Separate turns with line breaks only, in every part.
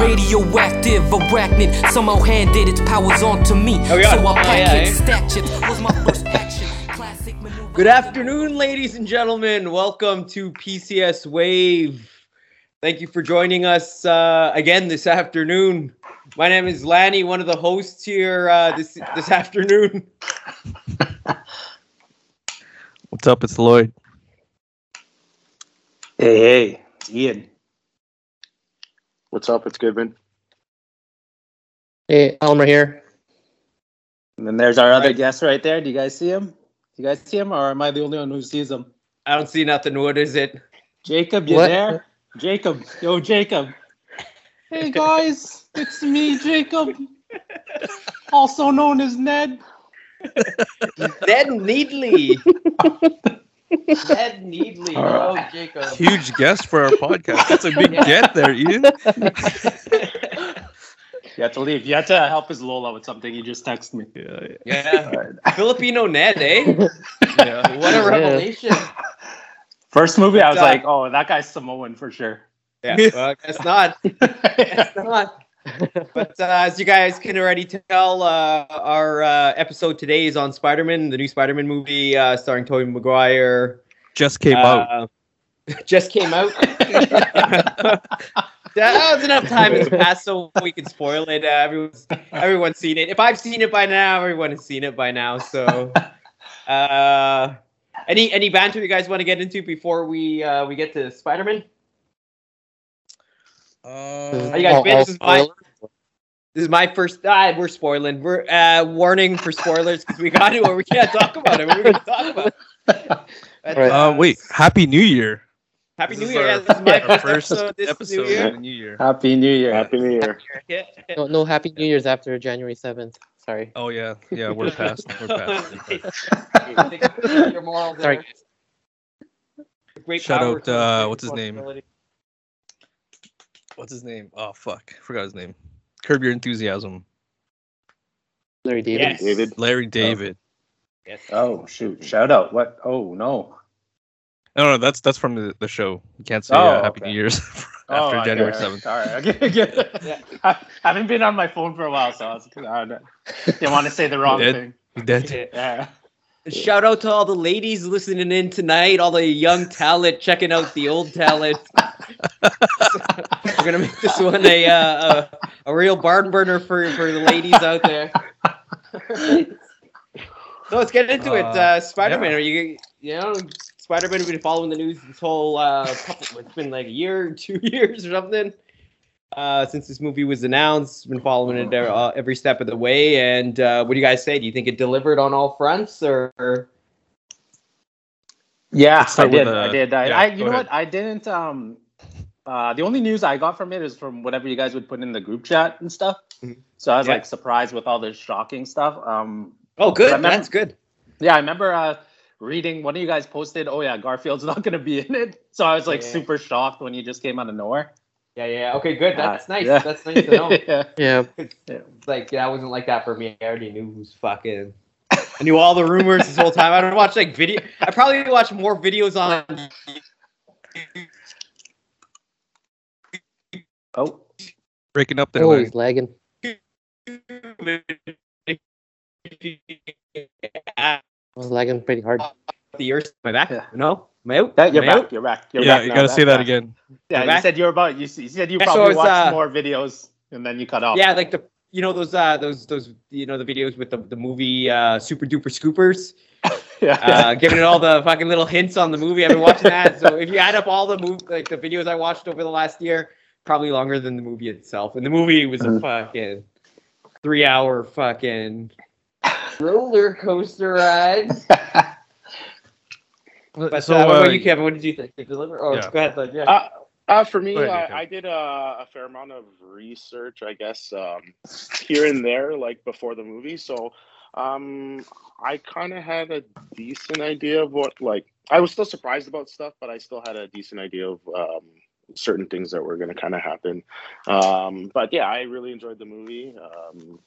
radioactive arachnid. Somehow handed its powers onto me.
Oh, yeah.
So I
Yeah,
packed it,
yeah.
stacked it. Was my first action. Classic maneuver.
Good afternoon, ladies and gentlemen. Welcome to PCS Wave. Thank you for joining us uh, again this afternoon. My name is Lanny, one of the hosts here uh, this this afternoon.
What's up? It's Lloyd.
Hey, hey, Ian.
What's up? It's Goodman.
Hey, Elmer here.
And then there's our other
Right.
guest right there. Do you guys see him? Do you guys see him, or am I the only one who sees him?
I don't see nothing. What is it?
Jacob, you
What?
there? Jacob, yo, Jacob. Hey guys, it's me, Jacob, also known as Ned.
Ned Needley.
Ned Needley.
All
Oh, Jacob.
Huge guest for our podcast. That's a big get there, Ian.
You have to leave. You have to help his Lola with something. He just texted me.
Yeah,
Yeah. Filipino Ned, eh?
yeah.
What a
Yeah.
revelation.
First movie, I was
Good
like, oh, that guy's Samoan for sure.
Yeah. Well, that's not. Come on. But uh, as you guys can already tell, uh, our uh, episode today is on Spider-Man, the new Spider-Man movie uh, starring Tobey Maguire.
Just came out.
out. Just came out. that was enough time has passed so we can spoil it. Uh, everyone's everyone's seen it. If I've seen it by now, everyone has seen it by now. So, uh, any any banter you guys want to get into before we uh, we get to Spider-Man?
Uh,
How you guys
All-
been?
all
This is my,
spoilers?
this is my first. Ah, we're spoiling. We're uh, warning for spoilers because we got to or we can't talk about it. We're going to talk about. It.
Right.
Uh, wait, Happy New Year.
Happy
This
New
is
Year! Yeah,
our-
this is my
Our
first
first
episode this
episode
New Year.
of the New Year.
Happy New Year.
Happy New Year.
Yeah.
No, no, Happy New Year's after January 7th. Sorry.
Oh, yeah. Yeah, we're past. We're past. We're past.
Your morals
Sorry.
are- Great
Shout
power comes
out,
with
uh,
great
what's his name?
responsibility.
What's his name? Oh, fuck. Forgot his name. Curb Your Enthusiasm.
Larry David.
Yes.
David.
Oh.
Larry David.
Yes.
Oh, shoot. Shout out. What? Oh, no.
No, no, that's that's from the, the show. You can't say
Oh,
uh, Happy
okay.
New Year's
Oh,
after
okay,
January
all right,
7th.
All right. Okay, okay.
Yeah.
I haven't been on my phone for a while, so I, was, I don't- didn't want to say the wrong
Dead.
thing.
You dead?
Yeah.
Shout out to all the ladies listening in tonight, all the young talent checking out the old talent. We're gonna make this one a uh, a, a real barn burner for, for the ladies out there. so let's get into it.
Uh,
Uh, Spider Man, are you you know Spider Man? We've been following the news this whole uh, couple, it's been like a year, two years or something. Uh, since this movie was announced, been following it uh, every step of the way. And uh, what do you guys say? Do you think it delivered on all fronts, or, or
Yeah,
Let's
I
start with,
did, I
uh,
did. I
yeah,
I you
go
know
ahead.
what? I didn't. Um, uh, the only news I got from it is from whatever you guys would put in the group chat and stuff.
Mhm.
So I was
Yeah.
like surprised with all the shocking stuff. Um,
oh, good,
Remember-
that's good.
yeah, I remember uh, reading one of you guys posted, "Oh yeah, Garfield's not going to be in it." So I was like
Yeah.
super shocked when you just came out of nowhere.
Yeah, yeah. Okay, good. That's
Uh,
nice.
yeah.
That's nice to know. It's
yeah.
Yeah.
like yeah, I wasn't like that for me. I already knew who's fucking. I knew all the rumors this whole time. I don't watch like video. I probably watch more videos on
Oh.
Breaking up there.
Oh,
Larry.
he's lagging.
YouTube.
I was lagging pretty hard.
The earth. Am I back?
Yeah.
No, am I out?
That, you're
Am I out?
back. You're back. You're
Yeah,
back
you
now,
got to
back,
say that
back.
again.
Yeah,
Back.
you said you were about. You, s- you said you
Yeah, so
probably
it's,
watched
uh,
more videos, and then you cut
Oh.
off.
Yeah, like the you know those uh those those you know the videos with the the movie uh Super Duper Scoopers.
yeah.
uh, giving it all the fucking little hints on the movie. I've been watching that. So if you add up all the move like the videos I watched over the last year, probably longer than the movie itself. And the movie was a
Mm-hmm.
Mhm.
fucking three hour fucking roller coaster ride. But
So,
uh, what
uh,
about you, Kevin? What did you think? Did it deliver? Oh,
Yeah.
go ahead. Bud. yeah.
Uh, Uh, for me,
Go ahead, Nico.
I, I did uh, a fair amount of research, I guess, um, here and there, like before the movie. So um, I kind of had a decent idea of what, like, I was still surprised about stuff, but I still had a decent idea of um, certain things that were going to kind of happen. Um, but yeah, I really enjoyed the movie. Um,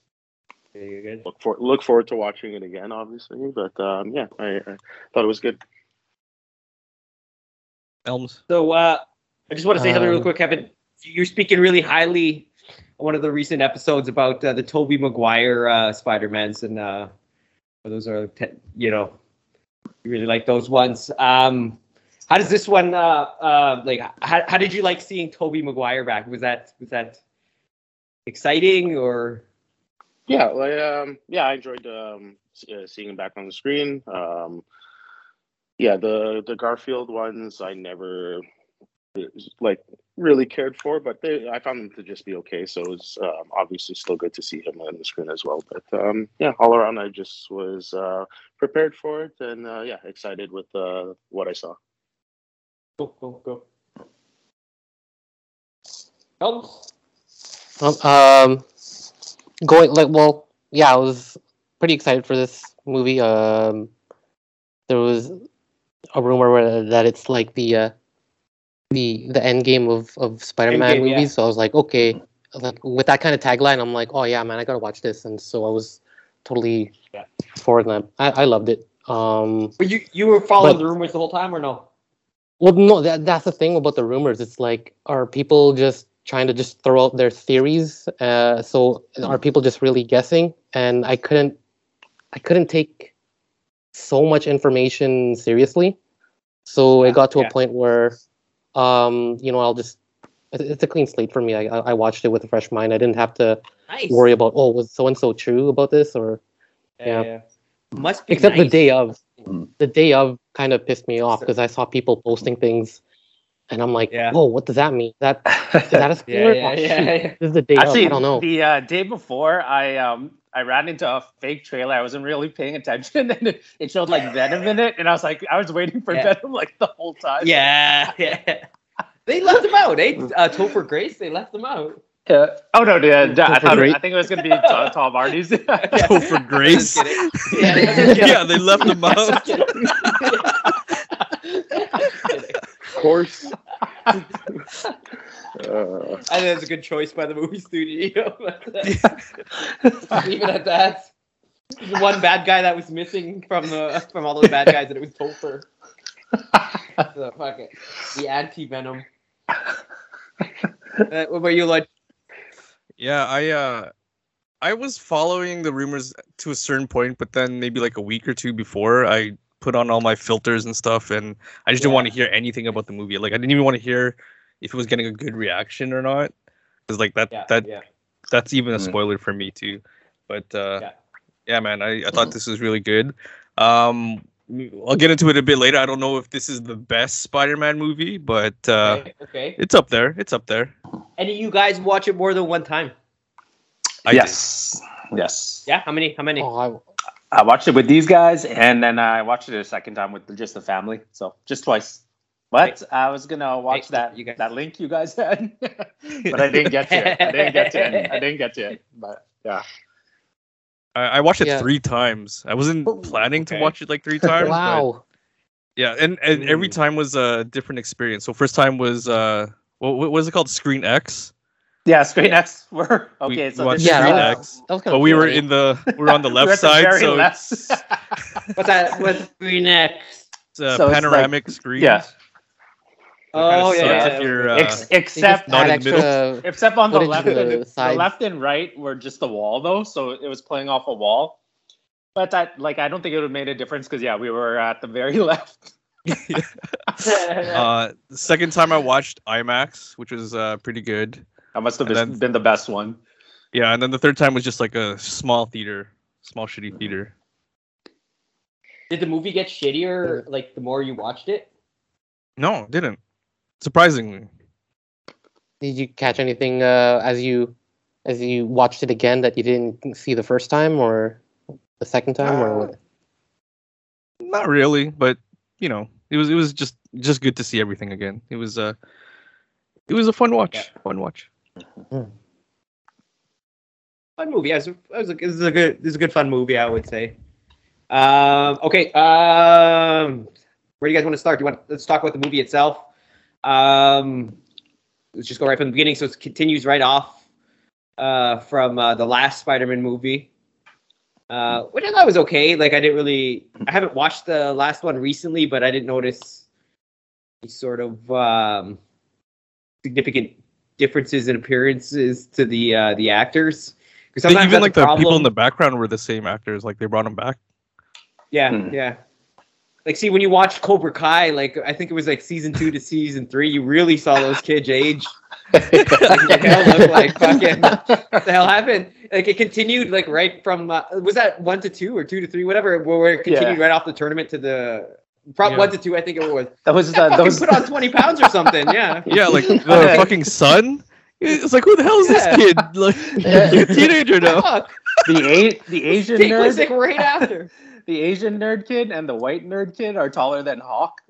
Yeah, you're good.
look for look forward to watching it again, obviously. But um, yeah, I, I thought it was good.
Elms.
So uh, I just want to say something real
Um,
quick, Kevin. You're speaking really highly one of the recent episodes about uh, the Toby Maguire uh, Spider Mans, and uh, those are te- you know, you really like those ones. Um, how does this one uh, uh, like? How, how did you like seeing Toby Maguire back? Was that was that exciting or?
Yeah, like, um, yeah, I enjoyed um, s- uh, seeing him back on the screen. Um, yeah, the the Garfield ones I never uh, like really cared for, but they, I found them to just be okay. So it's um, obviously still good to see him on the screen as well. But um, yeah, all around, I just was uh, prepared for it, and uh, yeah, excited with uh, what I saw.
Go go go. Helms?
Well, um, going like well, yeah, I was pretty excited for this movie. Um, there was a rumor where, that it's like the uh, the the end game of of
Endgame,
Spider-Man
yeah.
movies. So I was like, okay, I was like with that kind of tagline, I'm like, oh yeah, man, I gotta watch this. And so I was totally
Yeah.
for them. I, I loved it. Um,
But you you were following
But-
the rumors the whole time or no?
well, no, that that's the thing about the rumors. It's like, are people just trying to just throw out their theories? Uh, so are people just really guessing? And I couldn't, I couldn't take so much information seriously. So it got to
yeah.
a point where, um, you know, I'll just, it- it's a clean slate for me. I I I watched it with a fresh mind. I didn't have to
Nice.
worry about, oh, was so and so true about this or yeah.
Must be
except the
nice.
day of
Mm.
the day of kind of pissed me off because i saw people posting things and i'm like
Yeah.
whoa what does that mean that is that a
Yeah,
spoiler
yeah,
Oh,
yeah,
shoot.
yeah.
this is the day
Actually,
of i don't know
the uh, day before, I um I ran into a fake trailer. I wasn't really paying attention, and it, it showed like Venom in it, and I was like, I was waiting for
Yeah.
Venom like the whole time.
Yeah, yeah. They left him out. They uh, Topher Grace. They left him out.
Yeah. Oh no, yeah, yeah, I,
Topher
thought,
Grace.
I think it was gonna be Tom, Tom Hardy's. yeah.
Go for grace.
Just kidding. Yeah, just kidding.
yeah, they left him out.
Just kidding.
Of course. uh,
I think that's a good choice by the movie studio. Leave it at that. The one bad guy that was missing from the from all those bad guys, and it was Topher. so, fuck it. The anti venom. Uh, what about you, Lloyd?
Yeah, I uh I was following the rumors to a certain point, but then maybe like a week or two before I put on all my filters and stuff and I just didn't want to hear anything about the movie. Like I didn't even want to hear if it was getting a good reaction or not. Cuz like that
Yeah,
that
yeah.
that's even a
Mm.
spoiler for me too. But uh
Yeah.
yeah, man, I, I thought this was really good. Um I'll get into it a bit later. I don't know if this is the best Spider-Man movie, but uh
okay, okay.
it's up there. It's up there.
Any of you guys watch it more than one time?
I did.
yes. Yes.
Yeah. How many? How many?
oh, I,
I watched it with these guys, and then I watched it a second time with just the family. So just twice. But I was gonna watch
Hey,
that
you guys-
that link you guys had, but I didn't get to it. I didn't get to it. I didn't get to it. But yeah,
I, I watched it
Yeah.
three times. I wasn't
Oh,
planning to
okay.
watch it like three times. but-
wow
yeah, and, and every
Mm.
time was a different experience. So first time was uh, what what was it called? Screen X.
yeah. Screen X. We're okay.
we
so
watched
this is,
Yeah,
Screen
that
X,
that was kind
but
of
we were in the we were on the
we're
left
at the
side,
very
so
left.
it's, uh,
What's that? What's three next?
it's, uh,
So it's like-
panoramic screen.
yeah.
Oh
sucks
yeah.
if you're, uh,
Ex-
they just
except
not
add
in the middle.
extra
except on the
footage
left.
to the
The,
sides.
left and right were just the wall though, so it was playing off a wall. But that like I don't think it would have made a difference because yeah, we were at the very left.
Uh, the second time I watched IMAX, which was uh, pretty good.
That must have
And
been,
then-
been the best one.
Yeah, and then the third time was just like a small theater, small shitty theater.
Did the movie get shittier like the more you watched it?
No, it didn't. Surprisingly.
did you catch anything uh, as you as you watched it again that you didn't see the first time or the second time or
Uh,
what?
Not really, but you know, it was it was just just good to see everything again. It was uh it was a fun watch. Fun watch.
Fun movie. Yeah, it was, it was a, this is a good. This is a good fun movie. I would say. Um, okay. Um, where do you guys want to start? Do you want let's talk about the movie itself? Um, let's just go right from the beginning. So it continues right off uh, from uh, the last Spider-Man movie, uh, which I thought was okay. Like I didn't really, I haven't watched the last one recently, but I didn't notice any sort of um, significant differences in appearances to the uh, the actors. Because
They- even like the, people in
problem.
the background were the same actors. Like they brought them back.
Yeah,
Hmm.
yeah. Like, see, when you watch Cobra Kai, like I think it was like season two to season three, you really saw those kids age. Like, what the hell look like fucking what the hell happened? Like it continued like right from uh, was that one to two or two to three, whatever, where- where it continued
Yeah.
right off the tournament to the from
Yeah.
one to two, I think it was.
That was
That
uh,
fucking
those.
put on twenty pounds or something. Yeah.
Yeah, like the
Okay.
fucking son. It's like who the hell is
Yeah.
this kid? Like he's a teenager now.
Fuck.
the a- the Asian
Jake was like
nerd,
right after.
the Asian nerd kid, and the white nerd kid are taller than Hawk.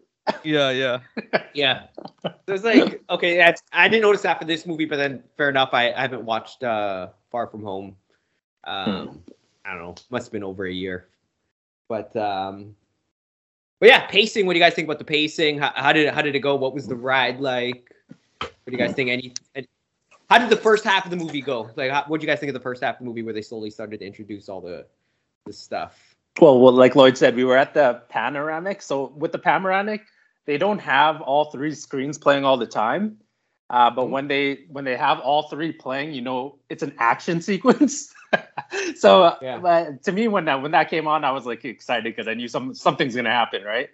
Yeah, yeah.
Yeah. So it's like okay, that's I didn't notice that for this movie, but then fair enough. I, I haven't watched uh Far From Home.
Hmm.
Um I don't know, must have been over a year. But um but yeah, pacing, what do you guys think about the pacing? How, how did how did it go? What was the ride like? What do you guys think any, any how did the first half of the movie go? Like, how, what do you guys think of the first half of the movie where they slowly started to introduce all the, the stuff?
Well, well, like Lloyd said, we were at the panoramic. So with the panoramic, they don't have all three screens playing all the time. Uh,
Mm-hmm.
but when they when they have all three playing, you know it's an action sequence. so uh,
Yeah.
but to me, when that when that came on, I was like excited because I knew some something's gonna happen, right?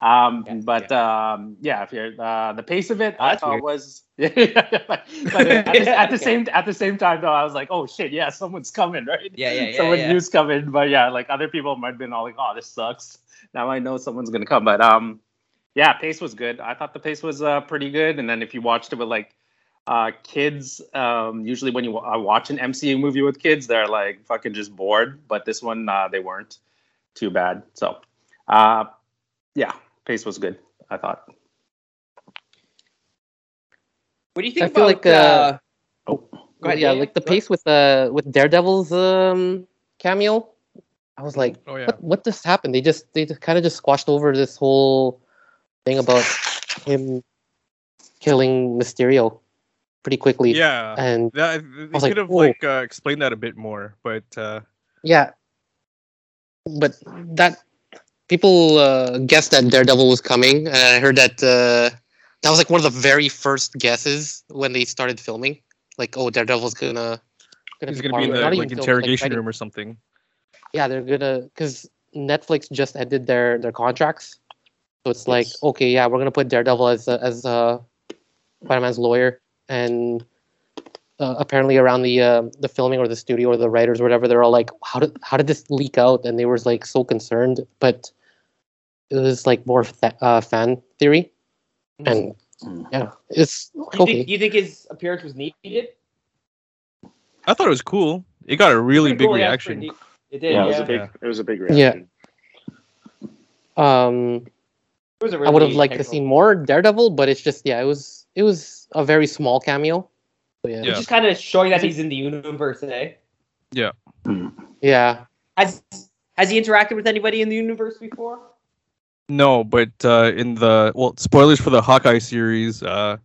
Um,
Yeah,
but Um, yeah, if you're, uh, the pace of it,
Oh,
I
that's
thought
weird.
was. but at the, at the
Okay.
same at the same time though, I was like, oh shit, yeah, someone's coming, right?
Yeah, yeah, yeah.
someone
yeah.
new's coming, but yeah, like other people might have been all like, "Oh, this sucks." Now I know someone's gonna come, but um, yeah, pace was good. I thought the pace was uh, pretty good, and then if you watched it with like uh, kids, um, usually when you wa- I watch an MCU movie with kids, they're like fucking just bored, but this one uh, they weren't too bad. So, uh, yeah, pace was good. I thought.
What do you
I
think
feel
about
like,
uh,
uh,
oh.
go ahead,
yeah,
Daniel.
like the
Go ahead.
pace with uh with Daredevil's um cameo. I was like,
Oh yeah.
what what just happened? They just they kind of just squashed over this whole thing about him killing Mysterio pretty quickly.
Yeah.
And
That, they
was
could
like,
have
"Whoa."
like uh, explained that a bit more, but uh,
yeah, but that people uh, guessed that Daredevil was coming. And I heard that uh, that was like one of the very first guesses when they started filming. Like, oh, Daredevil's gonna gonna
he's
be,
gonna be in
part of it.
the
Not even
like
filmed,
interrogation
writing-
room or something.
yeah, they're gonna because Netflix just ended their their contracts, so it's like
Yes.
okay, yeah, we're gonna put Daredevil as a, as uh, Spider-Man's lawyer, and uh, apparently around the uh, the filming or the studio or the writers or whatever, they're all like, how did how did this leak out? And they were like so concerned, but it was like more fa- uh, fan theory,
uh,
and yeah, it's
Mm-hmm. You
okay.
think you think his appearance was needed?
I thought it was cool. It got a really
Pretty
big
cool, yeah, it's
reaction.
pretty neat. It did.
Yeah,
Yeah,
it was a
It
big, it was a big
Yeah.
reaction.
um,
was a
I would have
really
liked to
technical-
see more Daredevil, but it's just yeah, it was it was a very small cameo. So, yeah.
Yeah.
Just kind of showing that he's in the universe, eh?
Yeah.
Has has he interacted with anybody in the universe before?
No, but uh, in the well, spoilers for the Hawkeye series, uh,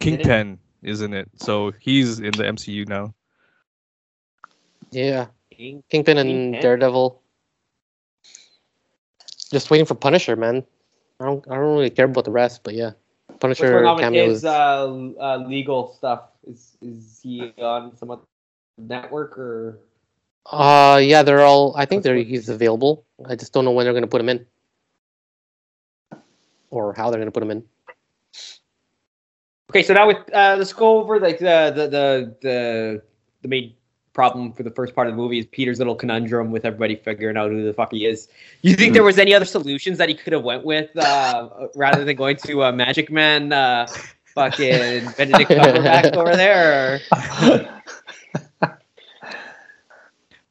Kingpin is in it, so he's in the MCU now.
Yeah. Kingpin and
Kingpin?
Daredevil. Just waiting for Punisher, man. I don't I don't really care about the rest, but yeah.
What's
Punisher
going on with
cameo
his
is
uh, uh, legal stuff? Is is he on some other network or?
uh yeah, they're all I think they're he's available. I just don't know when they're gonna put him in. Or how they're gonna put him in.
Okay, so now with uh, let's go over like uh, the the the the, the main problem for the first part of the movie is Peter's little conundrum with everybody figuring out who the fuck he is. You think
Hmm.
there was any other solutions that he could have went with uh, rather than going to uh, Magic Man, uh, fucking Benedict Cumberbatch over there? Or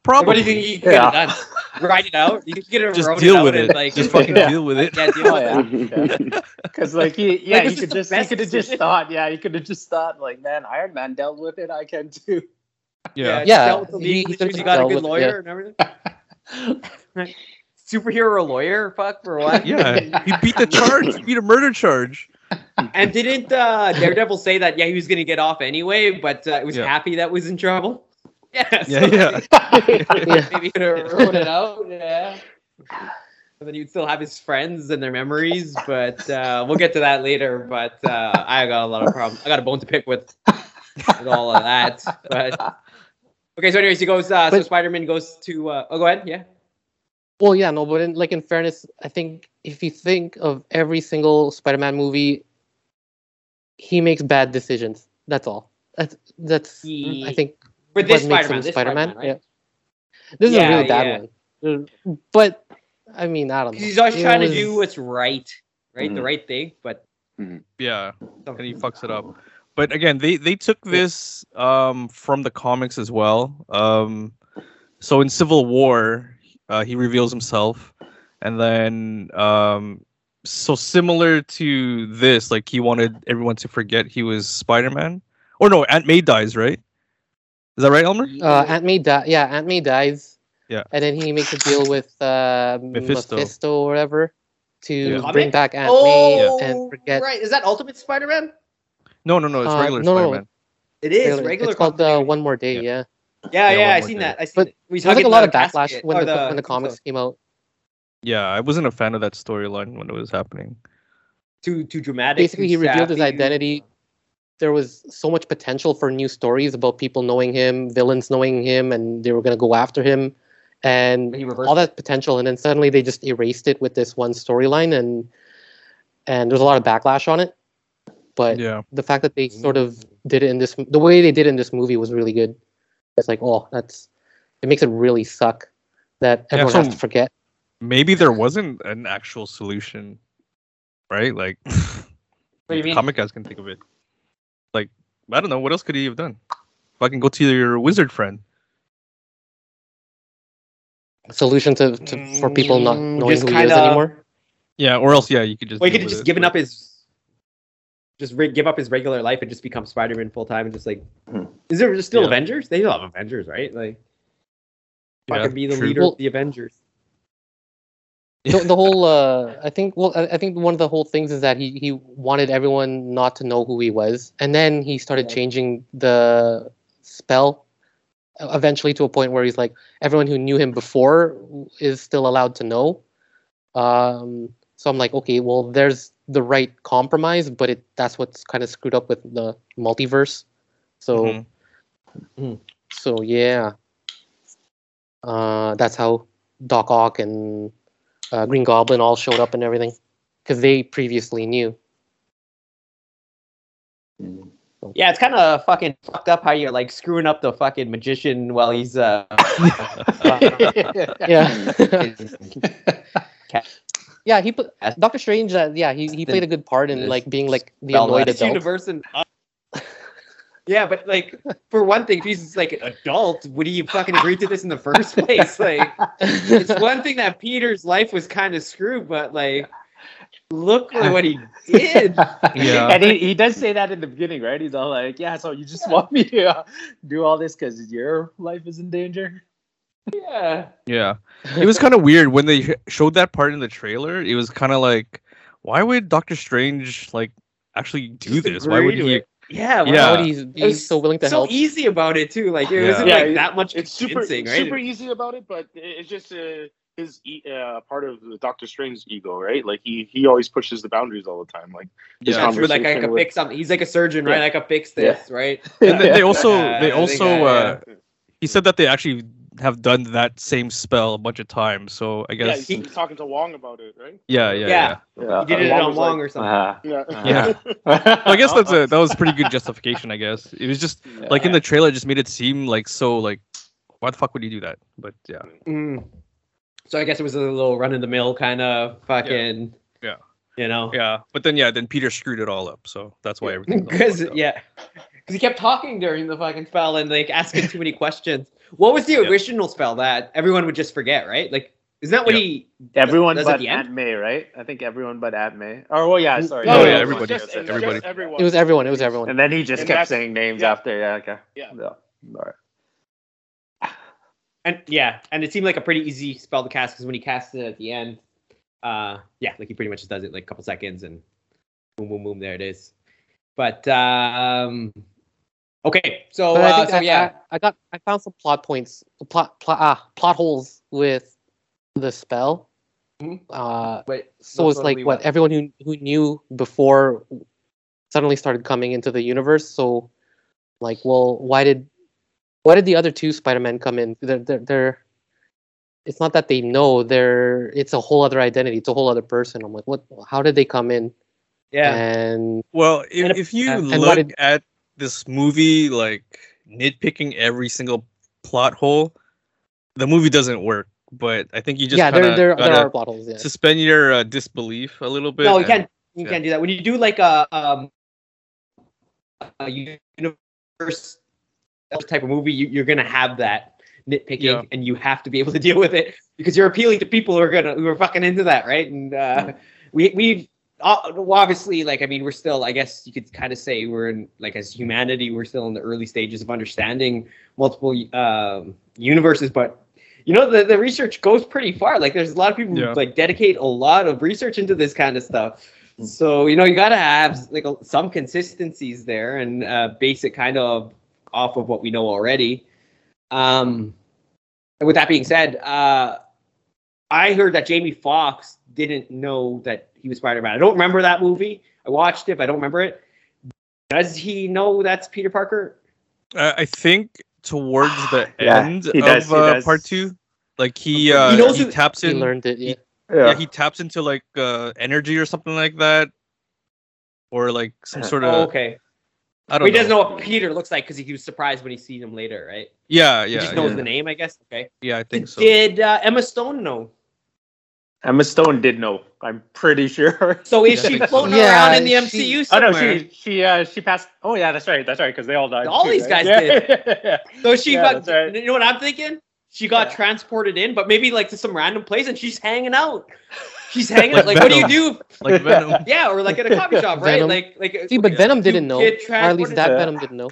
what do
Probably
you think he could have done? Ride it out? You could have
just
rode
deal
out
with
and,
it.
Like,
just fucking
Yeah.
deal with it.
yeah, deal
Oh,
with
yeah.
it.
Because like he, yeah,
Like,
he
it's
could
just
just
the
he
best
could have just
decision.
thought, yeah, he could have just thought like, man, Iron Man dealt with it, I can too.
Yeah.
Yeah,
dealt with the
he-
legal
he
issues,
could've
he got a
dealt
good
with it,
lawyer
yeah.
and everything. Superhero lawyer, fuck for what?
yeah, he beat the charge. He beat a murder charge.
And didn't uh, Daredevil say that? Yeah, he was gonna get off anyway, but uh, was
Yeah.
happy that was in trouble. Yeah, so
Yeah, yeah.
Yeah.
Maybe he could have wrote it out. Yeah. And then you'd still have his friends and their memories, but uh, we'll get to that later. But uh, I got a lot of problems. I got a bone to pick with, with all of that. But okay, so anyways, he goes. Uh, so
But-
Spider-Man goes to. Uh, oh, go ahead. Yeah.
Well, yeah, no, but in, like in fairness, I think if you think of every single Spider-Man movie, he makes bad decisions. That's all. That's that's
He-
Mm, I think
For this
what makes
Spider-Man,
him
this
Spider-Man.
Spider-Man, right?
Yeah. This is
Yeah,
a really bad
yeah.
one. Uh, But I mean, I don't know.
'Cause He's always
It
trying
was- Mm.
to do what's right, right? The
Mhm.
right thing, but
Yeah, and he fucks it up. But again, they they took this um, from the comics as well. Um, so in Civil War, uh, he reveals himself, and then um, so similar to this, like he wanted everyone to forget he was Spider Man. Or no, Aunt May dies, right? Is that right, Elmer?
Uh, Aunt May di- yeah, Aunt May dies.
Yeah.
And then he makes a deal with uh,
Mephisto.
Mephisto. or whatever to
Yeah.
bring
Comic?
back Aunt
oh,
May and forget.
right? Is that Ultimate Spider-Man?
No, no, no. It's
Uh,
regular
no, no,
Spider Man.
It is
Really,
regular.
it's called uh,
continuity.
One More Day,
Yeah.
yeah.
yeah,
Yeah,
yeah,
one
I
more
seen
day.
that. I seen
But
it. We
There was like a lot of backlash
casket,
when
or
the, when the comics came out.
Yeah, I wasn't a fan of that storyline when it was happening.
too too dramatic.
Basically,
too
he revealed his
sappy.
identity. There was so much potential for new stories about people knowing him, villains knowing him, and they were going to go after him, and
He reversed
all that potential. And then suddenly they just erased it with this one storyline, and and there's a lot of backlash on it. But
Yeah,
the fact that they sort of did it in this, the way they did it in this movie was really good. It's like, oh, that's it makes it really suck that
Yeah,
everyone
so-
has to forget.
maybe there wasn't an actual solution, right? Like.
What do you mean?
comic guys can think of it. Like, I don't know, what else could he have done? Fucking go to your wizard friend.
Solution to, to for people not
Mm,
knowing
just
who he
kinda-
is anymore.
Yeah, or else, yeah, you could just.
Well, he could
deal
have
with
just
it,
given
but-
up his, just re- give up his regular life and just become Spider-Man full time and just like,
Hmm.
is there still
Yeah.
Avengers? They still have Avengers, right? Like,
Yeah,
I could be the
true.
leader
Well-
of the Avengers.
the, the whole uh, I think well I, I think one of the whole things is that he he wanted everyone not to know who he was, and then he started
Yeah.
changing the spell uh, eventually to a point where he's like everyone who knew him before is still allowed to know. Um, so I'm like, okay, well, there's the right compromise, but it that's what's kind of screwed up with the multiverse. So
Mhm.
so yeah, uh, that's how Doc Ock and uh, Green Goblin all showed up and everything, because they previously knew.
Yeah, it's kind of fucking fucked up how you're like screwing up the fucking magician while he's uh.
Yeah, yeah. He put
That's-
Doctor Strange. Uh, yeah, he, he
the-
played a good part in
this
like being like the
spell
annoyed
that. It's
adult.
universe and. Yeah, but like for one thing, if he's like an adult, would he fucking agree to this in the first place? Like, it's one thing that Peter's life was kind of screwed, but like, look at what he did.
Yeah.
And he, he does say that in the beginning, right? He's all like, yeah, so you just want me to uh, do all this because your life is in danger?
Yeah.
Yeah. It was kind of weird when they showed that part in the trailer. It was kind of like, why would Doctor Strange, like, actually do
Just
this? Why would
agree to
he?
it. Yeah.
Yeah.
Why would he be
was
so willing to
so
help?
easy about it too. Like it
Yeah.
wasn't
Yeah,
like
it-
that much
it's super
convincing, right?
super easy about it, but it- it's just uh, his e- uh, part of Doctor Strange's ego, right? Like he he always pushes the boundaries all the time. Like
Yeah.
yeah, through like
conversation
I could
with-
fix something. He's like a surgeon, right?
Yeah.
I could fix this, right?
And then they also,
Yeah,
they
I think
also,
I-
uh, he said that they actually have done that same spell a bunch of times. So I
yeah,
guess,
he's, he's talking to Wong about it, right?
yeah, yeah, yeah.
Yeah.
Uh,
He did it
Wong
on
was
Wong
like-
or something.
Yeah.
Yeah.
Uh-huh.
Well, I guess that's a that was pretty good justification. I guess it was just like in the trailer, it just made it seem like so like, why the fuck would you do that? But yeah.
Mm. So I guess it was a little run in the mill kind of fucking.
Yeah.
You know.
Yeah, but then yeah, then Peter screwed it all up, so that's why everything.
Because yeah, because he kept talking during the fucking spell and like asking too many questions. What was the
Yeah.
original spell that everyone would just forget, right? Like, is that what
Yeah.
he?
Everyone
That's at
but
the end?
Aunt May, right? I think everyone but Aunt May. Oh, well, yeah, sorry.
No,
No,
Oh,
no,
yeah,
it's
everybody.
just- it's
Everybody.
just everyone.
It was everyone. It was everyone.
And then he just
And
kept
that's-
saying names
yeah.
after. Yeah, okay.
Yeah.
All right.
And yeah, and it seemed like a pretty easy spell to cast because when he casts it at the end, uh, yeah, like he pretty much just does it in like a couple seconds and boom, boom, boom, there it is. But um, okay, so,
But I
uh,
think
so
I,
yeah,
I, I got I found some plot points, plot plot ah, plot holes with the spell
Mhm.
Uh,
But
so it's like what everyone who who knew before suddenly started coming into the universe. So, like, well, why did why did the other two Spider Men come in? They're, they're they're it's not that they know they're it's a whole other identity. It's a whole other person. I'm like, what? How did they come in?
yeah.
And
Well,
And
if,
a-
if you
and- and what
look
did-
at this movie, like nitpicking every single plot hole, the movie doesn't work. But I think you just
yeah, there
kinda
there there
gotta
are plot holes. Yeah.
suspend your uh, disbelief a little bit.
No, you
and-
can't. You
yeah.
can't do that when you do like a um a universe type of movie. You, you're gonna have that nitpicking,
Yeah.
and you have to be able to deal with it because you're appealing to people who are gonna who are fucking into that, right? And
Mm.
uh, we we've uh, obviously like I mean we're still I guess you could kind of say we're in like as humanity we're still in the early stages of understanding multiple um, universes, but you know the, the research goes pretty far like there's a lot of people
Yeah.
who like dedicate a lot of research into this kind of stuff so you know you gotta have like a, some consistencies there and uh, base it kind of off of what we know already um and with that being said uh i heard that jamie Foxx didn't know that he was spider-man i don't remember that movie i watched it but i don't remember it does he know that's peter parker
I I think towards the
Yeah,
end
he does,
of
he
uh,
does.
part two, like he uh,
He
he,
knows it-
taps
He
in.
learned it. Yeah.
yeah. he taps into like uh, energy or something like that, or like some
Uh,
sort of.
oh, okay
I don't.
he doesn't
know.
know what Peter looks like because he was surprised when he sees him later, right?
Yeah,
he
yeah,
just
yeah,
knows the name, I guess. Okay.
yeah. I think so.
Did uh, Emma Stone know?
Emma Stone did know. I'm pretty sure.
So is
Yeah, I
she
think so.
floating
Yeah,
around in the
she-
MCU
Oh
somewhere?
no, she she uh, she passed. Oh yeah, that's right, that's right, because they all died.
All
too,
these
right?
guys
yeah.
so she
Yeah,
got.
that's right.
You know what I'm thinking? She got
Yeah.
transported in, but maybe like to some random place, and she's hanging out. She's hanging. out.
Like
like, what do you do?
Like Venom.
Yeah, or like at a coffee shop, right?
Venom.
Like, uh, like.
See, but Venom didn't
you
know, or
get
at least
transported-
that
Yeah.
Venom didn't know.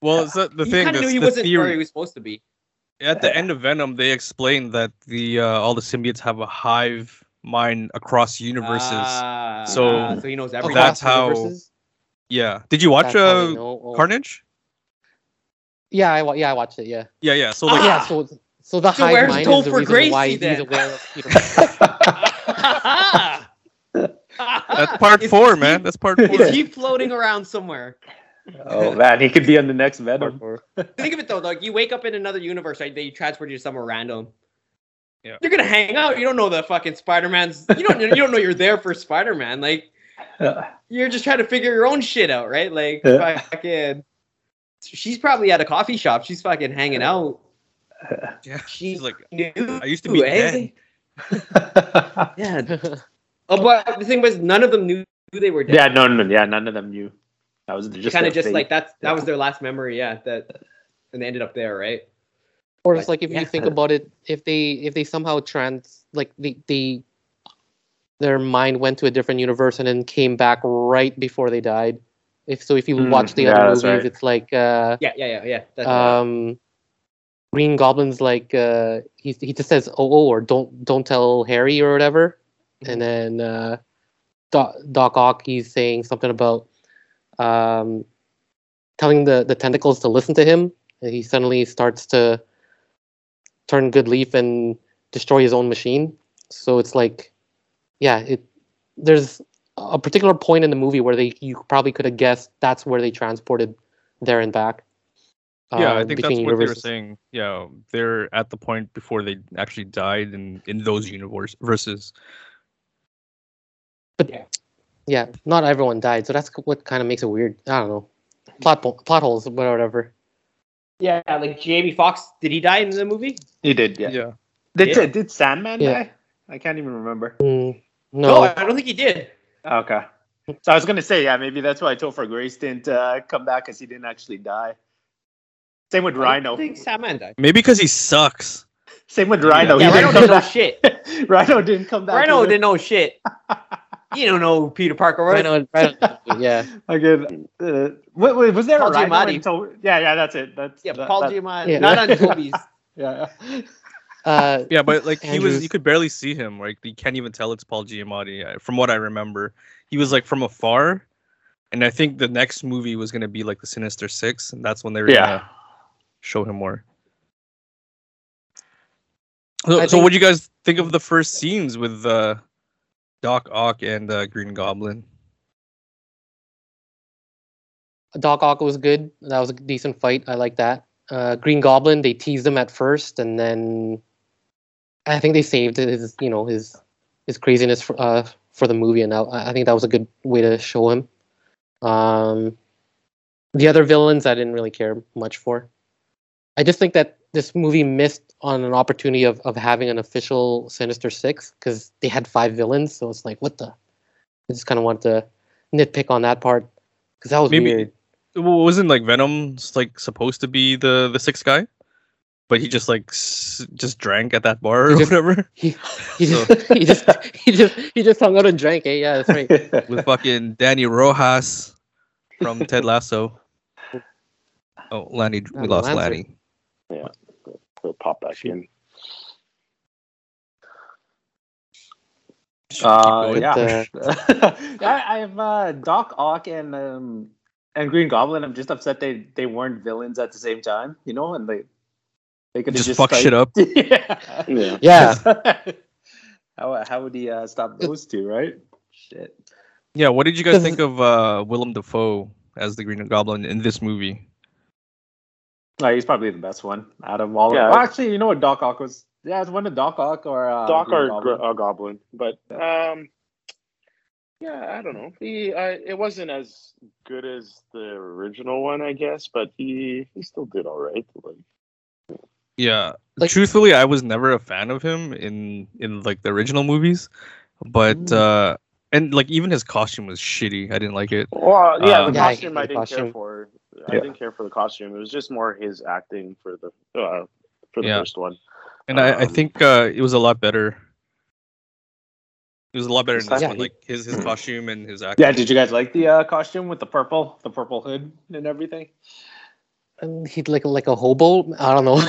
Well, so the
you
thing
kind of knew
that's
he
the
wasn't where
theory.
he was supposed to be.
At the end of Venom, they explained that the uh, all the symbiotes have a hive mind across universes.
Ah,
So-
so he knows
Every-
everything.
That's
Across
how-
universes,
yeah. Did you watch
that's how they
uh,
know. Oh.
Carnage?
Yeah, I wa- yeah, I watched it. Yeah.
Yeah, yeah. So like,
Ah!
yeah, so so the
So
hive
where's
mind is
Topher
the reason
Gracie
why
then?
he's aware of Peter. Parker.
that's part
Is-
four,
is he-
man. That's part four.
Is he floating around somewhere?
Oh man, he could be on the next Venom.
Think of it though, like you wake up in another universe, right? They transport you to somewhere random.
Yeah.
You're gonna hang out. You don't know the fucking Spider Man's. You don't. You don't know you're there for Spider Man. Like you're just trying to figure your own shit out, right? Like
Yeah.
fucking. She's probably at a coffee shop. She's fucking hanging out.
Yeah,
She
she's like,
knew.
I used to be
eh?
dead.
Yeah. Oh, but the thing was, none of them knew they were dead.
yeah, no, no, yeah, none of them knew. That was just
kind
their
of just
fate.
like that's that
Yeah.
was their last memory. Yeah, that and they ended up there, right?
or it's like if
Yeah.
you think about it, if they if they somehow trans like the the their mind went to a different universe and then came back right before they died. If so, if you
Mm,
Hmm.
watch the
yeah,
other
that's
movies,
right.
it's like uh,
Yeah, yeah, yeah, yeah. That's
Uh,
um, Green Goblin's like uh, he he just says oh, oh or don't don't tell Harry or whatever, and then uh, Doc, Doc Ock he's saying something about um, telling the the tentacles to listen to him. And he suddenly starts to turn good leaf and destroy his own machine. So it's like, yeah, it there's a particular point in the movie where they you probably could have guessed that's where they transported there and back.
Yeah,
uh,
I think that's
between
what they were
universes.
saying. Yeah, they're at the point before they actually died in in those universe versus.
Yeah, not everyone died, so that's what kind of makes it weird. I don't know, plot po- plot holes, but whatever.
right. Yeah, like Jamie Fox. Did he die in the movie?
he did. Yeah,
Yeah.
Did,
Yeah.
did Sandman
Yeah.
die? I can't even remember.
Mm,
No,
no,
I don't think he did.
Okay. So I was gonna say, yeah, maybe that's why Topher Grace didn't uh, come back because he didn't actually die. Same with
I
Rhino.
think Sandman died.
Maybe because he sucks.
Same with Rhino.
yeah,
he
Rhino didn't
didn't come
know
back.
shit.
Rhino didn't come back.
Rhino
either.
didn't know shit. You don't know Peter Parker, right?
right on, right on, yeah.
Again, uh, what, what- was there
Paul
a Rhino?
Giamatti.
in Tol- yeah, yeah, that's it. That's
Yeah,
that-
Paul
that-
Giamatti.
Yeah.
Not on Toby's.
Yeah, yeah.
Uh,
Yeah, but like he was,
Andrews.
you could barely see him. Like you can't even tell it's Paul Giamatti. uh, From what I remember, he was like from afar, and I think the next movie was gonna be like the Sinister Six, and that's when they were
Yeah.
gonna show him more. So,
I
so
think-
what do you guys think of the first scenes with uh, Doc Ock and uh, Green Goblin?
Doc Ock was good. That was a decent fight. I like that. Uh, Green Goblin, they teased him at first, and then I think they saved his, you know, his his craziness for uh, for the movie, and I, I think that was a good way to show him. Um, the other villains, I didn't really care much for. I just think that this movie missed on an opportunity of of having an official Sinister Six because they had five villains, so it's like, what the? I just kind of want to nitpick on that part because that was
Maybe-
weird.
Well, wasn't like Venom s- like supposed to be the the sixth guy, but he just like s- just drank at that bar or
He just-
whatever
He, he, just, he just he just he just hung out and drank. Eh? Yeah, that's right.
with fucking Danny Rojas from Ted Lasso. Oh, Lanny, we
Oh,
lost
Lancer.
Lanny.
He'll pop back in.
Uh,
But,
yeah. I, I have uh, Doc Ock and um, and Green Goblin. I'm just upset they, they weren't villains at the same time, you know, and they they could
Just fuck shit up.
yeah.
Yeah.
Yeah,
how how would he uh, stop those two, right? Shit.
Yeah, what did you guys
Does-
think of uh, Willem Dafoe as the Green Goblin in this movie?
No, Oh, he's probably the best one out of all.
Yeah.
Of, well, actually, you know what Doc Ock was? Yeah, it's one of Doc Ock or uh,
Doc
Green
or
Goblin.
Gr- uh, Goblin, but um, yeah, I don't know. He uh, it wasn't as good as the original one, I guess, but he he still did all right. Like,
Yeah,
Like-
truthfully, I was never a fan of him in in like the original movies, but
Mm.
uh, and like even his costume was shitty. I didn't like it.
well, yeah,
Um,
the
Yeah, I
costume I,
hate the
didn't
costume.
care for. I
Yeah.
didn't care for the costume. It was just more his acting for the uh, for the
Yeah.
first one.
And I, I
Um,
think uh, it was a lot better. It was a lot better in this
Yeah,
one,
he-
like his his costume and his acting.
Yeah, did you guys like the uh, costume with the purple, the purple hood and everything?
and he'd like like a hobo. I don't know.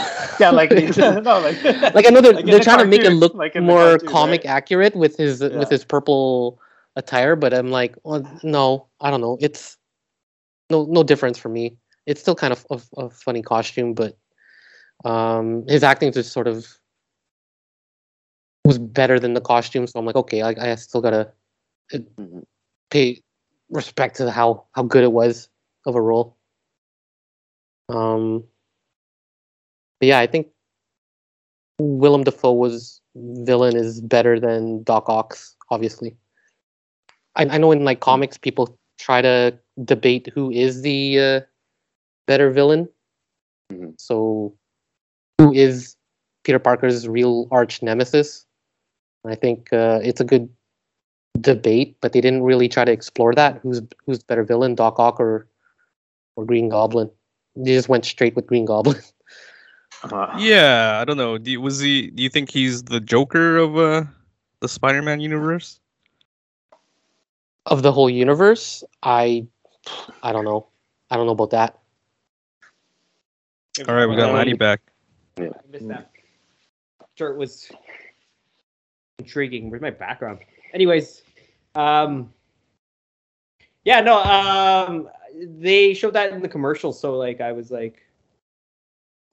Yeah, like
like
no, like
I know they're
Like in
they're
the
trying to make it
cartoon,
look
like in the
more
cartoon,
comic
right?
accurate with his
Yeah.
with his purple attire, but I'm like, oh, no, I don't know. It's no no difference for me. It's still kind of a, a funny costume, but um, his acting just sort of was better than the costume. So I'm like, okay, I, I still gotta uh,
Mhm.
pay respect to how how good it was of a role. Um, but yeah, I think Willem Dafoe was villain is better than Doc Ock's, obviously. I, I know in like comics, people try to debate who is the uh, better villain.
Mhm.
So, who is Peter Parker's real arch nemesis? And I think uh, it's a good debate, but they didn't really try to explore that. Who's who's the better villain, Doc Ock or or Green Goblin? They just went straight with Green Goblin.
Uh,
Yeah, I don't know. Do you, was he? Do you think he's the Joker of uh, the Spider-Man universe?
of the whole universe i i don't know i don't know about that
All right, we got
Uh,
Um,
Lanny back.
I missed that. Sure, it was intriguing. Where's my background? Anyways, um, yeah, no, um, they showed that in the commercial, so like I was like,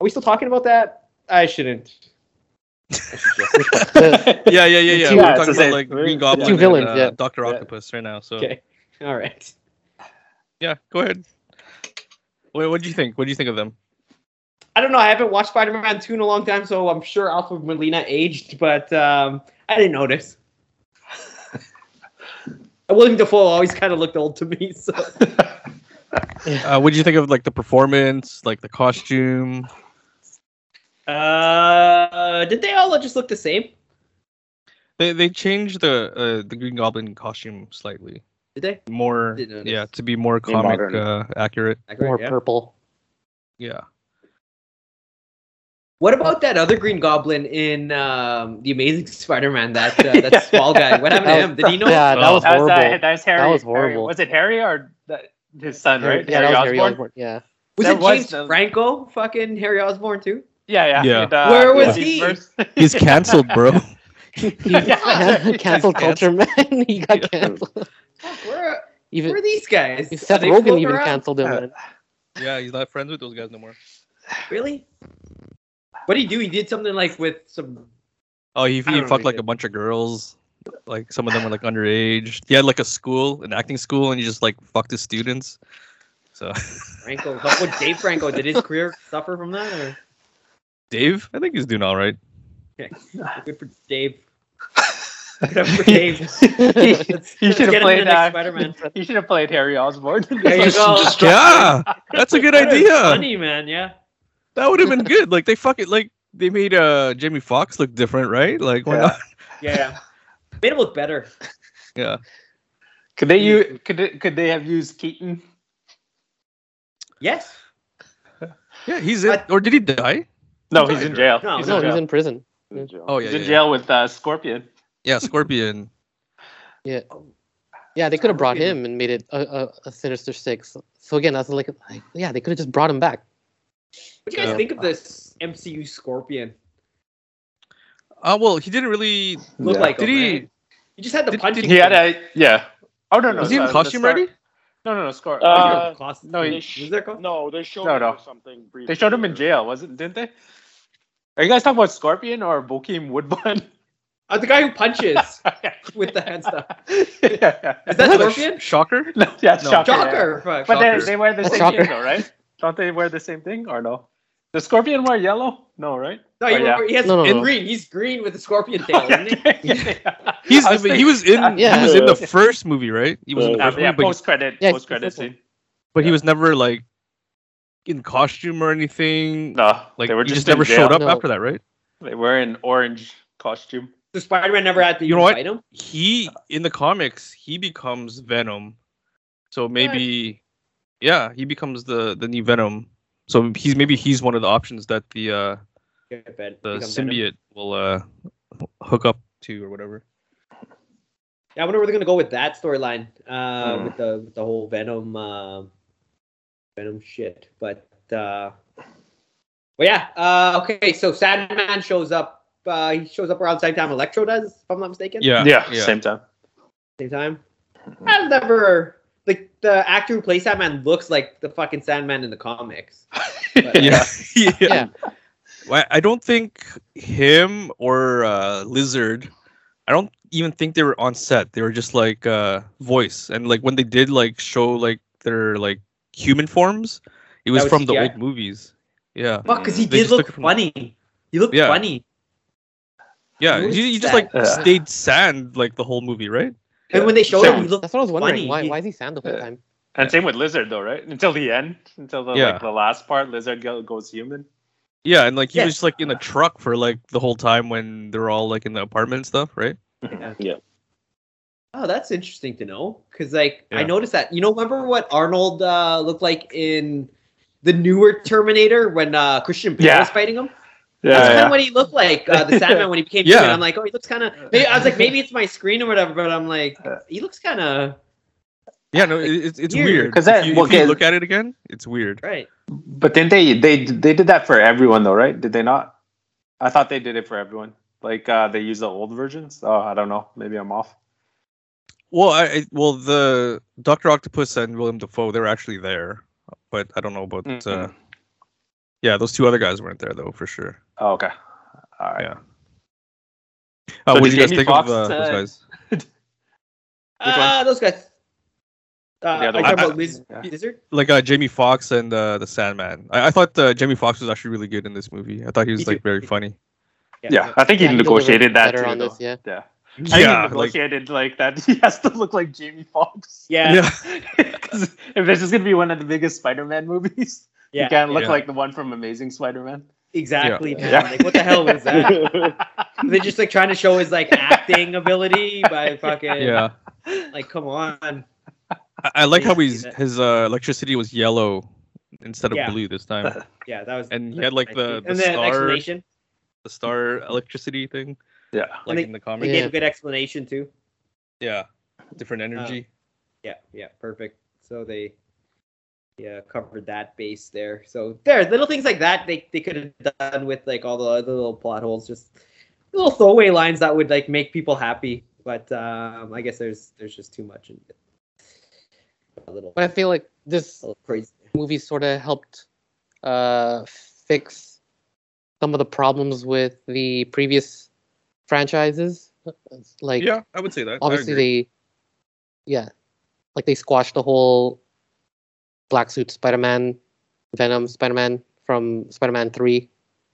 are we still talking about that? I shouldn't.
The-
Yeah, yeah, yeah, yeah.
two-
We're
yeah,
talking
it's the
about
same.
like
We're-
Green
the
Goblin
two villains,
and uh,
yeah.
Doctor
Yeah.
Octopus right now. So
Okay, all right.
yeah, go ahead. What what do you think? What do you think of them?
I don't know. I haven't watched Spider-Man 2 in a long time, so I'm sure Alfred Molina aged, but um, I didn't notice. William Dafoe always kind of looked old to me, so.
Uh, what do you think of like the performance, like the costume?
Uh, did they all just look the same?
They they changed the uh, the Green Goblin costume slightly
Did they?
more,
Did notice.
yeah, to be more
More
comic
modern.
uh, accurate.
more purple
Yeah.
What about that other Green Goblin in um, the Amazing Spider-Man? That uh, that small guy. What happened to him? Did he know?
yeah that
Oh.
was
That was,
horrible
uh, that was Harry.
That was
Harry-
horrible.
Was it Harry or the, his son,
Harry-
right?
yeah that was Harry Osborn, yeah
was
that
it
was
James
the-
Franco? Fucking Harry Osborn too?
Yeah, yeah.
Yeah.
And, uh,
Where was
yeah.
he?
First-
He's canceled, bro.
Yeah.
cancel culture man he got canceled
Where, where
even
are these guys? Are
Seth
they
Rogen
floating
even
around?
canceled him. man.
Uh,
yeah, he's not friends with those guys no more.
Really? What did he do? He did something like with some
Oh, he,
I
he
don't
fucked like
really-
a bunch of girls. Like some of them were like underage. He had like a school, an acting school, and he just like fucked his students. So
Franco, what Dave Franco did his career suffer from that? Or?
Dave, I think he's doing all right.
Good for Dave. Good for Dave.
you should have played uh,
Spider Man.
You should have played Harry Osborn.
There you go.
Yeah, that's a good idea.
Funny man, yeah.
That would have been good. Like they fuck it. Like they made uh Jamie Foxx look different, right? Like why
Yeah.
not?
Yeah. Made him look better.
Yeah.
could they you could they, could they have used Keaton?
Yes.
Yeah, he's in.
I-
or did he die?
No, he's in jail.
No,
he's
No,
in jail.
he's in prison.
Oh yeah,
He's
yeah,
in
yeah.
jail with uh, Scorpion.
Yeah, Scorpion.
Yeah, they could have brought him and made it a, a, a Sinister Six. So again, I was like, like, yeah, they could have just brought him back.
What do you guys
Yeah.
think of this MCU Scorpion?
Uh, well, he didn't really.
Look
Yeah.
like
Did
him,
he-
right? He just had the
did-
punching.
He had a yeah. Oh no no.
Was he in
sorry, the
costume
Scar-
ready?
No no no. Scorpion.
Uh,
class-
no,
they
he-
sh-
was there co-
no, they showed
No,
him
no.
or something.
they showed him in
briefly.
jail, wasn't didn't they? Are you guys talking about Scorpion or Bokeem Woodbun?
Uh, the guy who punches with the hand stuff.
yeah,
Is that
The
Scorpion?
sh- shocker.
no, yeah,
No.
Shocker. yeah.
Shocker. Fuck.
But they,
Shocker.
they wear the
That's
same
Shocker.
thing though, right? Don't they wear the same thing or no? Does Scorpion wear yellow? No, right?
no, he,
Oh, yeah.
he has
No, no, no.
green. He's green with the scorpion tail, isn't he?
He's
I was
he was in
Yeah.
he was in the first movie, right? He was in the
Yeah.
first
thinking- yeah,
movie, but,
post credit,
Yeah,
post credit
specific.
scene.
but he was never like in costume or anything.
No,
Like
they were
he
just,
just never
in jail.
showed up
No.
after that, right?
They were in orange costume.
So Spider Man never had to
You know
even
what?
fight him.
He in the comics he becomes Venom, so maybe yeah, he becomes the the new Venom. So he's maybe he's one of the options that the uh
Yeah, I bet.
the
Become Venom.
symbiote will uh hook up to or whatever.
Yeah, I wonder where they're gonna go with that storyline, uh,
Hmm.
with the with the whole Venom, uh, Venom shit. But uh, well, yeah. Uh, okay, so Sandman shows up. Uh, he shows up around the same time Electro does, if I'm not mistaken.
Yeah,
same time.
Same time. I've never like the actor who plays Sandman looks like the fucking Sandman in the comics. But, uh,
yeah. yeah.
Yeah.
Well, I don't think him or uh, Lizard. I don't even think they were on set. They were just like uh, voice, and like when they did like show like their like human forms, it was,
was
from the
CGI?
old movies. Yeah,
Fuck, because he
They
did
just took
look
it from-
funny. He looked
Yeah.
funny.
yeah.
Who
You,
is
you just
that?
like
Yeah.
stayed sand like the whole movie, right?
And when they showed him, he looked
That's what I was wondering.
funny.
Why,
He-
why is he sand the whole
Yeah.
time?
And same with Lizard though, right? Until the end, until the
Yeah.
like the last part, Lizard go- goes human.
Yeah, and like he
Yeah.
was like in a truck for like the whole time when they're all like in the apartment and stuff, right?
Oh, that's interesting to know because, like, I
Yeah.
noticed that. You know, remember what Arnold uh, looked like in the newer Terminator when uh, Christian Bale
Yeah.
was fighting him?
Yeah,
That's kind of what he looked like, uh, the Sandman when he became
Yeah.
human. I'm like, oh, he looks kind of. I was like, maybe it's my screen or whatever, but I'm like,
Uh,
he looks kind of
Yeah, no, it, it's it's
Weird.
weird.
'Cause that-
if you,
well,
if you
'cause-
look at it again, it's weird.
right.
But then they they they did that for everyone though, right? Did they not? I thought they did it for everyone. Like uh they use the old versions. Oh, I don't know. Maybe I'm off.
Well, I, I well the Doctor Octopus and William Defoe they were actually there, but I don't know about uh,
Mhm.
yeah those two other guys weren't there though for sure.
Oh, okay. All right.
Yeah. Uh,
So
what
did
do you guys
Jamie
think
Foxx,
of uh,
uh,
those guys?
Which one?
Uh, those guys. Uh,
The
are
other
you talking
one.
about Liz-
Yeah.
Lizard?
Like uh, Jamie Foxx and uh, the Sandman. I, I thought uh, Jamie Foxx was actually really good in this movie. I thought he was like very funny.
Yeah, I think he
Yeah, he
negotiated
delivered
that
better
too.
on
though.
this, yeah.
yeah. I think
Yeah,
he
like
negotiated like, that. He has to look like Jamie Foxx.
Yeah. Yeah.
yeah,
'Cause if this is gonna be one of the biggest Spider-Man movies, you can't look
Yeah.
like the one from Amazing Spider-Man.
Exactly. man.
Yeah.
Like, what the hell was that? They're just like trying to show his like acting ability by fucking
yeah.
like come on.
I, I like how
Didn't see
he's
that.
his uh, electricity was yellow instead of
Yeah.
blue this time,
Yeah, that was
and he had like the the
and then
star
explanation.
the star electricity thing
yeah.
like
they-
in the comic.
They gave a good explanation too.
Yeah, different energy.
Yeah, yeah, perfect. So they yeah covered that base there. So there, little things like that they they could have done with like all the other little plot holes, just little throwaway lines that would like make people happy. But um, I guess there's there's just too much in it. A little,
But I feel like this
a little crazy.
movie sort of helped uh, fix some of the problems with the previous franchises. It's Like
yeah, I would say that. I
obviously
agree.
they, yeah, like they squashed the whole black suit Spider-Man, Venom Spider-Man from Spider-Man Three.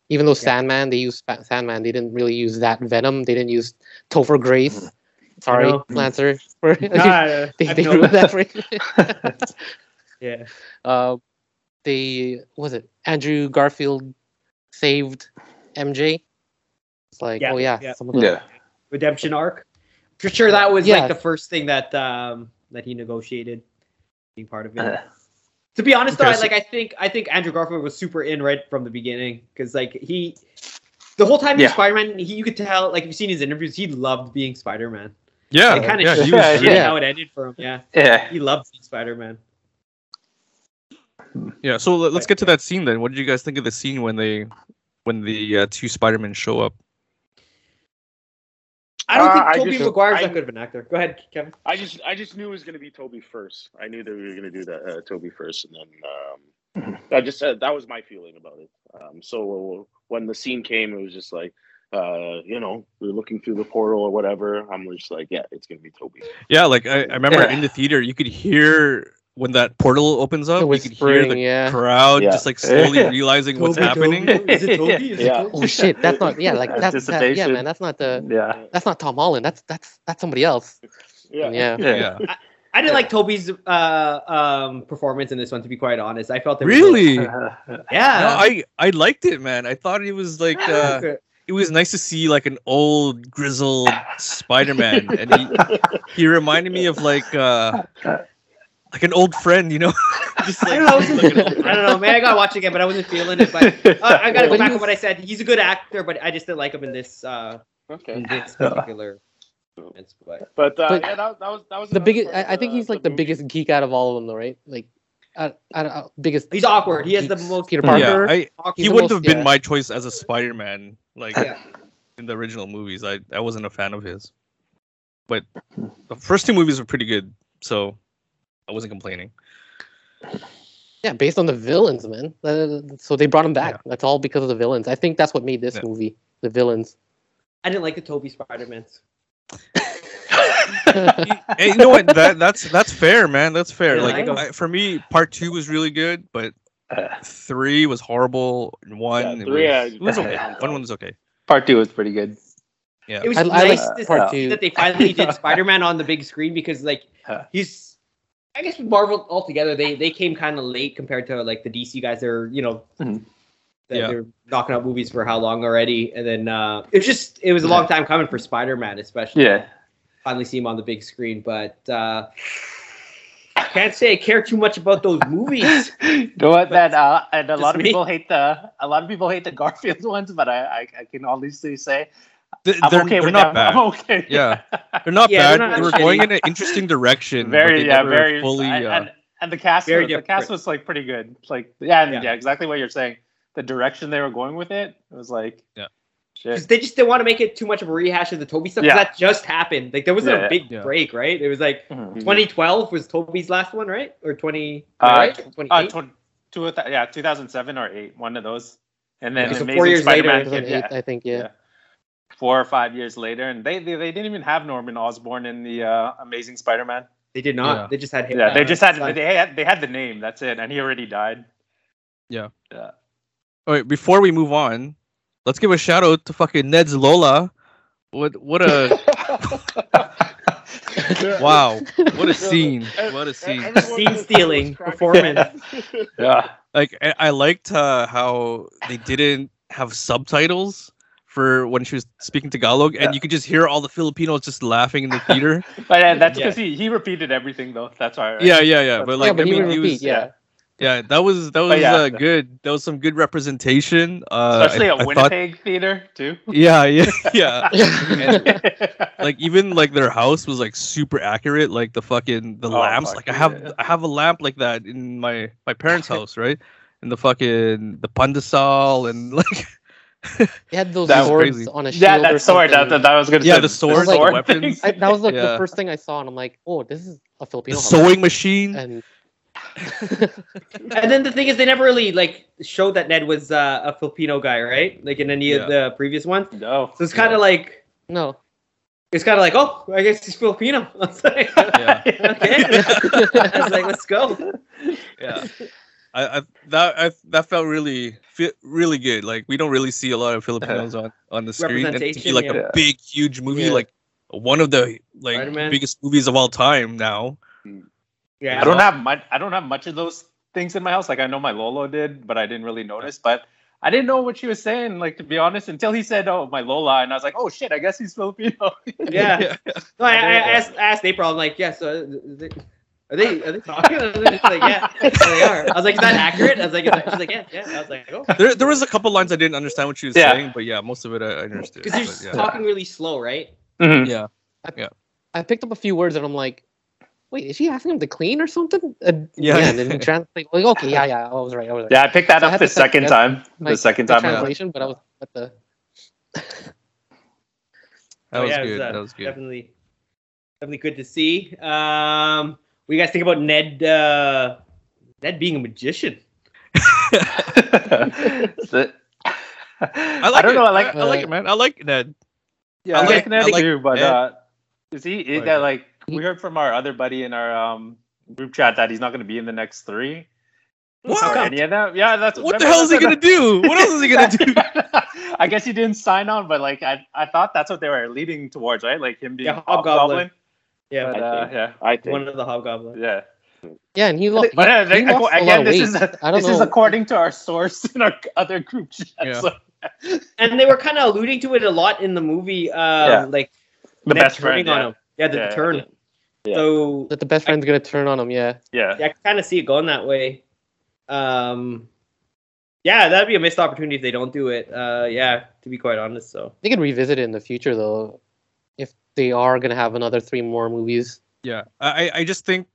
Even though Sandman, they used Spa- Sandman. They didn't really use that Venom. They didn't use Topher Grace. Sorry,
know.
Lancer. For,
Ah,
they
I
they
know
ruined that for you.
Yeah.
Uh, they what was it Andrew Garfield saved MJ. It's like
Yeah,
oh yeah,
yeah.
some of the-
Yeah.
Redemption arc. For sure, that was
Yeah.
like the first thing that um that he negotiated being part of it.
Uh.
to be honest, though,
Okay,
I,
so-
like I think I think Andrew Garfield was super in right from the beginning because like he, the whole time he was
Yeah.
Spider-Man, he, you could tell like if you've seen his interviews, he loved being Spider-Man.
yeah,
it kind of
Oh, yeah, he
yeah,
was
yeah.
yeah.
how it ended for him. Yeah,
Yeah.
he loved being Spider-Man.
yeah. So let- let's get to that scene then. What did you guys think of the scene when they, when the uh, two Spider-Men show up?
I don't
Uh, I
think Tobey
just-
Maguire's
I-
that good of an actor. Go ahead, Kevin.
I just I just knew it was going to be Toby first. I knew that we were going to do that uh, Toby first, and then um,
Mm-hmm.
I just said that was my feeling about it. Um, so when the scene came, it was just like uh, you know we are looking through the portal or whatever. I'm just like, yeah, it's going to be Toby.
Yeah, like I, I remember
Yeah.
in the theater, you could hear when that portal opens up,
the
you could hear
whispering.
the
yeah.
crowd
Yeah.
just like slowly
Yeah.
realizing what's
Toby,
happening.
Toby, Is it Toby? Is
Yeah.
it Toby?
oh shit, that's not yeah, like that's that, yeah,
Anticipation.
man, that's not the
Yeah.
that's not Tom Holland. That's that's that's somebody else.
Yeah,
And Yeah.
Yeah.
Yeah.
I didn't like Toby's uh, um, performance in this one, to be quite honest. I felt it was, like-
Really? No,
Uh,
yeah.
I I liked it, man. I thought it was like uh, it was nice to see like an old grizzled Spider-Man, and he, he reminded me of like uh, like an old friend, you know, just
I
like,
don't know.
just like an old
I
friend.
don't know, man. I gotta watch it again, but I wasn't feeling it. But uh, I gotta go back on what I said. He's a good actor, but I just didn't like him in this uh, in
okay.
this particular. performance, But
But, uh,
But
yeah, that, that was that was
The
another
biggest.
part
I, I
of
think he's like the
movie.
biggest geek out of all of them, though, right? Like, I, I, don't know, biggest.
he's awkward. He has the
geeks.
most
Peter
Yeah,
Parker.
I,
He's
he
the
wouldn't
most-
have been
yeah.
my choice as a Spider-Man, like
Yeah.
in the original movies. I I wasn't a fan of his, but the first two movies were pretty good, so I wasn't complaining.
Yeah, based on the villains, man. Uh, So they brought him back. That's all because of the villains. I think that's what made this
Yeah.
movie. The villains.
I didn't like the Toby Spider-Mans.
Hey, you know what? That that's that's fair, man. That's fair.
Yeah, I
like
know.
I, for me, part two was really good, but
uh,
three was horrible. and One,
Yeah,
it
three,
was,
yeah,
it was okay.
yeah.
One was okay.
part two was pretty good.
Yeah.
It was
I, I
nice to
like
see
part
see
two.
that they finally did Spider-Man on the big screen because like
Huh.
he's I guess with Marvel altogether they they came kind of late compared to like the DC guys that are you know
Mm-hmm.
Mhm.
that
Yeah.
they're knocking out movies for how long already and then uh it was just it was a long time coming for Spider-Man especially
Yeah.
finally see him on the big screen but uh can't say I care too much about those movies
you know what? That uh, and a lot
Just
of
me.
people hate the a lot of people hate the Garfield ones, but I I, I can honestly say
Th-
I'm
they're
okay
they're
with
not
them.
bad.
I'm okay.
Yeah. They're not
Yeah, they're
bad.
not
they were
shitty.
going in an interesting direction. but
very
they
yeah,
never
very
fully.
and,
uh,
and and the cast
Very
was, the
different.
cast was like pretty good. Like yeah, and,
Yeah.
yeah, exactly what you're saying. The direction they were going with it, it was like
Yeah.
shit.
because they just didn't want to make it too much of a rehash of the Toby stuff 'cause
Yeah.
that just happened like there wasn't
Yeah,
a big
yeah.
break right it was like
Mhm.
2012 was Toby's last one, right? Or 20?
Uh,
right?
Uh,
28?
tw- two, thou- yeah, 2007 or eight, one of those, and then
Yeah, so four
Amazing
years
Spider-Man
later,
came,
2008,
yeah,
I think. Yeah.
Yeah. four or five years later, and they, they they didn't even have Norman Osborn in the uh, Amazing Spider-Man.
They did not.
Yeah.
They just had.
Yeah, they
uh,
just had
Son.
they had they had the name. That's it, and he already died.
all right, before we move on, let's give a shout out to fucking Ned's Lola. What what a wow! What a scene! What a scene!
Scene stealing performance.
Yeah,
like I, I liked uh, how they didn't have subtitles for when she was speaking Tagalog, and you could just hear all the Filipinos just laughing in the theater.
but uh, that's because he, he repeated everything though. That's why. right?
yeah, yeah, yeah. But
Yeah,
yeah, but
like, I
he
mean,
would
he
repeat. yeah.
was, yeah, that was that was
But yeah.
uh, good. That was some good representation. Uh,
especially
I-
at
I thought-
Winnipeg theater too.
yeah, yeah, yeah.
Yeah.
like even like their house was like super accurate like the fucking the
Oh,
lamps
fuck
like i have
yeah.
i have a lamp like that in my my parents house right and the fucking the pandasal and like
He had those
That was
swords
crazy.
on a shield.
yeah,
or
that sword. That,
something.
that, that was gonna
yeah
say
the swords
like-
the weapons
I, that was like
Yeah.
the first thing I saw, and I'm like, oh, this is a
the
Filipino. house.
sewing machine
And
And then the thing is, they never really like showed that Ned was uh, a Filipino guy, right? Like in any
Yeah.
of the previous ones.
No.
So it's kind of like
No.
It's kind of like, oh, I guess he's Filipino. I was like,
Yeah.
okay. I was like, let's go.
yeah I, I that I, that felt really fe- really good like we don't really see a lot of filipinos on on the screen and to be
Representation,
like
yeah.
a big huge movie
Yeah.
like one of the like
Spider-Man.
biggest movies of all time now
Yeah.
I don't have much. I don't have much of those things in my house. Like I know my Lolo did, but I didn't really notice. But I didn't know what she was saying. Like to be honest, until he said, "Oh, my Lola," and I was like, "Oh shit, I guess he's Filipino."
Yeah. No, I, I asked, I asked April. I'm like, yeah. So is it- are they are they talking? And she's like, yeah, they are. I was like, is that accurate? I was like, is that- she's like, yeah, yeah. I was like, oh,
there, there was a couple lines i didn't understand what she was
Yeah.
saying but yeah most of it i, I understood
because you're
but,
just
yeah.
talking really slow, right?
Mhm.
yeah
I picked up a few words and I'm like, wait, is she asking him to clean or something? Uh,
Yeah.
And then translate. Like, okay, yeah, yeah, I was right. I was right.
Yeah, I picked that
So I had
up
to
the
second
second
guess
time.
my-
the second
The
time. around.
translation, but I was at the.
that
Oh,
was
yeah, it
good
uh,
that was good
Definitely, definitely good to see. Um, what do you guys think about Ned? Uh, Ned being a magician.
The-
I,
I,
like
don't
it.
know. I like.
I, like it, man. I like Ned.
Yeah,
I
I
like-
like that
I like
too, but
that.
uh, is he is
Right.
that like we heard from our other buddy in our um group chat that he's not going to be in the next three or
What?
any of them? Yeah, that's
What the hell is he gonna do? What else is he gonna do?
do? I guess he didn't sign on, but like I, I thought that's what they were leading towards, right? Like him being
Yeah,
hobgoblin.
Hobgoblin. Yeah,
But,
I
uh,
think.
yeah,
I think.
one of the hobgoblins.
yeah.
Yeah, and he lost.
But uh, they-
he lost a lot
again,
of
this
weight.
is
I don't
this is
know.
according to our source in our other group chat.
Yeah.
so
And they were kind of alluding to it a lot in the movie. Uh,
Yeah.
like
the
Ned
best friend.
turning on
Yeah.
him. Yeah, the
Yeah,
turn.
yeah.
Yeah.
So
that the best friend's gonna turn on him. Yeah,
yeah.
yeah, I kind of see it going that way. Um, yeah, that'd be a missed opportunity if they don't do it. Uh, yeah, to be quite honest. So
they could revisit it in the future though, if they are gonna have another three more movies.
Yeah, I I- I just think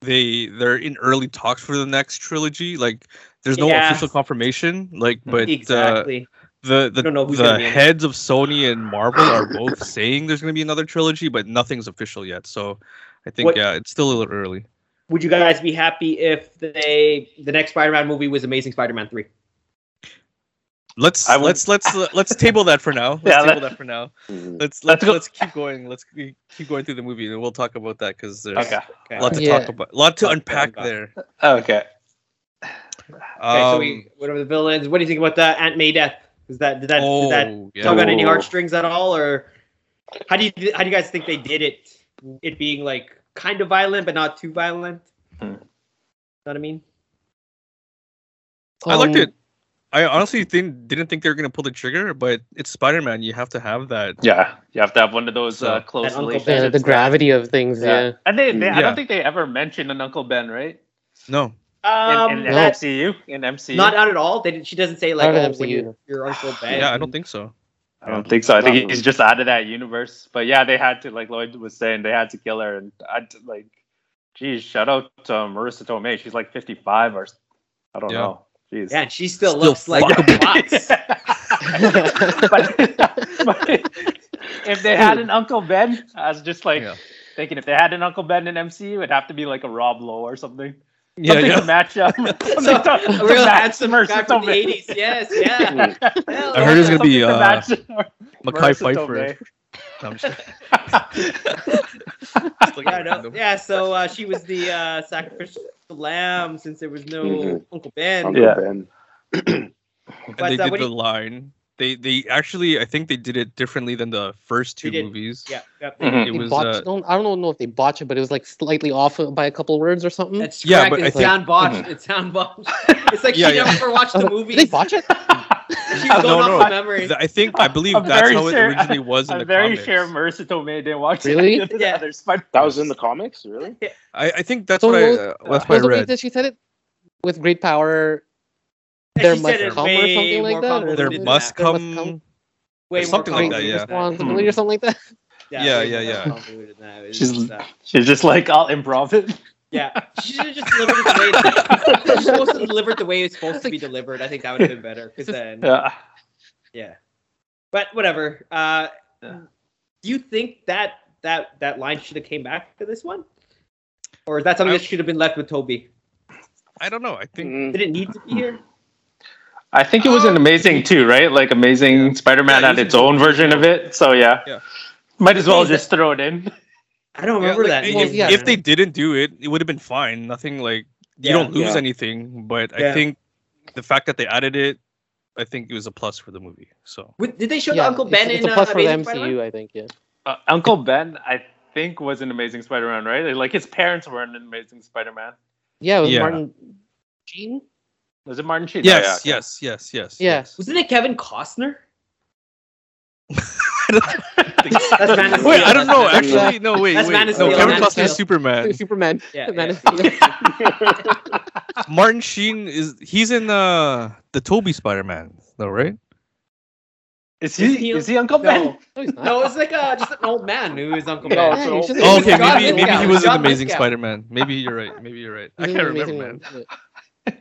they they're in early talks for the next trilogy. Like, there's no
Yeah.
official confirmation. Like, but uh,
exactly.
the the,
don't know who's
the
gonna be in it.
heads of Sony and Marvel are both saying there's gonna be another trilogy, but nothing's official yet. So, I think
What-
yeah, it's still a little early.
Would you guys be happy if they the next Spider-Man movie was Amazing Spider-Man three?
Let's
I would-
let's let's uh, let's table that for now. Let's
Yeah,
table
let-
that for now.
Mhm.
Let's
Let's let's
go-
let's keep going. Let's keep keep going through the movie, and we'll talk about that because there's
Okay.
Okay.
a lot to
Yeah.
talk about, a lot to
Lot to
unpack
unpack.
there.
Okay.
Okay, so
Um,
we what are the villains? What do you think about the Aunt May death? Is that did that did that
oh,
tug on any
Ooh.
heartstrings at all, or how do you how do you guys think they did it? It being like kind of violent, but not too violent.
Hmm.
Know what I mean?
I liked
Um,
it. I honestly didn't didn't think they were gonna pull the trigger, but it's Spider Man. You have to have that.
Yeah, you have to have one of those uh,
So-
close
And Uncle
relationships.
Yeah, the
that-
gravity of things. Yeah.
And they, they I
Yeah.
don't think they ever mentioned an Uncle Ben, right?
No,
In,
Um,
in
no.
that's
MCU, in MCU.
not out at all. They didn't, she doesn't say like
Not in
oh, when
MCU.
your, your uncle Ben.
yeah, I don't think so.
I don't think so. I think
Not-
he's just out of that universe. But yeah, they had to, like Lloyd was saying, they had to kill her. And I d- like, geez, shout out to Marissa Tomei. She's like 55 or s- I don't
Yeah.
know. Jeez.
Yeah, and she still,
Still
looks like a box.
but, but if they had an Uncle Ben, I was just like
Yeah.
thinking if they had an Uncle Ben in MCU, it'd have to be like a Rob Lowe or something.
Yeah,
something to
yeah.
match up. Something
So,
to-
a
to
real
match
handsome
Marissa
guy from the
Tomei.
80s. Yes, yeah. Hell
I heard it's
yeah.
gonna
Something
be,
to
uh,
match
Mackay
Marissa
Pfeiffer. No, I'm just- uh, just looking
Yeah, I
at
know.
random.
yeah, so uh, she was the uh, sacrificial lamb since there was no
Mhm.
Uncle Ben.
Uncle
Mm-hmm. Yeah.
Ben.
And
But,
they
uh,
did
what
the
do you-
line. They they actually I think they did it differently than the first two
They did.
movies.
Yeah, yep.
Mhm.
It
They
was
botched,
uh,
don't, I don't know if they botched it, but it was like slightly off by a couple words or something.
That's
Yeah,
correct.
but I
it's
think-
sound botched. It's sound botched. It's like
Yeah,
she
yeah.
never watched the movie.
Did they botch it?
She was
No,
going
no.
off the memory.
th- I think I believe
I'm
that's
very
how it
sure-
originally was in
I'm
the
very
comics.
sure Marissa Tomei didn't watch
Really?
any of the
Yeah.
other Spider-
That was in the comics, really?
I, I think that's
So
what I
those-
uh, that's
Well,
what I
the way
read.
that she said it with great power,
And
there
she
must
said it
come or
way
something like
more
that. or
convoluted
There
did
something
that.
must
There must
come.
Way more
something like that,
convoluted
yeah. Hmm.
than
responsibility or something like that.
Yeah,
way
yeah,
more
yeah.
convoluted than that. It was
She's-
just, uh,
She's just like, I'll improv it.
Yeah, she should have just delivered it the way it's, she's supposed to deliver it the way it's supposed to be delivered. I think that would have been better. Because then,
Yeah.
yeah. But whatever. Uh,
Yeah.
Do you think that that that line should have came back to this one, or is that something that should have been left with Toby?
I don't know. I think
Mm.
Did it need to be here?
I think it was an amazing too, right? Like Amazing Spider-Man
Oh. Yeah,
had
he's-
its own version of it. So yeah,
Yeah.
might as well just throw it in.
I don't
Yeah,
remember
like,
that.
If,
Well, yeah.
if they didn't do it, it would have been fine. Nothing like you
Yeah,
don't lose
yeah.
anything. But
Yeah.
I think the fact that they added it, I think it was a plus for the movie. So
Wait, Did they show
yeah,
the Uncle Ben
it's, it's
in
a plus
uh,
for the
Amazing
MCU,
Spider-Man?
I think. Yeah.
Uh, Uncle Ben, I think, was an Amazing Spider-Man, right? Like his parents were in Amazing Spider-Man.
Yeah, it was
Yeah.
Martin Sheen.
Was it Martin Sheen?
yes,
Oh, yeah,
yes, yes, yes,
Yeah.
Wasn't it Kevin Costner?
That's Man of Steel.
Wait, I don't know.
That's-
Actually, no. Wait,
That's
wait.
Man of
no,
Steel,
Kevin
Man of
Costner
Steel.
is Superman.
Superman.
Yeah,
Man
yeah.
of Steel.
Martin Sheen is he's in uh, the Toby Spider-Man, though, right?
Is
Is he?
he-
Is he Uncle Ben?
No,
No, he's not.
no, it's like uh, just an old man who is Uncle
No,
Ben.
it's an
Yeah,
old-
he's just-
Oh,
was
okay,
Scott
maybe maybe
Lithgow.
he was an
Scott
Amazing
Lithgow.
Spider-Man. Maybe you're right. Maybe you're right. I
He's
can't
an
remember, man.
amazing man.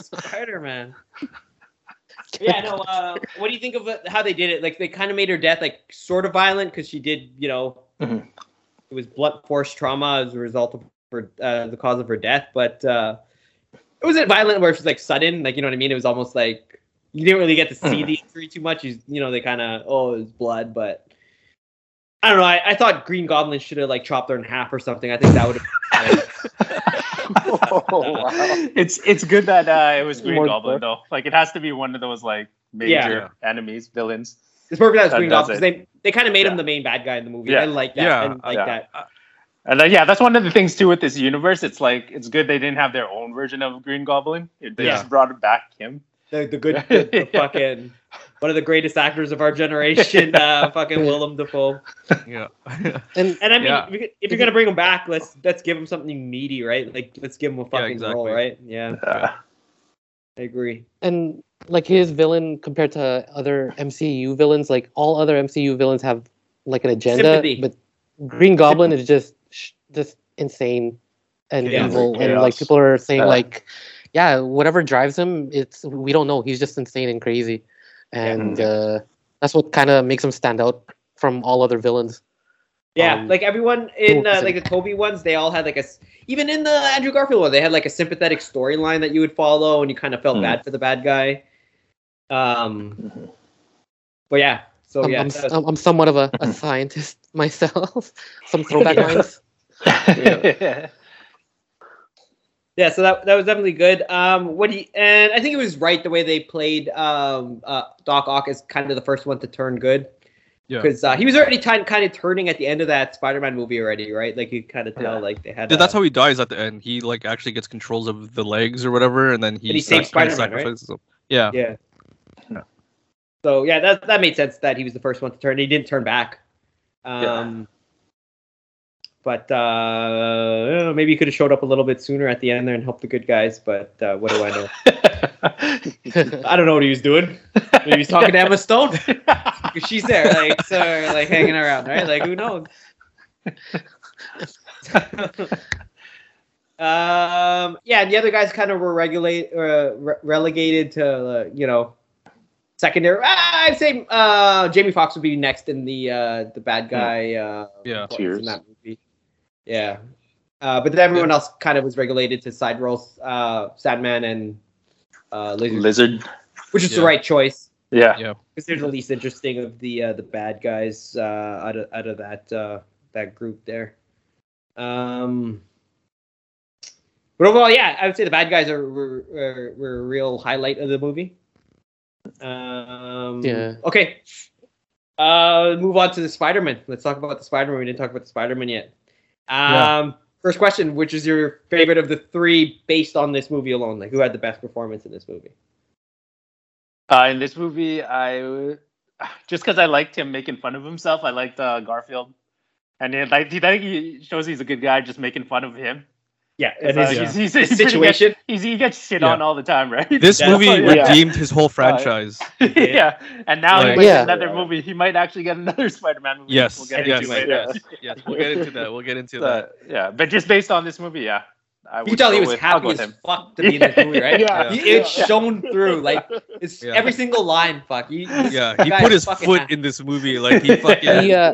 Spider Man. yeah, no. Uh, what do you think of uh, how they did it? Like they kind of made her death like sort of violent because she did, you know,
Mhm.
it was blunt force trauma as a result of her, uh, the cause of her death. But uh, it wasn't violent where it was like sudden, like you know what I mean. It was almost like you didn't really get to see the injury too much. You, you know, they kind of oh, it was blood, but. I don't know. I, I thought Green Goblin should have like chopped her in half or something. I think that would have.
oh, wow.
it's it's good that uh, it was Green
More
Goblin though. Like it has to be one of those like major enemies, villains.
It's perfect that it's
That
Green
does
Goblin. 'cause
it.
They they kind of made
Yeah.
him the main bad guy in the movie.
Yeah.
I like that.
Yeah.
I like
Yeah.
that.
And then, yeah, that's one of the things too with this universe. It's like it's good they didn't have their own version of Green Goblin. They
Yeah.
just brought it back him.
The, the good, the, the
Yeah.
fucking one of the greatest actors of our generation, uh, fucking Willem Dafoe.
Yeah.
And
And I mean,
Yeah.
if you- if you're gonna bring him back, let's let's give him something meaty, right? Like let's give him a fucking role,
exactly.
right? Yeah,
Uh,
I agree.
and like his villain compared to other MCU villains, like all other MCU villains have like an agenda,
Sympathy.
but Green Goblin is just sh- just insane and
Chaos.
evil, and
Chaos.
like people are saying
Yeah.
like, yeah, whatever drives him, it's we don't know. He's just insane and crazy, and uh, that's what kind of makes him stand out from all other villains.
Yeah,
Um,
like everyone in
who was
uh, like the
it?
Toby ones, they all had like a s- even in the Andrew Garfield one, they had like a sympathetic storyline that you would follow, and you kind of felt
Hmm.
bad for the bad guy. Um, but yeah, so
I'm,
yeah,
I'm,
that was-
I'm, I'm somewhat of a, a scientist myself. Some throwback
Yeah.
lines.
Yeah, so that, that was definitely good. Um, what do you, and I think it was right the way they played um, uh, Doc Ock as kind of the first one to turn good.
Yeah.
Because uh, he was already ti- kind of turning at the end of that Spider-Man movie already, right? Like you kind of tell,
Yeah.
like they had.
Dude, that's
a-
how he dies at the end. He like actually gets controls of the legs or whatever, and then he,
And he saves
sac- kinda
Spider-Man, right?
sacrifices him. Yeah.
Yeah.
Yeah.
So yeah, that that made sense that he was the first one to turn. He didn't turn back. Um, But uh, maybe he could have showed up a little bit sooner at the end there and helped the good guys. But uh, what do I know? I don't know what he was doing. Maybe he was talking to Emma Stone. Because she's there, like, so, like hanging around, right? Like, who knows? um, yeah, and the other guys kind of were regulate, uh, re- relegated to, uh, you know, secondary. Ah, I'd say uh, Jamie Foxx would be next in the uh, the bad guy. Uh,
Yeah.
importance in that movie. Yeah. Uh, but then everyone else kind of was regulated to side roles, uh, Sadman and uh, Lizard,
Lizard.
which is the
Yeah.
right choice
Yeah.
because they're the least interesting of the uh, the bad guys uh, out of out of that uh, that group there. Um, but overall, yeah, I would say the bad guys are were, were, were a real highlight of the movie. Um,
Yeah.
Okay. Uh, move on to the Spider Man. Let's talk about the Spider Man. We didn't talk about the Spider Man yet. Um,
Yeah.
First question: Which is your favorite of the three based on this movie alone? Like, who had the best performance in this movie?
Uh, in this movie, I just because I liked him making fun of himself, I liked uh, Garfield, and it, like he, I think he shows he's a good guy just making fun of him.
Yeah,
'Cause, uh, he's,
his-
he's,
his
he's pretty
situation.
Much, he's, he gets shit
Yeah.
on all the time, right?
This
That's
movie
why- yeah.
redeemed his whole franchise.
yeah, and now
Like-
he might
Yeah.
get another movie. He might actually get another Spider-Man movie.
Yes,
we'll get
yes,
into
yes,
later.
yes, We'll get into that. We'll get into that.
Uh, yeah, but just based on this movie, yeah, I
You
would
could tell he
go
was
with- I'll
happy
go with
as fuck to be in this movie, right?
Yeah.
He,
Yeah.
it shone through, like it's
Yeah.
every single line. Fuck, he,
Yeah, he
Guys,
put his
fucking
foot
ass.
in this movie. Like he fucking
He, uh,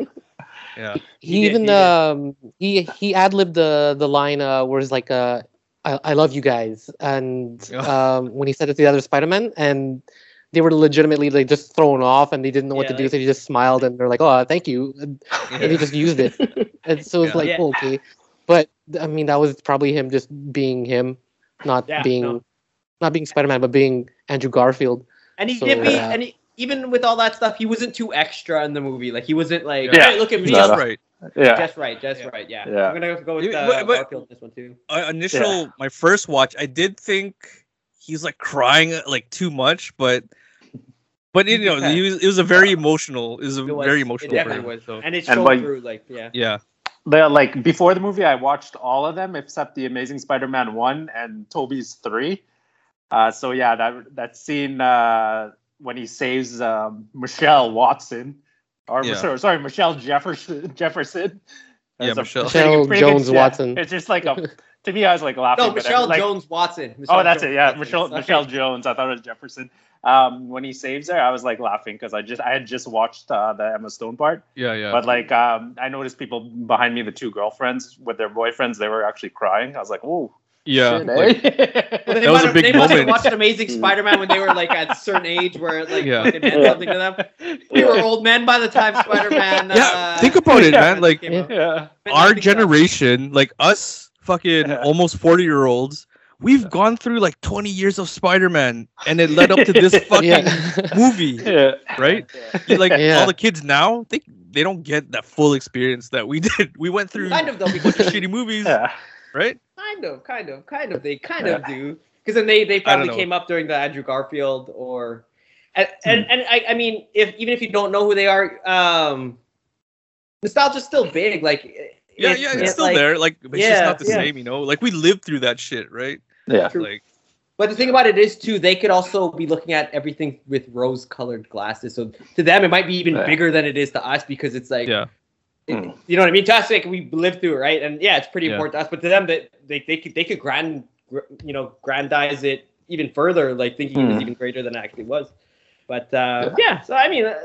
yeah.
he,
He did,
even
he did.
um he he ad libbed the the line uh where it's like uh I, I love you guys. And um, when he said it to the other Spider Man, and they were legitimately like just thrown off and they didn't know what
Yeah,
to do,
like-
so they just smiled and they're like, "Oh, thank you," and, and he just used it. and so it's
Yeah.
like oh,
Yeah.
okay, but I mean that was probably him just being him, not
Yeah,
being
no.
not being Spider Man, but being Andrew Garfield.
And he
So,
did be,
yeah.
and he, even with all that stuff, he wasn't too extra in the movie. Like he wasn't like,
Yeah.
hey, look at me,
Not
Just
a-
right.
Yeah.
just right, just
Yeah.
right. Yeah.
Yeah.
I'm gonna have to go with
You-
uh,
but- but-
Garfield in this one too.
Uh, initial, my first watch, I did think he was like crying like too much, but but you know, he was, it was a very emotional. It was a
It was-
very
it
emotional.
definitely
film,
was.
so-
And it
And
showed
like-
through, like, yeah.
yeah.
The, like before the movie, I watched all of them except the Amazing Spider-Man one and Toby's three. Uh, so yeah, that that scene uh, when he saves um, Michelle Watson, or
Yeah.
sorry, sorry, Michelle Jefferson. Jefferson.
Yeah,
That's a
Michelle.
pretty-
Michelle
pretty good-
Jones
yeah.
Watson.
It's just like a. To me, I was like laughing.
No,
but I-
Michelle
like,
Jones Watson.
Oh,
Michelle
that's
Jones
it. Yeah,
Watson,
Michelle
sorry.
Michelle Jones. I thought it was Jefferson. Um, when he saves her, I was like laughing because I just I had just watched uh, the Emma Stone part,
Yeah, yeah.
but like um, I noticed people behind me, the two girlfriends with their boyfriends, they were actually crying. I was like, oh,
yeah.
shit,
like-
eh?
Well, they
That was
might
a
have-
big
they must have
moment.
watched Amazing Spider-Man when they were like at a certain age where like
Yeah.
it meant
Yeah.
something to them. They were old men by the time Spider-Man.
Yeah,
uh,
think about it, man, like-
came out.
yeah.
But think
our
about it.
generation, like us fucking
Yeah.
almost 40 year olds, we've gone through like 20 years of Spider Man and it led up to this fucking
Yeah.
movie,
Yeah.
right? Like
Yeah.
all the kids now, they they don't get that full experience that we did. We went through
Kind of though,
a bunch of
because
shitty movies,
Yeah.
right?
kind of, kind of, kind of. They kind of do because then they they probably
know. Hmm.
came up during the Andrew Garfield or, and and, and I, I mean if even if you don't know who they are, um, nostalgia's still big. Like
Yeah,
it-
yeah, it's
it,
still
like-
there. Like but it's just
yeah,
not the
yeah.
same, you know. Like we lived through that shit, right?
Yeah.
True.
Like
But the thing about it is too, they could also be looking at everything with rose-colored glasses. So to them, it might be even
Yeah.
bigger than it is to us because it's like,
Yeah.
it-
Hmm.
you know what I mean? To us, like we lived through it, right? And yeah, it's pretty
Yeah.
important to us. But to them, that they they could they could grand gr- you know grandize it even further, like thinking it
Hmm.
was even greater than it actually was. But uh, yeah. so I mean, uh,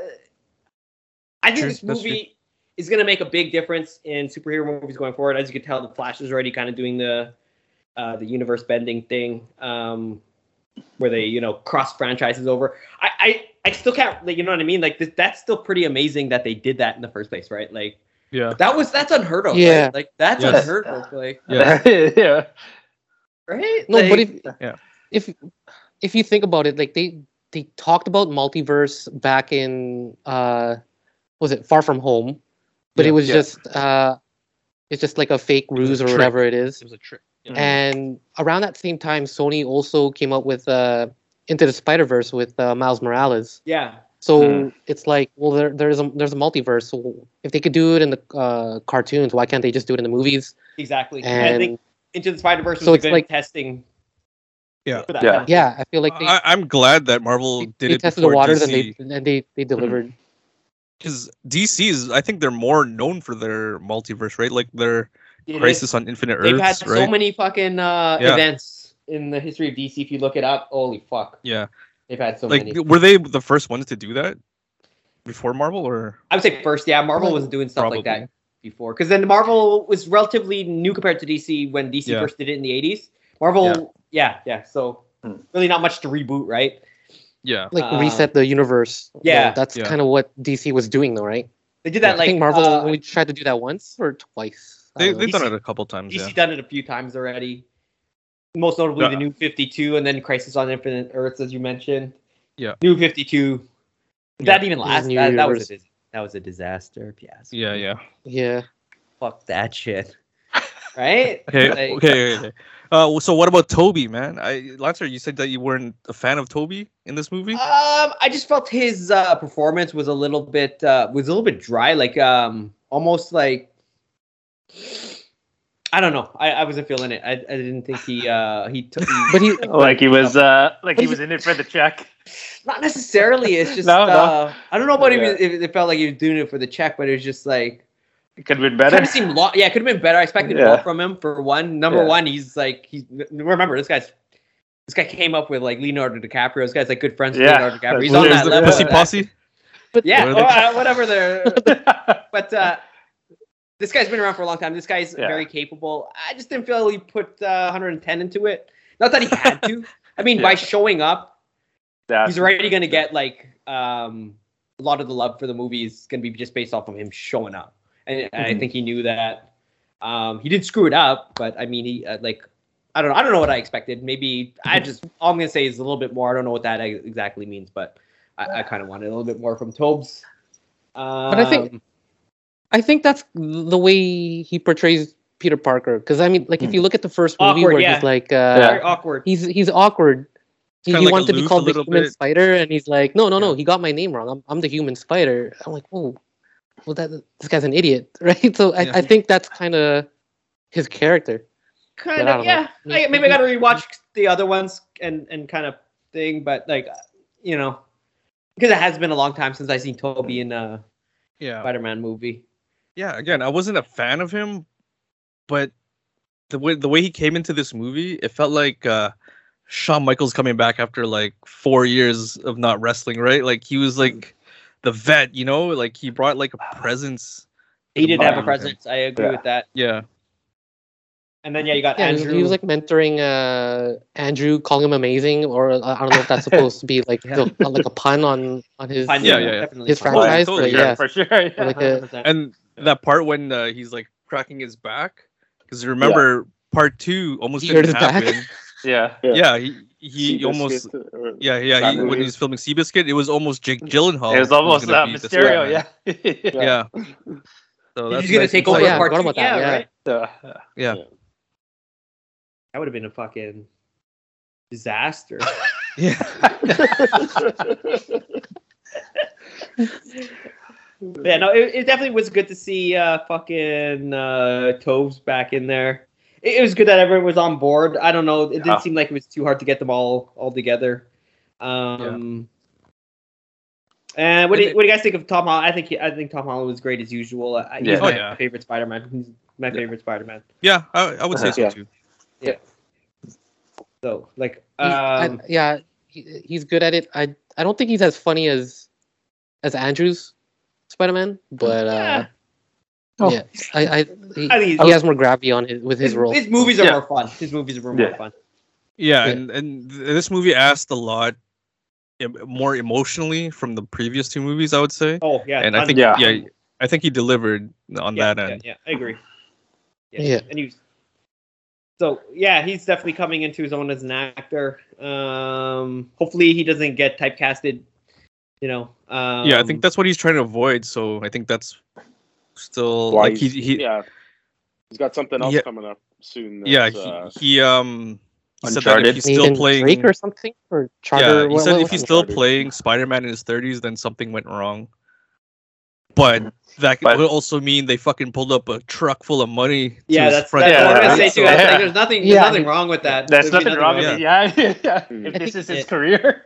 I think
True,
this
that's
movie is going to make a big difference in superhero movies going forward. As you can tell, the Flash is already kind of doing the uh, the universe bending thing, um, where they you know cross franchises over. I, I I still can't, like, you know what I mean? Like this, that's still pretty amazing that they did that in the first place, right? Like
yeah.
that was that's unheard of.
Yeah.
right? like that's
Yes.
unheard of. Like
Yeah.
yeah.
right?
No,
like,
but if
Yeah.
if if you think about it, like they they talked about multiverse back in uh was it Far From Home, but
Yeah.
it was
Yeah.
just uh it's just like a fake
was
ruse
a
or
trick. Mm-hmm.
whatever it is.
It was a trick.
And around that same time, Sony also came up with uh Into the Spider Verse with uh, Miles Morales.
yeah,
So
Hmm.
Mhm.
it's like, well, there there's a there's a multiverse. So if they could do it in the uh, cartoons, why can't they just do it in the movies?
exactly. I
And
think Into the Spider Verse was
So
a
it's
good
like-
testing.
Yeah.
for that.
Yeah.
yeah, I feel like they,
I, I'm glad that Marvel
they,
did
they
it
tested the
before
waters
DC.
and they and they they delivered.
because DC is, I think they're more known for their multiverse, right? Like their
It is-
Crisis on Infinite
They've had
Earths,
so
right?
many fucking uh,
Yeah.
events in the history of DC. If you look it up, holy fuck,
yeah,
they've had so
like
many.
were they the first ones to do that before Marvel, or
I would say first, yeah, Marvel was doing stuff like
Probably.
that before, because then Marvel was relatively new compared to DC when DC
Yeah.
first did it in the '80s. Marvel, yeah, yeah, so
Hmm.
really not much to reboot, right?
yeah,
like
Uh,
reset the universe.
yeah.
Well, that's
Yeah.
kind of what DC was doing, though, right?
They did that
I
like
think Marvel
uh,
only tried to do that once or twice. I
they
don't
they've
know.
done it a couple times,
DC
yeah,
done it a few times already. Most notably,
Yeah.
the New Fifty Two, and then Crisis on Infinite Earths, as you mentioned.
Yeah.
New Fifty Two. That even last.
New
That, that was a,
universe.
dis- that was a disaster. Yes.
yeah, yeah.
yeah,
Fuck that shit. Right.
Okay,
Like,
okay, okay. okay. Uh, so what about Toby, man? I Lancer, you said that you weren't a fan of Toby in this movie.
Um, I just felt his uh, performance was a little bit uh, was a little bit dry, like um, almost like I don't know. I, I wasn't feeling it. I, I didn't think he uh, he took.
but he
Like he was uh like he was in it for the check.
Not necessarily. It's just
No, no.
uh, I don't know about
Yeah.
even if it felt like he was doing it for the check, but it was just like
It could have been
kind
better.
of seemed lo- yeah, it could have been better. I expected
Yeah.
more from him for one. Number
Yeah.
one, he's like he's remember this guy's this guy came up with like Leonardo DiCaprio. This guy's like good friends with
Yeah.
Leonardo DiCaprio. He's
Well,
on
There's
that
the
level.
Pussy
of that.
Posse.
Yeah, Oh, uh, or,
Where they-
uh, whatever they're but uh this guy's been around for a long time. This guy's
Yeah.
very capable. I just didn't feel he put uh, 110 into it. Not that he had to. I mean, by
Yeah.
showing up,
Yeah.
he's already going to get like um, a lot of the love for the movie is going to be just based off of him showing up, and I
Mm-hmm.
think he knew that. Um, he did screw it up, but I mean, he uh, like I don't know. I don't know what I expected. Maybe
Mm-hmm.
I just all I'm going to say is a little bit more. I don't know what that exactly means, but I, I kind of wanted a little bit more from Tobes. Um,
I think- I think that's the way he portrays Peter Parker. Because I mean, like if you look at the first movie
Awkward,
where
yeah.
he's like, uh,
very awkward.
he's he's awkward. He,
Kinda
he
like
wanted to be
aloof a
called the
little
human
bit.
spider, and he's like, no, no, no, he got my name wrong. I'm, I'm the human spider. I'm like, oh, well, that this guy's an idiot, right? So I,
Yeah.
I think that's kind of his character.
kind
I don't
of
know.
yeah. I, maybe I gotta rewatch the other ones and and kind of thing, but like you know, because it has been a long time since I seen Toby in uh, a
Yeah.
Spider-Man movie.
yeah again i wasn't a fan of him but the way the way he came into this movie it felt like uh shawn michaels coming back after like four years of not wrestling right like he was like the vet you know like he brought like a presence
He did have a
Okay.
presence. I agree
Yeah.
with that.
yeah
And then yeah, you got
Yeah, he was-
Andrew.
he was like mentoring uh, Andrew, calling him amazing, or uh, I don't know if that's supposed to be like the, like a pun on on his
Fine,
Yeah,
uh,
yeah, yeah.
definitely.
his
fine.
Oh,
franchise,
totally,
but
yeah.
yeah,
for sure. Yeah.
or like a,
100%.
and that part when uh, he's like cracking his back because remember part two almost
He hurt
didn't
his back.
happen
yeah.
yeah.
Yeah.
he
Sea
he almost
biscuit, uh,
yeah yeah
That
he, when
movie.
he was filming Seabiscuit, it was almost Jake Gyllenhaal
It was
who
almost
Oh, gonna
uh,
be this
Mysterio.
Batman.
Yeah. yeah.
Yeah. So
He's just gonna
nice
take
Oh, insight.
over
yeah, I
part
forgot
two.
about that,
yeah,
yeah.
right.
Uh,
That would have been a fucking disaster.
Yeah.
yeah, no, it, it definitely was good to see uh, fucking uh, Toves back in there. It, it was good that everyone was on board. I don't know. It
Yeah.
didn't seem like it was too hard to get them all all together. Um, And what do, you- what do you guys think of Tom Holland? I think he, I think Tom Holland was great as usual. I, He's
Yeah.
Oh,
my
yeah.
favorite Spider-Man. He's my favorite Spider-Man.
Yeah, I, I would say so
Yeah.
too.
So like,
He- I-
um,
yeah, he, he's good at it. I I don't think he's as funny as as Andrews Spider Man, but uh,
Oh.
yeah, I I he,
I think he's-
he has more gravity on his with his,
his,
role.
his movies are
Yeah.
more fun. His movies were more
Yeah.
fun.
Yeah,
Yeah.
and and th- this movie asked a lot em- more emotionally from the previous two movies, I would say.
Oh yeah,
and I think yeah.
Yeah.
I think he delivered on
yeah,
that
yeah,
end.
yeah, I agree.
Yeah.
and he was. So yeah, he's definitely coming into his own as an actor. Um, hopefully, he doesn't get typecasted. You know. Um,
yeah, I think that's what he's trying to avoid. So I think that's still
Why
like he,
he's-
he yeah,
yeah, he's got something else
Yeah.
coming up soon. that's, uh,
he, he um he said that
Uncharted.
if he's
Nathan
still playing
Drake or something or Charter.
yeah, he
what-
said
what
if
was
he's
it?
still
Uncharted.
playing Spider-Man in his 30s, then something went wrong. But that
But-
would also mean they fucking pulled up a truck full of money. to
Yeah,
his
that's, that's
front
what I was
door,
gonna
yeah.
say
right?
too. I was
Yeah.
like, there's nothing, there's
Yeah.
nothing wrong with that.
That's
There'd be
nothing wrong
wrong
with
with
it. Yeah. yeah.
Mm.
If
I
this
think-
is his career.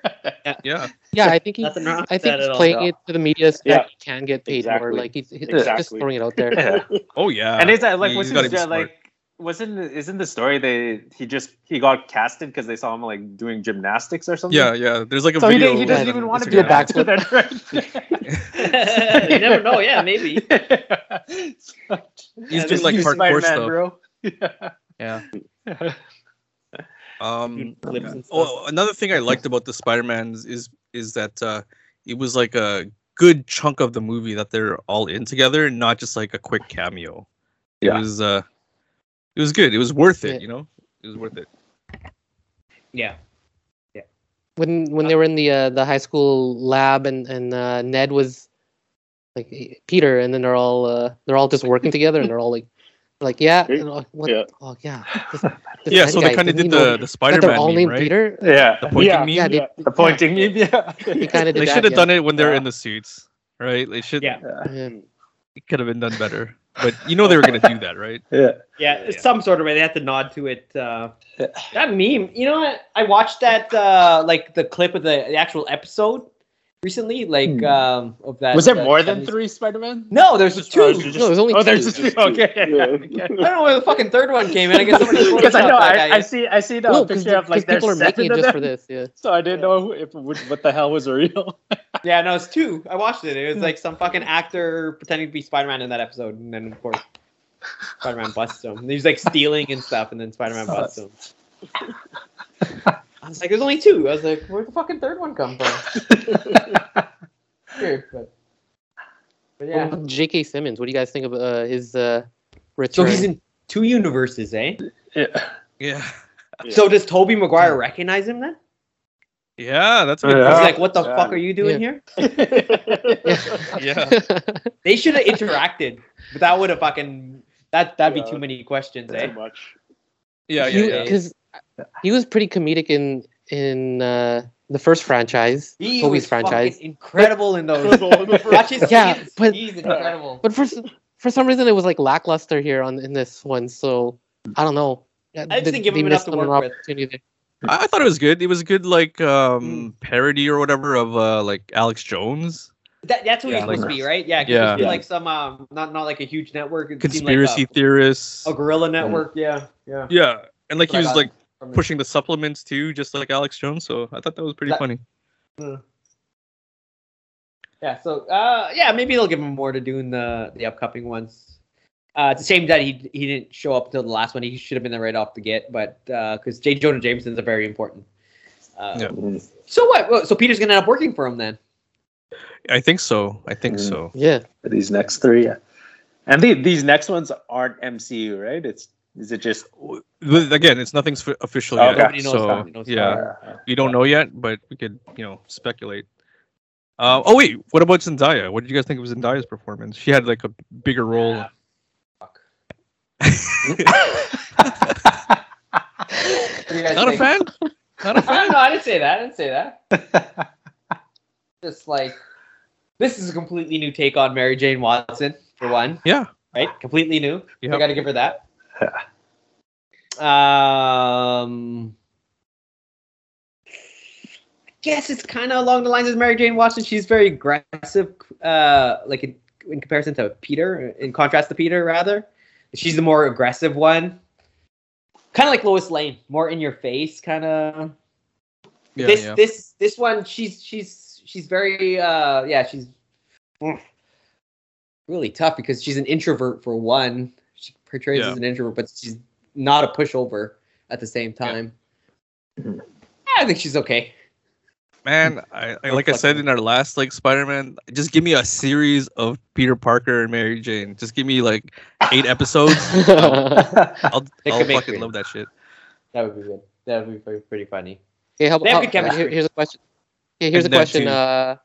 Yeah,
yeah, I think he,
Nothing wrong with
I
that
think he's
at all.
playing
Yeah.
it to the media so
Yeah.
that he can get paid more.
Exactly.
Like he's, he's just
Exactly.
throwing it out there.
Oh yeah.
and is that like
He's
wasn't
gotta
his-
be
uh,
smart.
like wasn't isn't the story they he just he got casted because they saw him like doing gymnastics or something?
Yeah, yeah. There's like a
So he,
video.
didn't, he doesn't even
on
want to be
Do
a
a
Instagram.
actor
backflip.
then, right?
you never know. Yeah, maybe.
He's
Yeah,
doing like
He's Spider-Man,
parkour stuff.
bro.
Yeah.
Yeah.
Um.
Flips and stuff.
Oh, another thing I liked about the Spider-Man's is is that uh, it was like a good chunk of the movie that they're all in together, and not just like a quick cameo. It
Yeah.
was uh, it was good. It was worth it.
Yeah.
You know, it was worth it.
yeah.
when when they were in the uh, the high school lab and and uh, Ned was like eh, Peter and then they're all uh, they're all just working together and they're all like like yeah
Hey,
and, uh, what,
yeah.
oh yeah this- this
yeah.
Ned
So they
guy,
kind of
didn't
did
he know
the the
that
Spider-Man
they're all
meme,
named
right?
Peter
Yeah.
The pointing
Yeah.
meme.
yeah they,
The pointing meme, yeah.
they kind of
they
did
should
that
have
yeah.
done it when they're
Yeah.
in the suits, right? They should.
Yeah.
Yeah.
It could have been done better, but you know they were gonna do that, right?
Yeah.
Yeah,
Yeah.
some sort of way. They have to nod to it. Uh,
Yeah.
that meme, you know what? I watched that uh, like the clip of the, the actual episode recently, like
Hmm.
um, of that.
Was there
that-
more
that
than
is-
three Spider-Man?
No, there's
Oh,
two.
it's just-
no there's only
Oh,
two.
there's just three. Okay.
Yeah.
I don't know where the fucking third one came in. I guess somebody
Because I know I, I
that
see I see the
no because
picture of like
people are
there's
making
seven
it
of
just
them.
for this yeah
So I didn't know if which, what the hell was real.
guy. Yeah, no, it's two. I watched it. It was like some fucking actor pretending to be Spider Man in that episode, and then of course Spider-Man busts him. He's like stealing and stuff, and then Spider-Man busts him. I was like, there's only two. I was like, where'd the fucking third one come from? Weird, but, but
What
yeah.
about J.K. Simmons? What do you guys think of uh, his uh,
So
return?
he's in two universes, eh?
Yeah.
So does Toby Maguire recognize him then?
Yeah, that's a good
He's
Yeah.
like, what the
Yeah.
fuck are you doing
Yeah.
here?
point. Yeah.
They should have interacted, but that would have fucking that that'd
Yeah.
be too many questions, eh?
Too much.
Oh,
Yeah, yeah,
He-
yeah.
Cause he was pretty comedic in in uh, the first franchise,
He
Toby's
was fucking
franchise.
incredible in those. Watch his
Yeah,
kids.
but-
he's incredible.
But for s- for some reason, it was like lackluster here on in this one. So I don't know. I
just didn't give him enough to work with.
opportunity there.
I I thought it was good. It was a good like um parody or whatever of uh like Alex Jones
That, that's who
Yeah,
he's supposed
like-
to be, right? Yeah, 'cause
Yeah.
just be
Yeah.
like some um, not not like uh, a huge network. it seemed
conspiracy Mm.
Like um,
theorists.
a, a guerrilla network. Yeah, yeah.
Yeah, and like he
Like
was
I-
like
from the-
pushing the supplements too, just like Alex Jones. So I thought that was pretty
That-
funny.
Yeah. So uh, yeah, maybe they'll give him more to do in the the upcoming ones. Uh, it's a shame that he he didn't show up until the last one. He should have been there right off the get, but because J. Jonah Jameson's a very important. Uh,
Yeah.
So what? Well, So Peter's gonna end up working for him then.
I think so. I think
Mm.
so.
Yeah,
For these next three, yeah. And the, these next ones aren't MCU, right? It's is it just
With- Again, it's nothing's f- official
Oh,
yet.
nobody
knows
so,
that. Nobody knows
yeah,
that.
we don't know yet, but we could you know speculate. Uh, oh wait, what about Zendaya? What did you guys think of Zendaya's performance? She had like a bigger role.
Yeah.
Not a fan. Not a
I
fan.
don't know. I didn't say that. I didn't say that. Just like this is a completely new take on Mary Jane Watson for one,
Yeah.
right? Completely new. I
Yep.
got to give her that. um, I guess it's kind of along the lines of Mary Jane Watson. She's very aggressive, uh, like in, in comparison to Peter, in contrast to Peter, rather. She's the more aggressive one. Kind of like Lois Lane, more in your face, kind of
Yeah.
this
yeah.
this this one she's she's she's very uh yeah she's mm, really tough because she's an introvert for one she portrays
Yeah.
as an introvert but she's not a pushover at the same time i think she's okay
Man, I, I like I
Reflecting.
said in our last like Spider-Man, just give me a series of Peter Parker and Mary Jane. Just give me like eight episodes. I'll,
They could
I'll
make
fucking
three.
love that shit.
that would be good that would be pretty, pretty funny
Okay, how,
They have
how-
good chemistry.
here- uh, here's a question. Okay, here's
And
a
Ned,
question.
too.
Uh,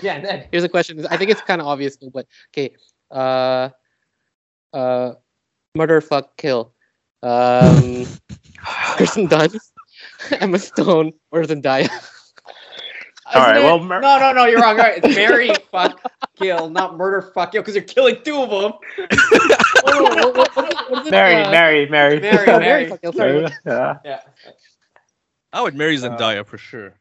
yeah and then
here's a question. I think it's kind of obvious, but okay. Uh, uh, murder, fuck, kill. Um, Kirsten Dunst, Emma Stone, or Zendaya.
all right?
uh, Isn't it-
Well, Mer-
no no no you're wrong all right it's mary fuck kill not murder fuck kill because they're killing two of them
Oh, no, what- what- what is- what is it,
Mary,
uh,
Mary, Mary,
Mary,
Mary,
Mary.
fuck, kill, sorry.
Yeah.
yeah
I would
Uh,
marry Zendaya for sure.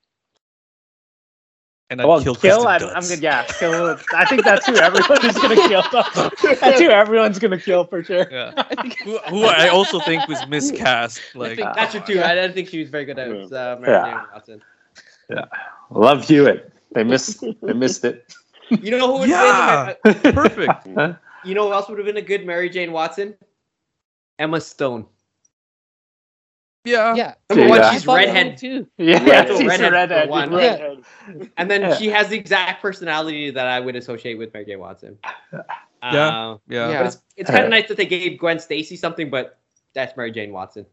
And I'd
Well,
kill,
kill.
Kirsten
I'm,
Dunst.
I'm good. Yeah, kill. I think that's who everyone is gonna kill. that's who everyone's gonna kill for sure.
Yeah. who, who I also think was miscast.
I
Like
think that's your two i didn't think she was very good at it, uh, mary
Yeah.
Jane watson
Love Hewitt. They missed. They missed it.
you know who would
Yeah.
been a-
perfect.
You know who else would have been a good Mary Jane Watson? Emma Stone.
Yeah.
Yeah.
Number
Yeah.
one,
I
she's
thought so
redhead,
too.
Yeah,
Right,
she's
so redhead
a
for
redhead.
one.
yeah.
Redhead.
and then
Yeah.
she has the exact personality that I would associate with Mary Jane Watson. Uh,
Yeah. Yeah.
Yeah.
Yeah.
but it's, it's kind of nice that they gave Gwen Stacy something, but that's Mary Jane Watson.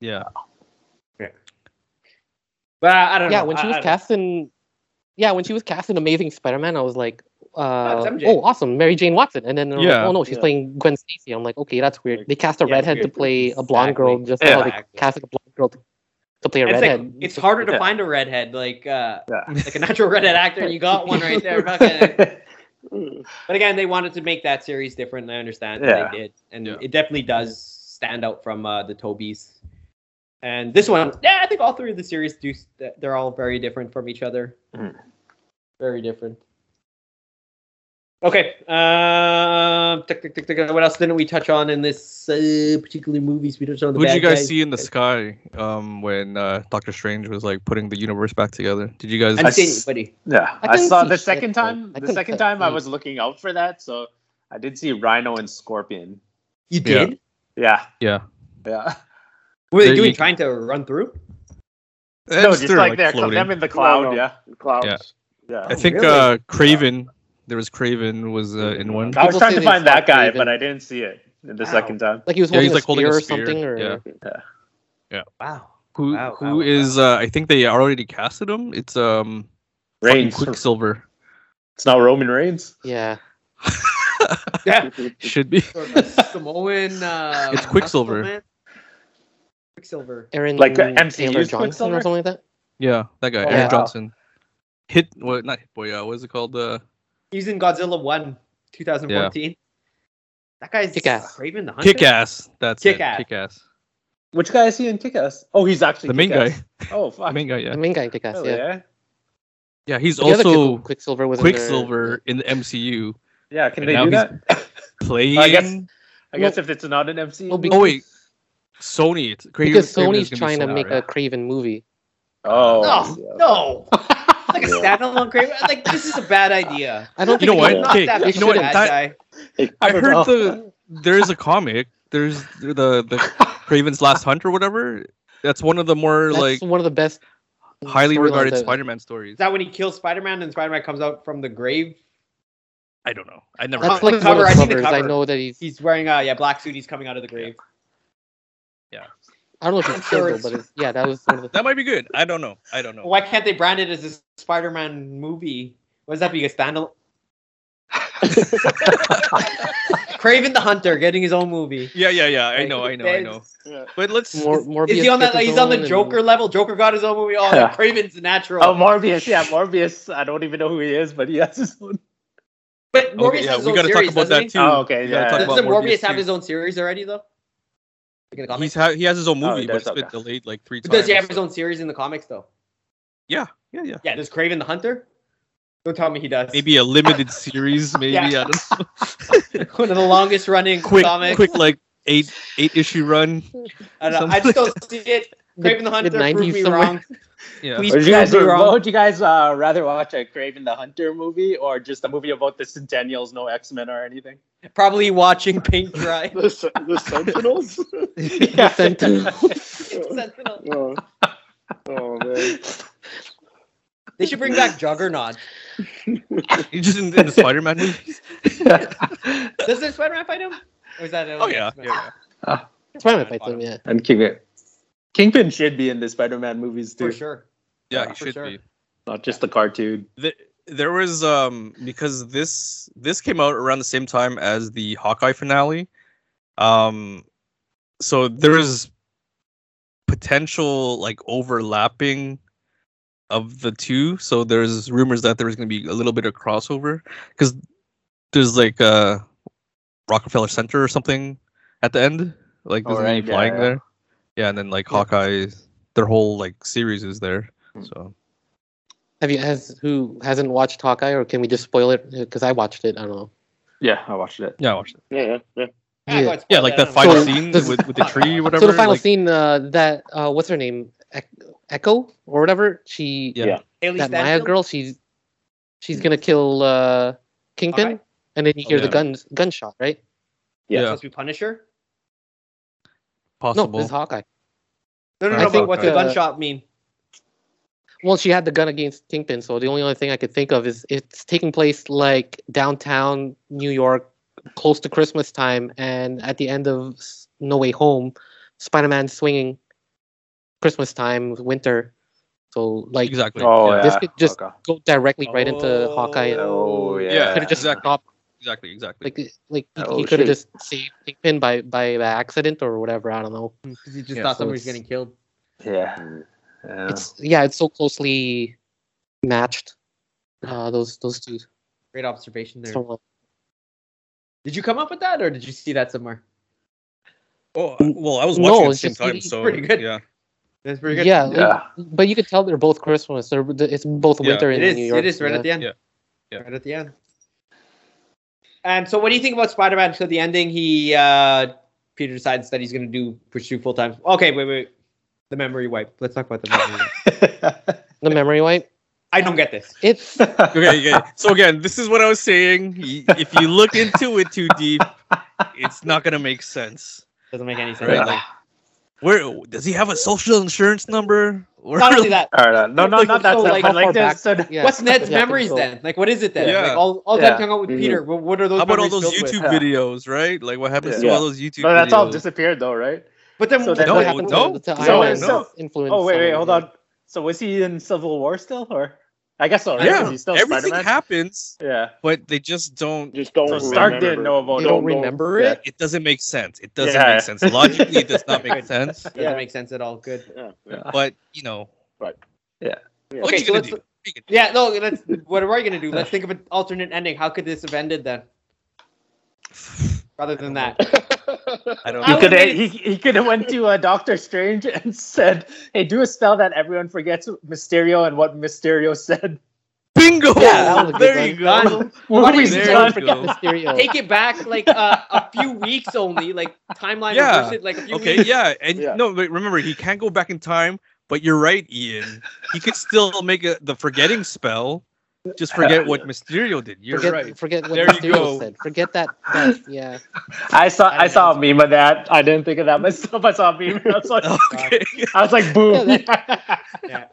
But I, I don't know.
Yeah, when she
I-
was
I don't-
cast in, yeah, when she was cast in Amazing Spider-Man, I was like, uh,
MJ.
oh, awesome, Mary Jane Watson. And then, I was
Yeah.
like, oh no, she's
Yeah.
playing Gwen Stacy. I'm like, okay, that's weird. They cast a
Yeah, it's
redhead to
weird.
play a blonde girl,
Exactly.
just
Yeah.
how they
Exactly.
casted a blonde girl to, to play a
It's
redhead.
like it's harder to
Yeah.
find a redhead, like uh,
Yeah.
like a natural redhead actor. You got one right there. fucking- But again, they wanted to make that series different. and I understand that they did, and
Yeah.
it definitely does stand out from uh, the Tobys. And this one, yeah, I think all three of the series do. s- They're all very different from each other.
Mm-hmm.
Mm.
Very different. Okay. Um. tick, tick, tick, tick, What else didn't we touch on in this uh, particular movies? We touched on the.
What
bad
did you guys
guys.
see in the sky um, when uh, Doctor Strange was like putting the universe back together? Did you guys?
I didn't
I
see
s-
anybody.
Yeah,
I
I,
couldn't
saw
see
the
shit,
second
though. I
time. The
couldn't Mm.
second
see-
time I was looking out for that, so I did see Rhino and Scorpion.
You
Yeah.
did?
Yeah.
Yeah.
Yeah.
Were they
There
doing
you-
trying to run through?
No, just like, they're them
Oh,
in the cloud.
No, no.
Yeah.
Clouds.
Yeah.
Yeah.
I think
really?
uh Craven, there was Craven was uh, in one.
I was
People
trying
say
to
they
find that
fucked
guy,
Raven.
but I didn't see it the second time.
Like he was
Yeah,
holding,
he's,
a,
like, holding
spear
a
or
spear,
something, or
yeah.
Wow.
Who
Wow, wow,
who
wow.
is uh I think they already casted him. It's um fucking
Reigns.
Quicksilver.
It's not Roman Reigns.
yeah.
Yeah.
Should be.
Sort of a Samoan. Uh,
It's Quicksilver.
muscle man? Quicksilver.
Aaron
Like
uh,
the
Taylor
MCU's
Johnson
Quicksilver?
or something like that.
Yeah, that guy,
Oh,
Aaron
wow.
Johnson. Hit what not hit boy, uh, what is it called? Uh
He's in Godzilla 1, 2014. That guy's
Kick-Ass.
Craven the Hunter.
Kick ass. That's it.
Kick-Ass.
Kick ass.
Which guy is he in Kick Ass? Oh, he's actually
The main guy.
Kick-Ass. Oh,
The
fuck. eh?
main guy,
The
yeah.
main guy, I think,
Oh,
Hell
yeah.
yeah.
Yeah, he's
The other
also
Quick- Quicksilver was in there.
Quicksilver in the MCU.
Yeah, can
And
they
now
do
he's-
that?
Playing
I guess if it's not an MC.
Well,
Oh wait. Sony. It's Craven-
because
Craven is
Sony's
gonna be
trying to
Sony,
make
right?
a Craven movie.
oh.
Oh, no. like a standalone Craven. Like, this is a bad idea.
I don't
You know
think
what?
it-
Not
Okay,
that
you
big
know what?
of a bad
That-
guy.
I heard the there's a comic. There's the the Craven's Last Hunt or whatever. That's one of the more
That's
like
one of the best
highly
storylines
regarded
that-
Spider-Man stories.
Is that when he kills Spider-Man and Spider-Man comes out from the grave?
I don't know. I never.
That's
read it.
like
the
one
cover,
of
I
the
see the
covers. I
cover.
know that he's.
He's wearing a yeah black suit. He's coming out of the grave.
I don't know if
I'm
it's
sure
killed,
it's-
but it's, yeah, that was one of the.
that might be good. I don't know. I don't know.
Why can't they brand it as a Spider-Man movie? What does that be a standalone? Craven the Hunter getting his own movie.
Yeah, yeah, yeah. I
Like,
know. I know. I
there's-
know.
Yeah.
But let's.
Mor- Morbius
Is he on that?
took his
he's on
own
the
and-
Joker level. Joker got his own movie. Oh,
Yeah.
Craven's natural.
Oh, Morbius. Yeah, Morbius. I don't even know who he is, but he has his own.
but Morbius
okay, yeah,
has his
we
own
got to talk
series,
about
doesn't
that
he?
too.
Oh, okay,
We gotta
yeah.
talk about
Doesn't Morbius, have
too.
his own series already though? Like in the comics?
He's ha- he has his own
Oh, he
movie, but
does,
it's been
okay.
delayed like three
But
times.
does he have his
so-
own series in the comics though?
Yeah, yeah, yeah.
Yeah, does Craven the Hunter? Don't tell me he does.
Maybe a limited series. Maybe
Yeah.
I don't know.
one of the longest running
Quick,
comics.
quick, like eight eight issue run.
I, don't know. I just don't see it. Craven the Hunter
mid-
proved
90s
me
somewhere.
wrong.
Yeah.
Please
What would you guys,
prove me
what
wrong.
would you guys uh, rather watch? A Craven the Hunter movie or just a movie about the Centennials, no X Men or anything?
Probably watching paint dry.
The, Sen- the Sentinels.
yeah.
Sentinel.
oh. oh man.
They should bring back Juggernaut.
You just in, in the Spider-Man movie.
Does the Spider-Man fight him? Or is that
Oh yeah, yeah, yeah.
Spider-Man fights him, yeah.
and Kingpin. Kingpin should be in the Spider Man movies too,
For sure.
yeah
Yeah,
he
for
should
sure.
be.
not just the cartoon.
The, there was um because this this came out around the same time as the Hawkeye finale, um, so there is potential like overlapping of the two. So there's rumors that there's going to be a little bit of crossover because there's like uh Rockefeller Center or something at the end, like
Oh,
there's gonna
right,
be
yeah,
flying
yeah.
there. Yeah, and then like Hawkeye, their whole like series is there. So.
Have you has who hasn't watched Hawkeye, or can we just spoil it? Because I watched it. I don't know.
Yeah, I watched it.
Yeah, I watched it.
Yeah, yeah, yeah.
Ah, go
Yeah.
ahead, spoil
Yeah, like
I
that
don't
final
know.
So,
scene
does-
with, with the tree or whatever.
so the final
like,
scene, uh, that uh, what's her name, Ec- Echo or whatever? She
Yeah.
Haley
that Maya
Stanfield?
girl. She's she's gonna kill uh, Kingpin,
Hawkeye?
and then you hear
yeah.
the guns gunshot, right?
Yeah,
Supposed to be Punisher?
No,
possible.
this is Hawkeye.
No, no,
I
no. But
think,
what's the
uh,
gunshot mean?
Well, she had the gun against Kingpin, so the only other thing I could think of is it's taking place like downtown New York, close to Christmas time, and at the end of S- No Way Home, Spider-Man swinging Christmas time, winter. So like
exactly.
Oh, yeah.
yeah.
This could just-
okay.
go directly right into Hawkeye.
Oh, yeah.
Yeah,
Could have just
exactly.
stopped,
Exactly. Exactly.
like like he-
Oh,
he could have
shit.
just saved Kingpin by, by by accident or whatever. I don't know.
Because he just
yeah,
thought
so
somebody was
it's-
getting killed.
Yeah. Yeah.
It's yeah, it's so closely matched. Uh, those those two.
Great observation there.
So,
Did you come up with that, or did you see that somewhere?
oh, well, I was
No,
watching at the
it's
same
just
time,
really
so
pretty good.
yeah,
That's pretty good.
yeah,
Yeah.
but you could tell they're both Christmas. They're it's both
Yeah.
winter
it
in
is.
New York.
It is right
yeah.
at the end.
Yeah. Yeah.
Right at the end. And so, what do you think about Spider-Man? So the ending, he uh Peter decides that he's going to do pursue full time. Okay, wait, wait. The memory wipe. Let's talk about the memory. wipe.
The memory wipe.
I don't get this.
It's
Okay, okay. So again, this is what I was saying. Y- If you look into it too deep, it's not gonna make sense.
Doesn't make any sense.
Right? Like, where does he have a social insurance number? We're
Not only that,
All right, uh, no, no,
Like,
not that
so,
stuff,
like,
but
how far
like
back-
this. So,
Yeah.
what's Ned's
Yeah, I think
memories
so.
then? Like, what is it then?
Yeah.
Like all, all
Yeah.
that hung out with
Mm-hmm.
Mhm.
Peter. What, what are those?
How about all
memories
those
filled with?
YouTube
Yeah.
videos, right? Like what happens to
Yeah.
all those YouTube?
but that's all
videos?
disappeared though, right?
But then,
So
That's
No,
what happened
no,
to, to
no,
Iron Man's
no.
influence.
Oh wait,
on
wait,
him.
hold on. So was he in Civil War still, or I guess so, right? 'Cause
Yeah,
he's still
everything
Spider-Man.
happens,
yeah.
but they just don't.
Just don't.
So Stark
remember.
didn't know about
They
it.
don't
Don't- don't-
remember
yeah.
it.
It doesn't make sense. It doesn't
Yeah.
make sense logically. It does not make sense.
Doesn't
Yeah.
make sense at all. Good.
Yeah, yeah.
But you know,
Yeah.
what
Okay,
you
so
gonna
let's-
do? What you gonna
yeah, no. That's what are we gonna do? Let's think of an alternate ending. How could this have ended then? Rather than that,
do? I don't.
He
know.
could he, he could have went to uh, Doctor Strange and said, "Hey, do a spell that everyone forgets Mysterio and what Mysterio said."
Bingo!
Yeah, that was a good
there
one.
you go.
Movie's
There
done.
you go.
Mysterio.
take it back like uh, a few weeks only, like timeline.
Yeah.
reverse it, like a few
Okay,
weeks.
yeah, and
Yeah.
no, but remember he can't go back in time. But you're right, Ian. He could still make a, the forgetting spell. Just forget what Mysterio did. You're
forget,
right.
forget what
There you go.
Mysterio said. Forget that. that- yeah.
I saw
I
I,
don't
saw a meme of that. I didn't think of that myself. I saw a meme. I was like,
Okay.
I was like, boom.
Yeah,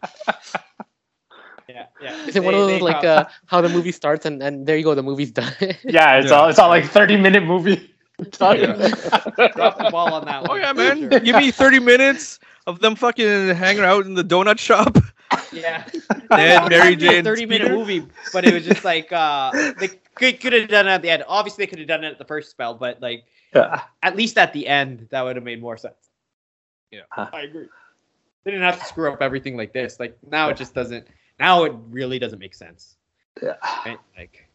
yeah, yeah.
Is it one
They-
of those
they
like
got-
uh, how the movie starts and, and there you go, the movie's done.
Yeah, it's
Yeah.
all it's all like thirty minute movie.
drop the ball on that
Oh
one?
yeah, man. Give me 30 minutes of them fucking hanging out in the donut shop.
Yeah.
Ned, Mary Jane,
Thirty minute
Peter.
movie, but it was just like uh, they could could have done it at the end. Obviously, they could have done it at the first spell, but like
Yeah.
at least at the end, that would have made more sense.
Yeah.
Huh.
I agree. They didn't have to screw up everything like this. Like now, it just doesn't. Now it really doesn't make sense.
Yeah.
Right? Like,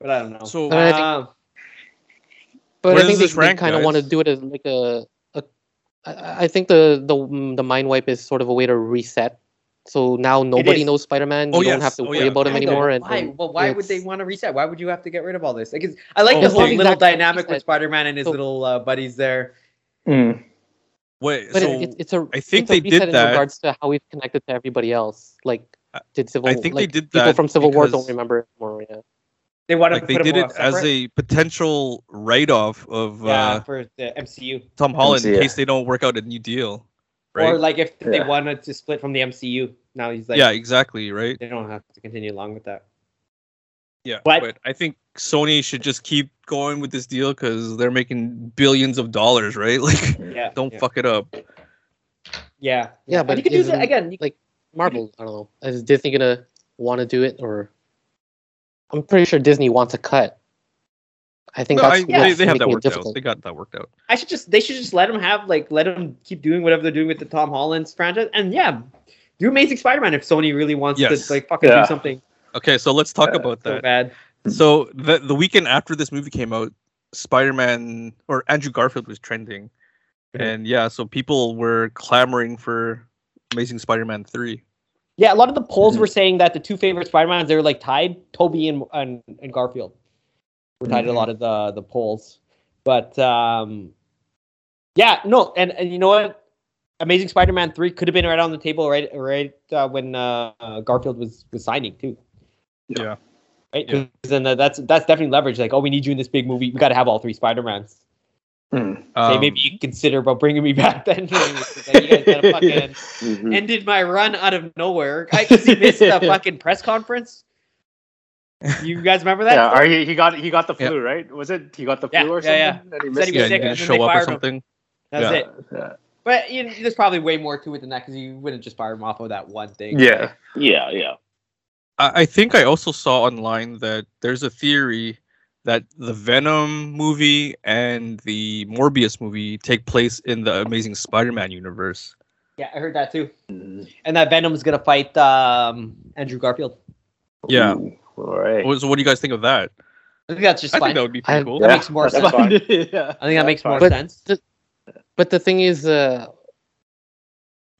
but I don't know.
So
I mean, I think-
Um,
But
Where
I
does
think they,
this rank,
kind of
guys?
want to do it as like a, a I I think the the mm, the mind wipe is sort of a way to reset. So now nobody
is.
knows Spider-Man.
Oh,
you don't
yes.
have to
Oh,
worry
yeah.
about him
I know.
anymore. And,
why?
and
Well, why would
it's-
they want to reset? Why would you have to get rid of all this? Like, it's- I like
Oh,
this whole
well,
little
exactly.
dynamic with
Reset.
Spider-Man and his
So-
little uh, buddies there.
Hmm.
Mm.
wait,
But
so
it, it's- it's a
I think
it's a
they did
reset in
that.
regards to how he's connected to everybody else. Like
I-
did Civil
I think they
like,
did
people
that
from Civil War
because-
don't remember it anymore. Yeah.
They wanted
like
to
they
put
did
them all
it as
separate.
a potential write-off of
yeah
uh,
for the MCU.
Tom Holland in
Yeah.
case they don't work out a new deal, right?
Or like if they
Yeah.
wanted to split from the MCU, now he's like,
yeah, exactly, right?
they don't have to continue along with that.
Yeah,
But-
but I think Sony should just keep going with this deal because they're making billions of dollars, right? Like,
Mm.
Yeah,
don't
yeah.
fuck it up.
Yeah,
Yeah,
And
but
you could do
isn't-
that again. You-
Marvel, I don't know. Uh, Is Disney gonna want to do it or? I'm pretty sure Disney wants a cut. I think
No,
that's
I, they,
what's
they have that
making it
worked out.
difficult.
They got that worked out.
I should just they should just let him have like let him keep doing whatever they're doing with the Tom Holland's franchise, and yeah, do Amazing Spider-Man if Sony really wants
Yes.
to like fucking
Yeah.
do something
Okay, so let's talk
Uh,
about
so
that.
bad.
So the the weekend after this movie came out, Spider-Man or Andrew Garfield was trending,
Mhm.
and yeah, so people were clamoring for Amazing Spider-Man three.
Yeah, a lot of the
Mhm.
polls were saying that the two favorite Spider-Mans they were like tied, Toby and and, and Garfield. Were tied to a
Mhm.
lot of the the polls. But um yeah, no, and, and you know what? Amazing Spider-Man 3 could have been right on the table right right uh, when uh, uh, Garfield was was signing too.
Yeah.
Right?
Yeah.
'Cause then uh, that's that's definitely leverage like oh we need you in this big movie. We got to have all three Spider-Mans. Say
Um,
maybe you consider about bringing me back then. like, you guys gotta fucking
Mhm.
ended my run out of nowhere. I cause he missed the fucking press conference. You guys remember that?
Yeah, or he, he got he got the
Yeah.
flu, right? Was it he got the flu
Yeah,
or something?
yeah,
And he
Said he
missed
yeah,
was
it.
you
sick,
didn't
and then
show
they
up or
fired him.
something.
That's
yeah.
it.
Yeah.
But you, there's probably way more to it than that because you wouldn't just fire him off of that one thing.
Yeah.
Yeah, yeah.
I, I think I also saw online that there's a theory that the Venom movie and the Morbius movie take place in the Amazing Spider-Man universe.
Yeah, I heard that too.
Mhm.
And that Venom's gonna fight um, Andrew Garfield.
Yeah.
Ooh, all right.
So what do you guys think of that?
I think that's just
I think
fine.
that would be pretty
I-
cool.
That makes more
that's
sense.
fine.
I
yeah.
think that
That's
makes more
fine.
sense.
But the thing is, uh,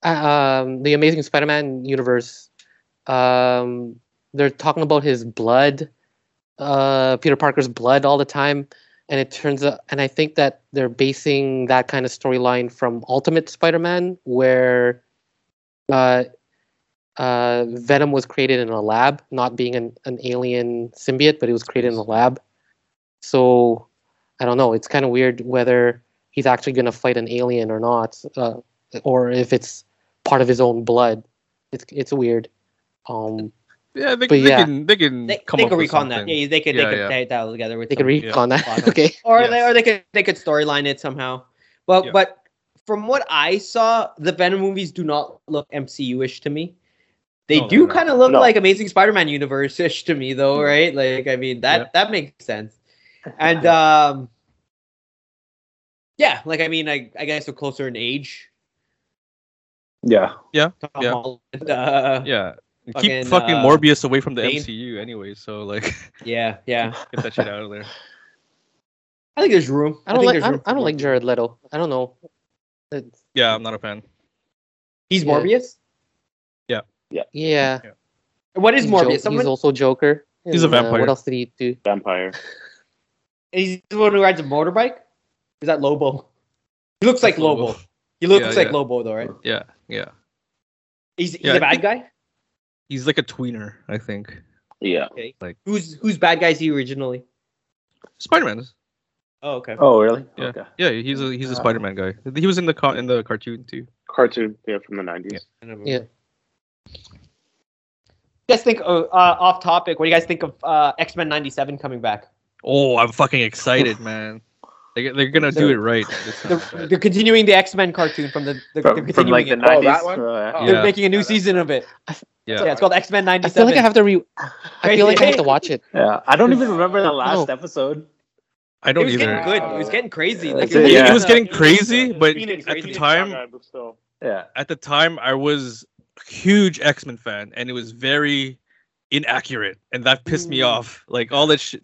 uh, um, the Amazing Spider-Man universe, um, they're talking about his blood, uh, Peter Parker's blood all the time, and it turns out, and I think that they're basing that kind of storyline from Ultimate Spider-Man, where uh, uh, Venom was created in a lab, not being an, an alien symbiote, but it was created in a lab. So I don't know. It's kind of weird whether he's actually going to fight an alien or not, uh, or if it's part of his own blood. It's it's weird. Um,
Yeah, they,
But
they
yeah.
can they can
They,
come
they
up
could
with
recon that.
something.
Yeah, they could
Yeah,
they could
yeah.
pay that together with
they can
some-
recon that.
Bottom.
okay.
or
Yes.
they or they could they could storyline it somehow. But
Yeah.
but from what I saw, the Venom movies do not look MCU-ish to me. They
No,
do
they're not.
kind of look
No.
like Amazing Spider-Man universe-ish to me, though, right? Like I mean that
Yeah.
that makes sense. And um, yeah, like I mean, I I guess they're closer in age.
Yeah.
Tom
Yeah.
Holland, uh, yeah,
Yeah. Keep
Fucking,
fucking,
uh,
Morbius away from the
Bane.
MCU anyway, so like
yeah,
get that shit out of there.
I think there's room.
I don't
think
like
there's
I
room
don't, I
for
don't like
more.
Jared Leto. I don't know. It's-
Yeah, I'm not a fan.
He's
Yeah.
Morbius.
yeah.
What is
He's Jo-
Morbius? Someone
He's also Joker.
He's a
And, uh,
vampire.
what else did he do?
Vampire.
He's the one who rides a motorbike. Is that Lobo? He looks like
That's Lobo.
Lobo. He looks
Yeah,
like
yeah.
Lobo, though, right?
Yeah, yeah.
He's he's
Yeah,
a
I
bad
think-
guy.
He's like a tweener, I think.
Yeah.
Who's who's bad guys he originally?
Spider Man.
Oh, okay.
Oh, really?
Yeah.
Okay.
Yeah, he's a he's a
Uh,
Spider Man guy. He was in the car in the cartoon too.
Cartoon. Yeah, from the nineties.
I don't
Yeah.
remember. You guys think uh, uh, off topic? What do you guys think of uh, X Men '97 coming back?
Oh, I'm fucking excited, man. They they're gonna do it right. this time,
They're,
but-
they're continuing the X Men cartoon from the they're, they're
From, from
continuing
like the
it.
Oh, that
90s.
one?
uh,
Oh.
They're
Yeah.
making a new season of it.
Yeah.
Yeah, it's called X Men
I feel
'97.
like I have to re. I feel like I have to watch it.
yeah. I don't
Oh.
even remember the last
No.
episode.
I
it
don't
was
either.
getting good. It was getting crazy. Like
It-
It
Yeah.
was getting crazy,
It was
but
Phoenix-
at the
Phoenix
time,
Saga, but still.
Yeah.
at the time I was a huge X Men fan, and it was very inaccurate, and that pissed me
Mm.
off. Like all that shit,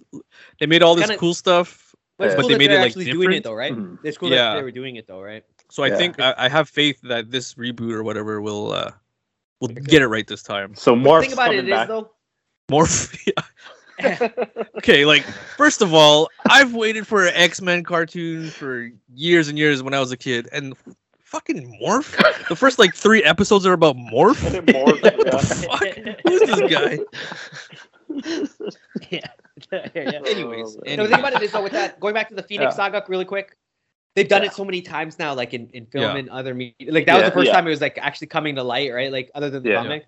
they made all this
Kinda-
cool stuff,
it's
but
cool
they
that
made
they're
it like
actually doing it
different.
though, right?
Mhm.
It's cool
Yeah.
that they were doing it though, right?
So I
Yeah.
think I, I have faith that this reboot or whatever will uh will get it right this time.
So
The
more
thing about
coming
it is
back.
though.
Morph. okay, like first of all, I've waited for an X Men cartoon for years and years when I was a kid, and fucking Morph. The first like three episodes are about Morph.
More, yeah.
Fuck, who's this guy? Anyways,
Oh,
No, the
anyways.
thing about it is though, with that going back to the Phoenix Saga really quick, they've done it so many times now, like in, in film
Yeah.
and other media. Like that was
Yeah,
the first
yeah.
time it was like actually coming to light, right? Like other than the
Yeah.
comic.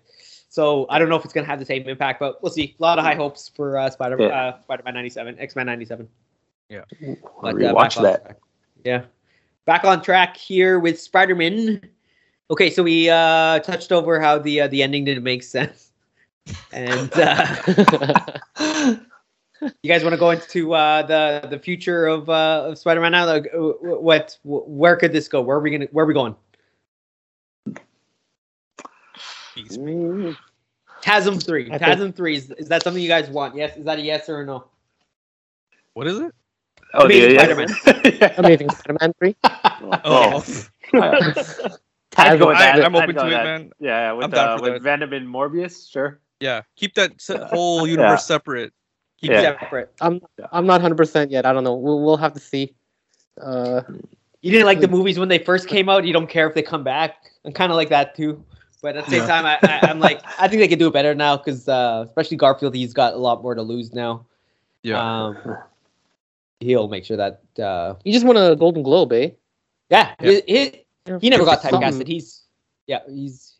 So I don't know if it's gonna have the same impact, but we'll see. A lot of high hopes for uh, Spider
Yeah.
uh, Spider Man ninety seven, X Men ninety seven.
I'll
uh,
rewatch
back on
that.
track. Yeah. Back on track here with Spider Man. Okay, so we uh, touched over how the uh, the ending didn't make sense, and uh, you guys want to go into uh, the the future of uh, of Spider Man now? Like, uh, what where could this go? Where are we gonna where are we going?
Mm,
TASM three.
I
TASM three is, is that something you guys want? Yes, is that a yes or a no?
What is it?
Oh,
Amazing
yeah, yeah.
Amazing Spider-Man three.
Oh,
I'd go with
I,
that.
I'm
I'd
open
go
to it,
with that.
man.
Yeah,
I'm
with,
down
uh,
for
with
that.
Venom and Morbius, sure.
Yeah, keep that se- whole universe separate. Keep
Yeah.
that-
Separate.
I'm not 100 percent yet. I don't know. We'll, we'll have to see. Uh,
You didn't like the movies when they first came out. You don't care if they come back. I'm kind of like that too. But at the same
Yeah.
time, I, I, I'm like, I think they could do it better now because uh, especially Garfield, he's got a lot more to lose now.
Yeah.
Um, he'll make sure that. Uh,
you just won a Golden Globe, eh?
yeah,
Yeah.
He, he, he never got typecasted.
Something.
He's yeah, he's.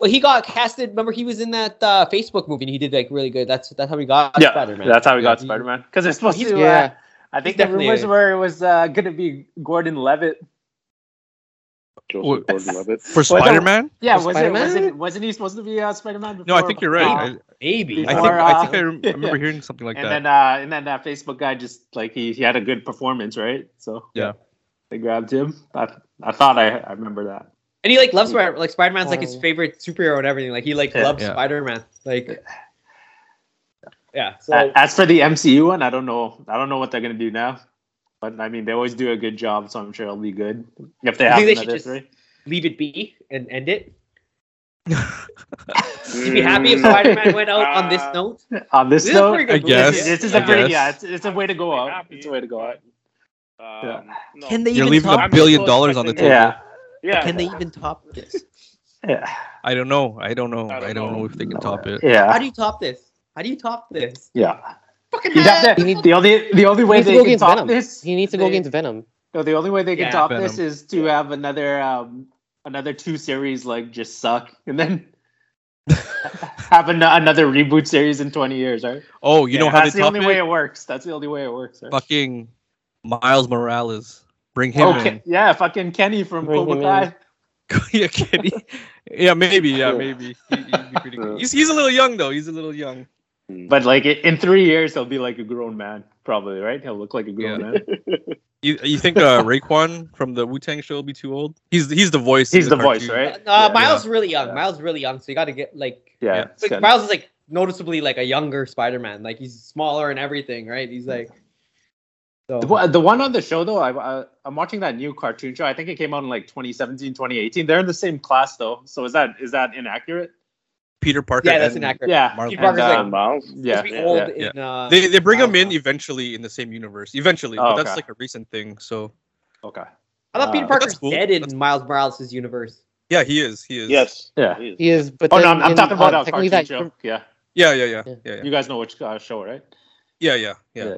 Well, he got casted. Remember, he was in that uh, Facebook movie, and he did like really good. That's that's how he got
Yeah,
Spider-Man.
that's how we got
Yeah.
Spider Man. Because it's supposed to. Uh,
yeah.
I think
He's
the
definitely
rumors
a-
were it was uh, going to be Gordon Levitt.
Well,
Joseph Gordon-Levitt.
For
Well, I don't-
Spider Man?
Yeah,
For
was it,
Spider-Man?
wasn't, wasn't he supposed to be uh, Spider Man?
No, I think you're right.
Maybe.
I, I think
Before,
I think
uh,
I, rem- I remember hearing something like
and
that.
then uh, and then that Facebook guy just like he, he had a good performance, right? So
Yeah.
they grabbed him. I, I thought I, I remember that.
And he like loves Spider like Spider Man's like his
Oh.
favorite superhero and everything. Like he like
Yeah.
loves
Yeah.
Spider Man. Like Yeah. So
A- As for the MCU one, I don't know. I don't know what they're gonna do now. But I mean, they always do a good job, so I'm sure it'll be good if they
You
have
think they
another
should just-
three.
leave it be and end it.
You'd
You'd be happy
mm,
if Spider Man went out on this note.
On this
This is a pretty
note,
good
I
movie.
guess.
uh, this, this is
I
a pretty
guess.
yeah. It's, it's a way to go out.
Happy,
it's a way to go out.
but, um, no.
Can they
You're
even
leaving
top
a
I'm
billion
so
dollars on the
expecting-
table.
Yeah,
Yeah.
can they even top this?
yeah,
I don't know. I don't know.
I
I
don't
don't know,
know.
if they can top it.
How
yeah,
do you top this? How do you top this?
yeah.
Fucking
He'd have
head.
to, the only the only way
needs to
they
go
can
against
top
Venom.
this
He needs to go
they-
against Venom.
No, the only way they can
Yeah,
top
Venom.
this is to have another um, another two series like just suck, and then have an- another reboot series in twenty years, right?
Oh, you know
Yeah,
how they
that's the
top
only way
it?
it works. That's the only way it works. Right?
Fucking Miles Morales. Bring him
Okay,
in.
Oh, yeah, fucking Kenny from
Bring
Cobra
him
Kai.
yeah, Kenny. Yeah, maybe. Yeah,
Yeah.
maybe. He, would be pretty
Yeah.
good. He's, he's a little young though. He's a little young.
But like i- in three years, he'll be like a grown man, probably, right? He'll look like a grown man.
You, you think uh, Raekwon from the Wu Tang show will be too old? He's he's the voice. in
He's the voice,
cartoon.
right?
Uh, uh,
Yeah.
Miles is really young.
Yeah.
Miles is really young, so you got to get like,
Yeah,
Yeah.
it's
like
kinda-
Miles is like noticeably like a younger Spider-Man. Like he's smaller and everything, right? He's like, so
The one- The one on the show though, I, I I'm watching that new cartoon show. I think it came out in like 2017, 2018. They're in the same class though, so is that is that inaccurate?
Peter Parker.
yeah, that's
and
inaccurate.
Yeah,
Marvel.
Peter Parker's
And,
like
um,
Miles.
yeah,
supposed to be
yeah,
old
yeah,
in uh,
They they bring him in
Miles.
eventually in the same universe. Eventually,
Oh,
but that's
okay.
like a recent thing. So
Okay.
I thought Peter
Uh,
Parker's
that's cool.
dead in
That's-
Miles Morales' universe.
yeah, he is. He is.
Yes.
Yeah.
he is.
He is, but
Oh no,
then
I'm, I'm
in,
talking about
uh,
a
technically
cartoon
that
show. Yeah.
Yeah, yeah, yeah,
Yeah.
yeah, yeah,
you guys know which uh, show, right?
yeah, yeah, yeah.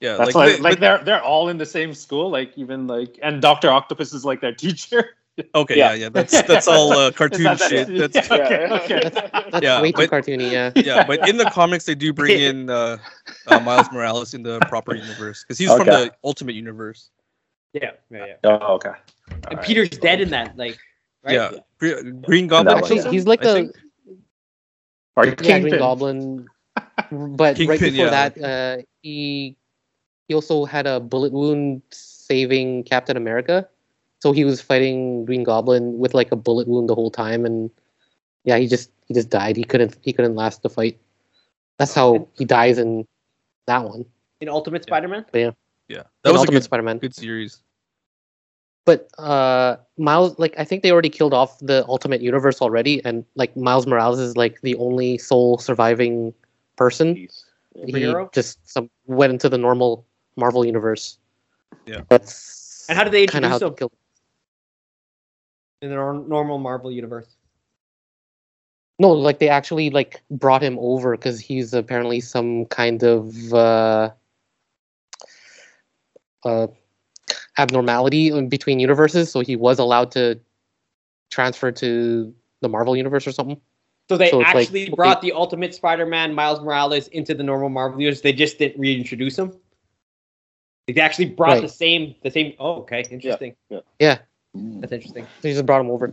yeah.
That's like,
like, they-
like
but-
they're they're all in the same school, like even like and Doctor Octopus is like their teacher.
okay, yeah, yeah. That's that's all uh, cartoon
that-
shit.
that's-
That's
yeah. Okay,
Yeah.
okay.
That's
Yeah,
way too
but-
cartoony. Yeah.
yeah, but in the comics they do bring in uh, uh, Miles Morales in the proper universe because he's from
Okay.
the Ultimate Universe.
Yeah, yeah, yeah.
Oh, okay.
And
Alright.
Peter's dead in that, like, right?
Yeah, Gre- Green Goblin.
That one,
Actually,
kills him,
he's like
I
the
think.
Or
yeah,
Kingpin.
Green Goblin. But right
Kingpin,
before
yeah.
that, uh, he he also had a bullet wound saving Captain America, so he was fighting Green Goblin with like a bullet wound the whole time, and yeah, he just he just died. He couldn't he couldn't last the fight. That's how he dies in that one.
In Ultimate
Yeah.
Spider-Man.
Yeah, that
That
was a
Ultimate
good,
Spider-Man.
good series.
But uh, Miles, like I think they already killed off the Ultimate Universe already, and like Miles Morales is like the only sole surviving person.
He's-
he
Superhero?
just some, went into the normal Marvel universe.
Yeah.
That's
And how did they
kind of how
introduce
they
him
killed.
in the nor- normal Marvel universe?
No, like they actually like brought him over because he's apparently some kind of uh, uh, abnormality in between universes, so he was allowed to transfer to the Marvel universe or something.
So they
So it's like-
actually brought the Ultimate Spider-Man, Miles Morales, into the normal Marvel universe. They just didn't reintroduce him. They actually brought
Right.
the same, the same. Oh, okay, interesting.
yeah.
Yeah.
that's interesting.
So he just brought him over.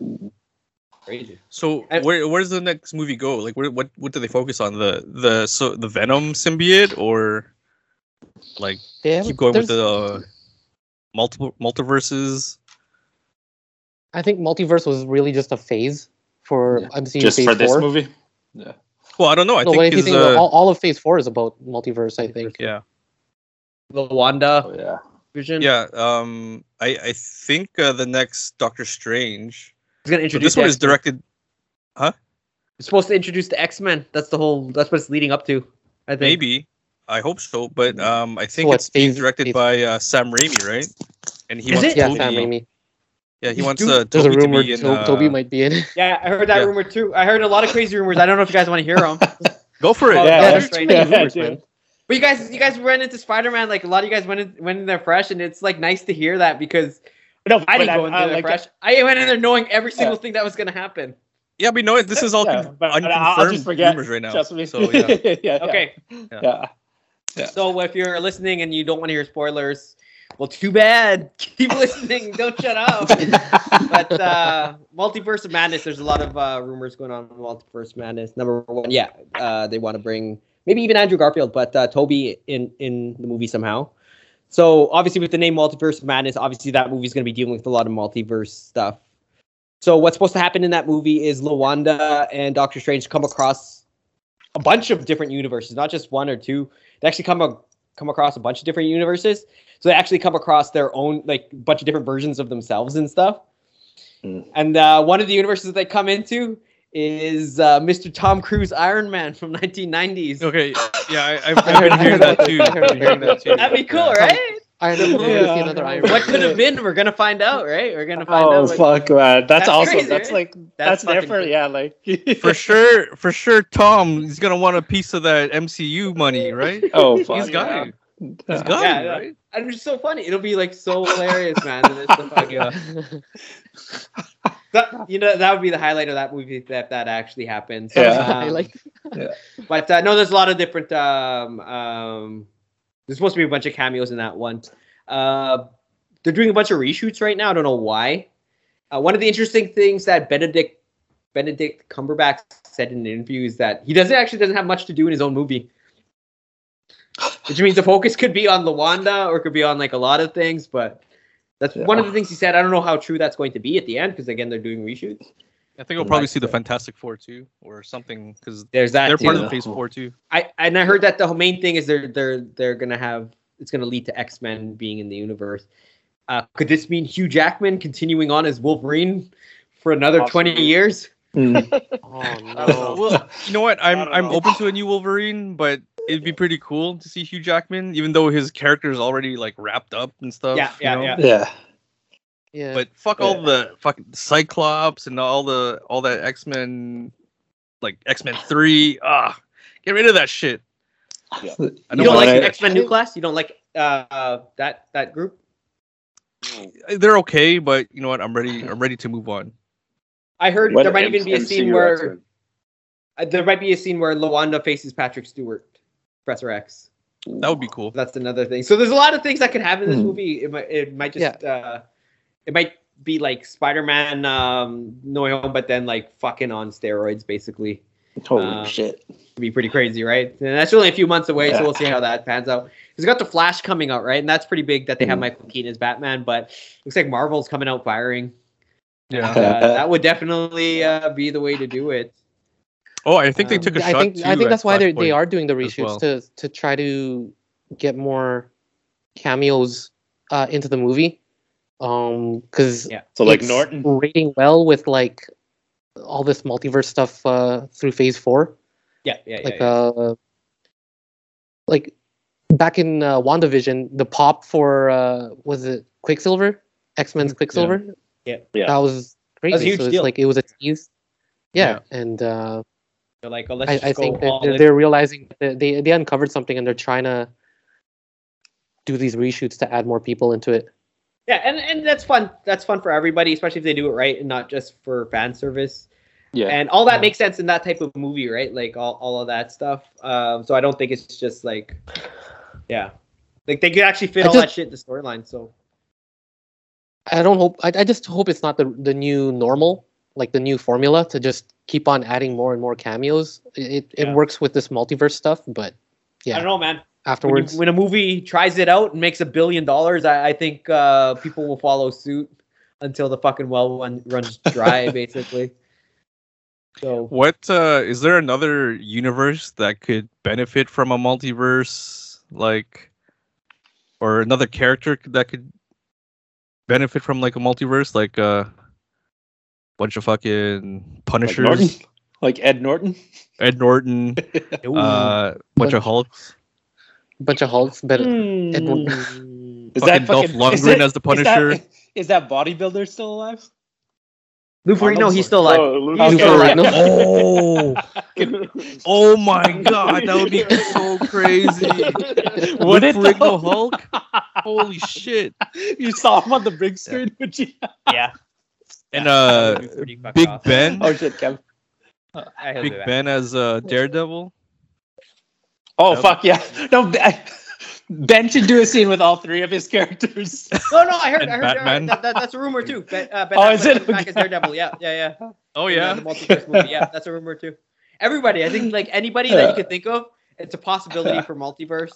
Crazy.
So
I-
where where does the next movie go? Like where, what what do they focus on? The the so the Venom symbiote or like
They haven't-
keep going with
there's-
the uh, multiple multiverses?
I think multiverse was really just a phase for
Yeah.
MCU
Just
phase
for this
four.
movie.
Well, I don't know. I
no, but
think
if you
his,
think
uh,
about all, all of phase four is about multiverse, I think.
yeah
The Wanda
Oh yeah.
vision.
yeah um I I think uh, the next Doctor Strange.
It's gonna
So
introduce.
this one
the
is
X-Men.
directed.
It's supposed to introduce the X-Men. That's the whole. That's what it's leading up to. I think.
Maybe. I hope so, but um, I think
what,
it's being
Steve-
directed
Steve-
by uh, Sam Raimi, right? And he
Is
wants
it?
Yeah,
Toby.
Sam Raimi.
Yeah, he
He's
wants
doing-
uh,
There's
Toby
a rumor
to be in.
To-
Uh,
Toby might be in. it.
Yeah, I heard that
Yeah.
rumor too. I heard a lot of crazy rumors. I don't know if you guys want to hear them.
Go for it.
Oh,
Yeah,
yeah,
Doctor
there's too
Strange.
many
Yeah,
rumors,
dude.
man.
But you guys, you guys went into Spider-Man. Like a lot of you guys went in, went in there fresh, and it's like nice to hear that because
No,
I
but
didn't go in
I
there
like
fresh. I went in there knowing every single
Yeah.
thing that was gonna happen.
Yeah, but no, this is all
Yeah,
con-
but- but
unconfirmed
I'll- I'll just forget.
rumors right now.
Trust me.
So yeah,
yeah.
Okay,
Yeah.
so if you're listening and you don't want to hear spoilers, well, too bad. Keep listening. don't shut up. But uh, Multiverse of Madness, there's a lot of uh, rumors going on in Multiverse Madness. Number one, yeah, uh, they want to bring maybe even Andrew Garfield, but uh, Toby in in the movie somehow. So obviously, with the name Multiverse of Madness, obviously that movie's going to be dealing with a lot of multiverse stuff. So what's supposed to happen in that movie is Lawanda and Doctor Strange come across a bunch of different universes, not just one or two. They actually come a, come across a bunch of different universes. So they actually come across their own like bunch of different versions of themselves and stuff.
Mm.
And uh, one of the universes that they come into is uh, Mr. Tom Cruise Iron Man from 1990s.
okay, yeah, I, I've, I've been hearing that too. I've been hearing that too.
That'd be cool,
Tom-
right?
Iron Man. We're gonna see another Iron Man.
What could have been? We're gonna find out, right? We're gonna find
Oh
out. what-
fuck, man! That's,
That's
awesome.
crazy,
that's
eh?
right?
like
That's
that's,
fucking
different.
crazy.
Yeah, like
for sure, for sure, Tom is gonna want a piece of that MCU money, right?
oh fuck,
He's got
yeah.
it. He's got
Yeah,
it,
yeah.
right?
And it's so funny. It'll be like so hilarious, man. And it's so fucking- that, you know, that would be the highlight of that movie if that, that actually happens.
Yeah.
Um,
like
But uh, no, there's a lot of different. Um, um, there's supposed to be a bunch of cameos in that one. Uh, they're doing a bunch of reshoots right now. I don't know why. Uh, one of the interesting things that Benedict Benedict Cumberbatch said in an interview is that he doesn't actually doesn't have much to do in his own movie, which means the focus could be on Lawanda or it could be on like a lot of things. But that's one of the things he said. I don't know how true that's going to be at the end because again, they're doing reshoots.
I think we'll probably see the Fantastic Four too, or something, because
There's that.
they're
too.
part of the Phase Four too.
I and I heard that the main thing is they're they're they're gonna have it's gonna lead to X Men being in the universe. Uh, could this mean Hugh Jackman continuing on as Wolverine for another twenty
Possibly.
years?
Mm.
Oh,
no.
Well, you know what? I'm
I don't
I'm
know.
open to a new Wolverine, but it'd be pretty cool to see Hugh Jackman, even though his character is already like wrapped up and stuff.
Yeah,
you
yeah, yeah.
know?
yeah.
yeah.
But fuck all the fucking Cyclops and all the all that X Men, like X Men Three. Ah, get rid of that shit. I
You
don't
don't
want
like
to
the X Men new class? You don't like uh, uh that that group?
They're okay, but you know what? I'm ready. I'm ready to move on.
I heard
When
there might
M-
even be a scene
MCU
where
X-Men.
uh, there might be a scene where Lawanda faces Patrick Stewart, Professor X.
That would be cool.
That's another thing. So there's a lot of things that could happen in this
Hmm.
movie. It might it might just uh it might be like Spider-Man um No Way Home but then like fucking on steroids basically.
Holy
Um,
Uh,
shit!
It'd be pretty crazy, right? And that's only a few months away, so
Yeah.
we'll see how that pans out. He's got the Flash coming out, right? And that's pretty big that they
Hmm.
have Michael Keaton as Batman, but looks like Marvel's coming out firing.
Yeah.
And, uh, that would definitely uh, be the way to do it.
Oh, I think they took a
um, I
shot.
think I
too
think
at
that's why they they
Flashpoint.
are doing the
as
reshoots
well.
to to try to get more cameos uh, into the movie. Um, because
Yeah.
So like Norton,
rating well with like all this multiverse stuff uh, through Phase Four.
Yeah, yeah, yeah.
like
yeah.
uh like back in uh, WandaVision, the pop for uh was it Quicksilver? X-Men's Quicksilver?
Yeah.
Yeah.
That was crazy.
a huge
so it's
deal.
like it was a tease. Yeah, and uh
They're like, oh, let's
I,
just
I
go
think that
all
they're,
in.
they're realizing that they they uncovered something and they're trying to do these reshoots to add more people into it.
Yeah, and, and that's fun. That's fun for everybody, especially if they do it right and not just for fan service.
Yeah.
And all that
Yeah.
makes sense in that type of movie, right? Like all, all of that stuff. Um, so I don't think it's just like, yeah. Like they could actually fit
I
all
just-
that shit in the storyline. So
I don't hope I, I just hope it's not the the new normal, like the new formula to just keep on adding more and more cameos. It it
Yeah.
works with this multiverse stuff, but
I
Yeah.
don't know, man. When,
afterwards
you- when a movie tries it out and makes a billion dollars, I, I think uh, people will follow suit until the fucking well run, runs dry, basically. So
What uh, is there another universe that could benefit from a multiverse, like, or another character that could benefit from like a multiverse, like a uh, bunch of fucking
like
Punishers,
Norton, like Ed Norton.
Ed Norton, uh, bunch of Hulks,
bunch of hulks but
Hmm.
Edward-
Hmm. Is
fucking Dolph
is
Lundgren
it-
as the
is that-
Punisher.
Is that, bodybuilder still alive?
Lou Ferrigno, he's still alive.
Oh, Luke
He's
Lou
still
Cage.
alive.
Ferrigno.
oh, oh my god, that would be so crazy.
Would it
Rick
though?
the Hulk? Holy shit!
You saw him on the big screen, would you?
Yeah.
And uh,
Lou's pretty fucked
Big
off.
Ben.
Oh shit, Kevin.
I he'll
Big
do that.
Ben as uh, Daredevil.
Oh
Nope.
fuck yeah! No, Ben- Ben should do a scene with all three of his characters.
No, no, I heard,
And
I heard
Batman.
That, that, that's a rumor too. Ben, uh, ben
Oh,
Affleck
is it?
comes Back as Daredevil. Yeah, yeah, yeah.
Oh
In, uh, the multiverse movie. Yeah, that's a rumor too. Everybody, I think, like anybody that you could think of, it's a possibility for multiverse.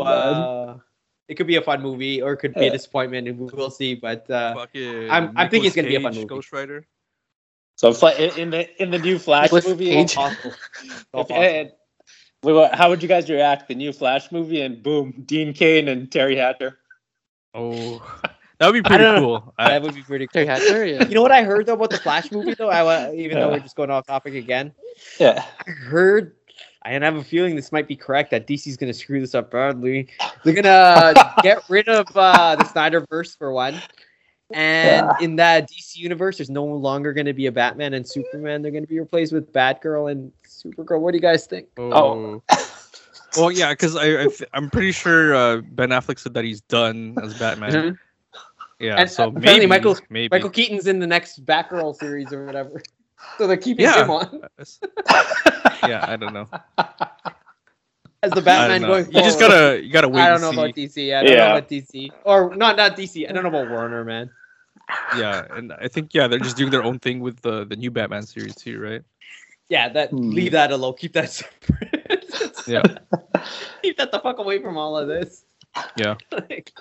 Oh,
uh, it could be a fun movie, or it could be a
Yeah.
disappointment, and we'll see. But uh,
Fucking
I'm- I'm thinking it's gonna be a fun
Nicolas Cage,
movie.
Ghost Rider.
So it's like in- in the in the new Flash
Nicolas
movie,
Cage.
possible. It's all
if-
possible.
and- wait, what- how would you guys react? The new Flash movie and boom, Dean Kane and Terry Hatcher.
Oh, that would be pretty
don't know.
cool. I,
that would be pretty.
Terry Hatcher, yeah.
You know what I heard though about the Flash movie though? I wa- even though we're just going off topic again.
Yeah,
I heard I have a feeling this might be correct that DC's gonna screw this up badly. They're gonna get rid of uh, the Snyderverse for one, and in that DC universe, there's no longer gonna be a Batman and Superman. They're gonna be replaced with Batgirl and Supergirl. What do you guys think?
Oh.
Well, yeah, because I, I th- I'm pretty sure uh, Ben Affleck said that he's done as Batman.
Mhm.
Yeah,
And
so
apparently
maybe,
Michael-
maybe.
Michael Keaton's in the next Batgirl series or whatever, so they're keeping
Yeah.
him on
yeah, I don't know.
as the
I
Batman
don't know.
going.
you just
forward.
gotta you gotta wait.
I don't
and
know
see.
about DC. I don't know
Yeah.
about DC. Or not not DC. I don't know about Warner, man.
Yeah, and I think yeah, they're just doing their own thing with the the new Batman series too, right?
Yeah, that
Hmm.
leave that alone. Keep that separate.
Yeah.
Keep that the fuck away from all of this.
Yeah.
Like,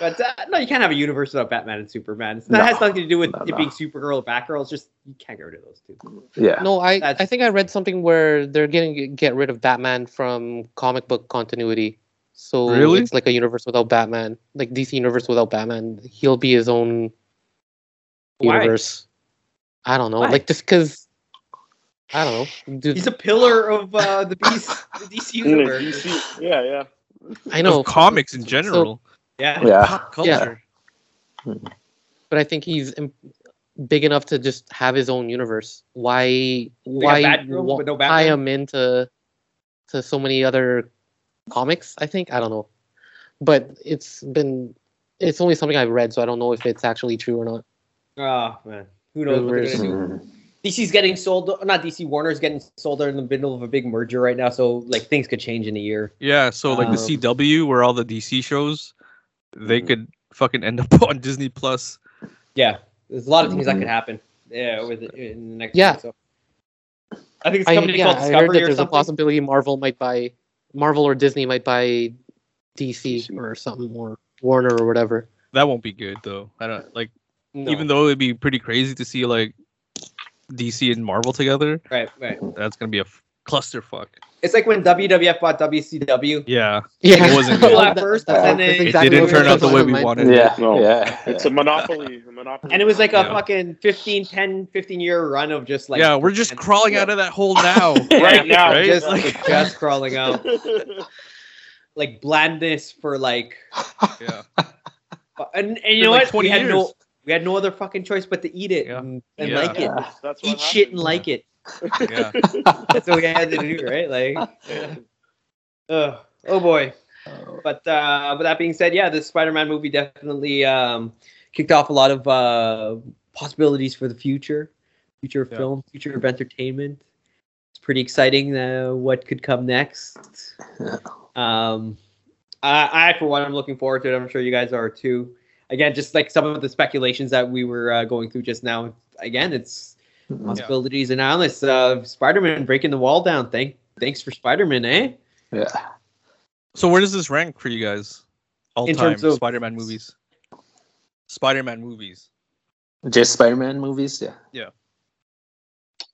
but uh, no, you can't have a universe without Batman and Superman. It's- That
No.
has nothing to do with
No,
it
no.
being Supergirl or Batgirl. It's just you can't get rid of those two.
Yeah.
No, I
That's-
I think I read something where they're getting get rid of Batman from comic book continuity. So
Really?
it's like a universe without Batman, like DC universe without Batman. He'll be his own
Why?
universe. I don't know,
Why?
like just because. I don't know. Dude,
He's a pillar of uh, the beast, the DC
In the
universe.
DC, yeah, yeah.
I know,
Of comics in general,
Yeah.
Yeah.
pop culture.
but I think he's im- big enough to just have his own universe. Why?
got
Why
Batgirl,
wa-
but no
tie
Batman?
him into to so many other comics? I think I don't know, but it's been it's only something I've read, so I don't know if it's actually true or not.
Oh man, who knows what they're
Rumors.
gonna do? DC's getting sold. Not DC. Warner's getting sold. They're in the middle of a big merger right now, so like things could change in a year.
Yeah, so like
Um, mm-hmm.
the CW, where all the DC shows, they could fucking end up on Disney Plus.
Yeah, there's a lot of things that
Mhm.
could happen. Yeah, with in the next.
Mm-hmm. Yeah.
year, so. I think it's a
I,
company
yeah,
called
I heard that
Discovery or
there's a
something.
possibility Marvel might buy Marvel or Disney might buy DC or something or Warner or whatever.
That won't be good though. I don't like.
No.
Even though it'd be pretty crazy to see like DC and Marvel together,
right, right.
that's gonna be a f- clusterfuck.
It's like when WWF bought WCW.
Yeah,
Yeah,
It wasn't good.
Well,
At first,
that's
and then- It
it didn't
what
turn out the
comes
way
to
we
mind.
wanted.
Yeah.
No.
Yeah.
It's a monopoly. A monopoly.
And it was like a
Yeah.
fucking 15, 10, 15 year run of just like
yeah, we're just crawling out of that hole now.
right now.
Right?
just
Just
like just crawling out, like blandness for like
yeah,
and, and you know
like
what? We
20
had no
years.
we had no other fucking choice but to eat it
Yeah.
and, and
Yeah.
like it,
Yeah.
That's
eat shit and like it.
yeah.
That's what we had to do, right? Like, Ugh. oh boy. But uh, with that being said, yeah, this Spider-Man movie definitely um, kicked off a lot of uh, possibilities for the future, future of
Yeah.
film, future of entertainment. It's pretty exciting uh, what could come next.
Yeah.
Um, I, I, for one, I'm looking forward to it. I'm sure you guys are too. Again, just like some of the speculations that we were uh, going through just now. Again, it's possibilities and endless. Uh, Spider-Man breaking the wall down. Thank, thanks for Spider-Man, eh?
Yeah.
So where does this rank for you guys? All
In
time
terms of-
Spider-Man movies. Spider-Man movies.
Just Spider-Man movies. Yeah.
Yeah.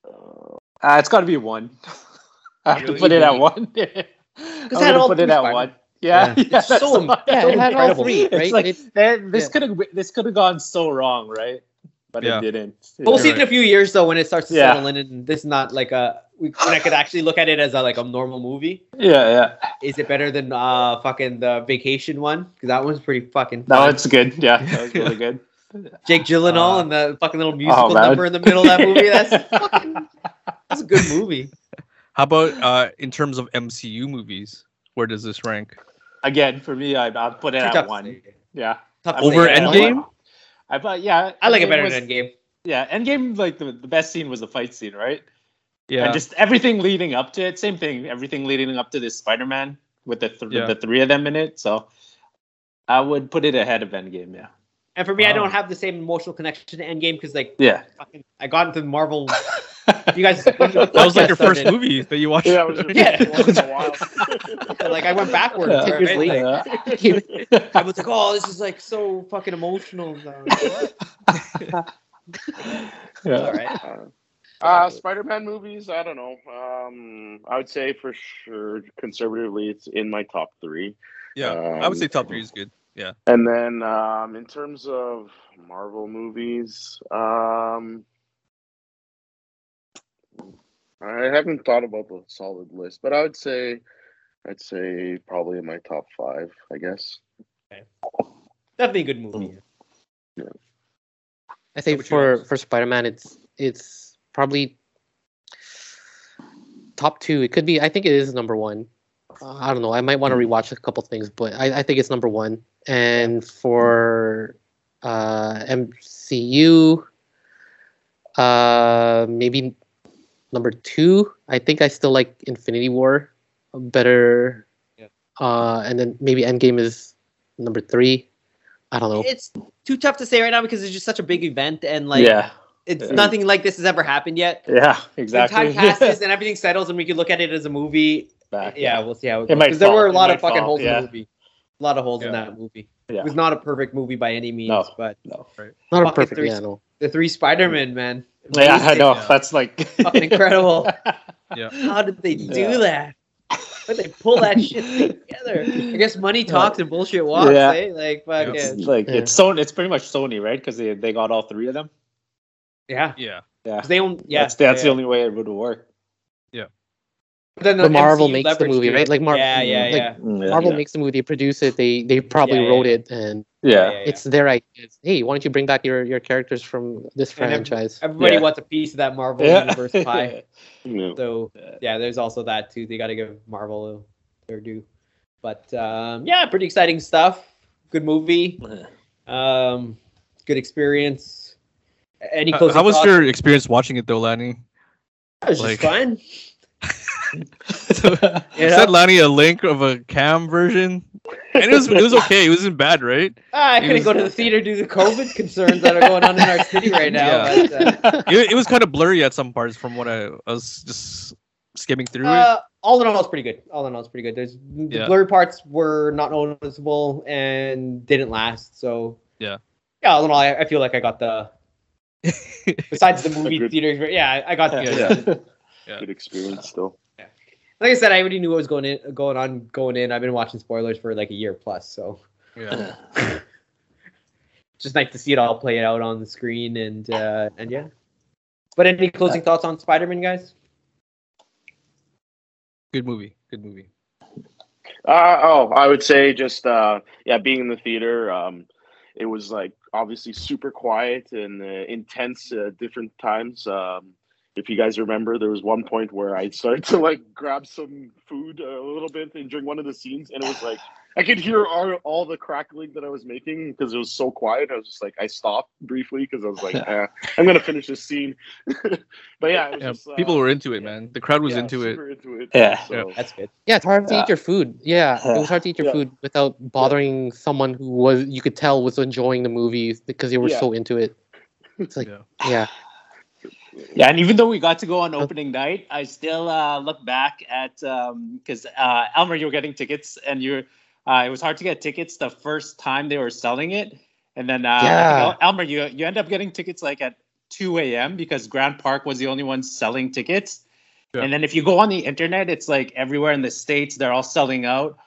Uh, it's got to be one. I have to
Really?
put it at one. I'm
it had
gonna
all
put it
three
at
Spider-Man.
one. Yeah.
Yeah.
Yeah.
It's
that's
so
why.
Yeah, it had all
Incredible.
three,
It's
right?
like
It-
that, this
yeah.
could have this could have gone so wrong, right? But
Yeah.
it didn't.
But we'll
Yeah.
see it in a few years though when it starts to
Yeah.
settle in and this is not like a we when I could actually look at it as a, like a normal movie.
Yeah, yeah.
Is it better than uh fucking the vacation one? Because that one's pretty fucking.
That
fun.
one's good. Yeah, that was really good.
Jake Gyllenhaal
uh,
and the fucking little musical
man.
number in the middle of that movie. That's fucking. That's a good movie.
How about uh in terms of MCU movies? Where does this rank?
Again, for me, I I'll put it
Tough to
at one.
say.
Yeah.
Tough to
I'll
Over
put
say.
it at
Endgame?
one. I thought yeah.
I like it
Endgame
better
was-
than Endgame.
Yeah, Endgame like the, the best scene was the fight scene, right?
Yeah.
And just everything leading up to it, same thing. Everything leading up to this Spider-Man with the th-
Yeah.
the three of them in it. So I would put it ahead of Endgame. Yeah.
And for me, I
Wow.
don't have the same emotional connection to Endgame because like
Yeah.
fucking, I got into Marvel. You guys, that
that was like your first movie that you watched.
Yeah, it was your
Yeah.
first one in a while.
Like I went backwards.
Yeah.
right? Like, I
Yeah.
was like, oh, this is like so fucking emotional. All right.
Uh, Spider-Man movies. I don't know. Um, I would say for sure, conservatively, it's in my top three.
Yeah, I would say top three is good.
And then um, in terms of Marvel movies, um, I haven't thought about the solid list, but I would say, I'd say probably in my top five, I guess.
Definitely a good movie.
I think
what you
for for Spider Man, it's it's probably top two. It could be. I think it is number one. Uh, I don't know. I might want to rewatch a couple things, but I, I think it's number one. And for uh, MCU, uh, maybe number two. I think I still like Infinity War better.
Yeah.
Uh, and then maybe Endgame is number three. I don't know.
It's too tough to say right now because it's just such a big event and like
yeah,
it's
Yeah.
nothing like this has ever happened yet.
yeah,
When
exactly.
time passes and everything settles and we can look at it as a movie.
Back.
Yeah, we'll see how it
It
goes.
might
Because there
fall.
were a
It
lot of
might
fucking
fall,
holes
yeah.
in the movie. A lot of holes in that movie.
Yeah.
It was not a perfect movie by any means,
No.
but
Not a
fucking
perfect.
three-
Yeah, no.
the three Spider-Man, man.
Yeah, I
Amazing.
know. That's like
Fucking incredible.
Yeah.
How did they do
Yeah.
that? How did they pull that shit together? I guess money talks and bullshit walks,
Yeah.
eh? Like fucking
Yes.
like
Yeah.
it's so it's pretty much Sony, right? Because they they got all three of them.
yeah.
Yeah.
Yeah,
'Cause They own yeah.
that's that's
yeah.
the only way it would work.
But then
But Marvel
MCU
makes the
leveraged
movie,
it.
right? Like Mar-
Yeah, yeah,
like,
yeah.
Marvel makes the movie, they produce it, they they probably
Yeah, yeah,
wrote
yeah.
it, and
yeah.
yeah, yeah.
it's their ideas. Hey, why don't you bring back your, your characters from this
And every-
franchise?
Everybody
Yeah.
wants a piece of that Marvel
Yeah.
universe pie.
Yeah.
So
Yeah.
yeah, there's also that too. They got to give Marvel their due. But um, yeah, pretty exciting stuff. Good movie. Um, good experience. Any
Uh, How,
closing
how was
thoughts?
your experience watching it though, Lanny?
It was
like-
just fun. You
You
know?
sent Lanny a link of a cam version, and it was it was okay. It wasn't bad, right?
Ah, I
It
couldn't
was-
go to the theater due to COVID concerns that are going on in our city right now.
Yeah.
But, uh,
It, it was kind of blurry at some parts from what I, I was just skimming through
uh, uh, all in all, it's pretty good. All in all, it's pretty good. There's the
Yeah.
blurry parts were not noticeable and didn't last. So
Yeah.
yeah. All in all, I, I feel like I got the besides the movie
Agreed.
theaters. but Yeah, I got the.
Yeah.
Good experience still.
Like I said, I already knew what was going in, going on, going in. I've been watching spoilers for like a year plus, so
it. Yeah.
just nice to see it all play out on the screen and uh, and yeah. But any closing thoughts on Spider-Man, guys?
Good movie. Good movie.
Uh, oh, I would say just uh, yeah, being in the theater. Um, it was like obviously super quiet and uh, intense. Uh, different times. Um, if you guys remember, there was one point where I started to like grab some food a little bit and during one of the scenes, and it was like I could hear all, all the crackling that I was making because it was so quiet. I was just like I stopped briefly because I was like eh, I'm gonna finish this scene. but yeah, it was
Yeah,
just, uh,
people were into it,
yeah.
man. The crowd was
yeah,
into it.
super into it.
Yeah.
So,
That's good.
Yeah, it's hard to
Yeah.
eat your food. Yeah, it was hard to eat your
Yeah.
food without bothering someone who was you could tell was enjoying the movie because they were
Yeah.
so into it. It's like,
Yeah.
yeah,
Yeah, and even though we got to go on opening night, I still uh, look back at because uh, Elmer, you were getting tickets, and you uh, it was hard to get tickets the first time they were selling it, and then uh, I think
Yeah.
El- Elmer, you you end up getting tickets like at two a.m. because Grand Park was the only one selling tickets,
Yeah.
and then if you go on the internet, it's like everywhere in the states they're all selling out.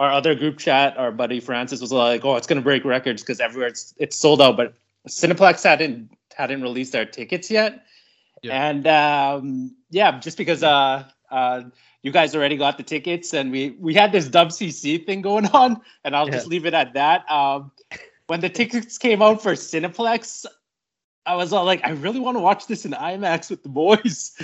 Our other group chat, our buddy Francis was like, "Oh, it's gonna break records because everywhere it's it's sold out," but Cineplex hadn't hadn't released their tickets yet.
Yeah.
And um, yeah, just because uh, uh, you guys already got the tickets and we we had this WCC thing going on, and I'll just leave it at that. Um, when the tickets came out for Cineplex, I was all like, I really want to watch this in IMAX with the boys,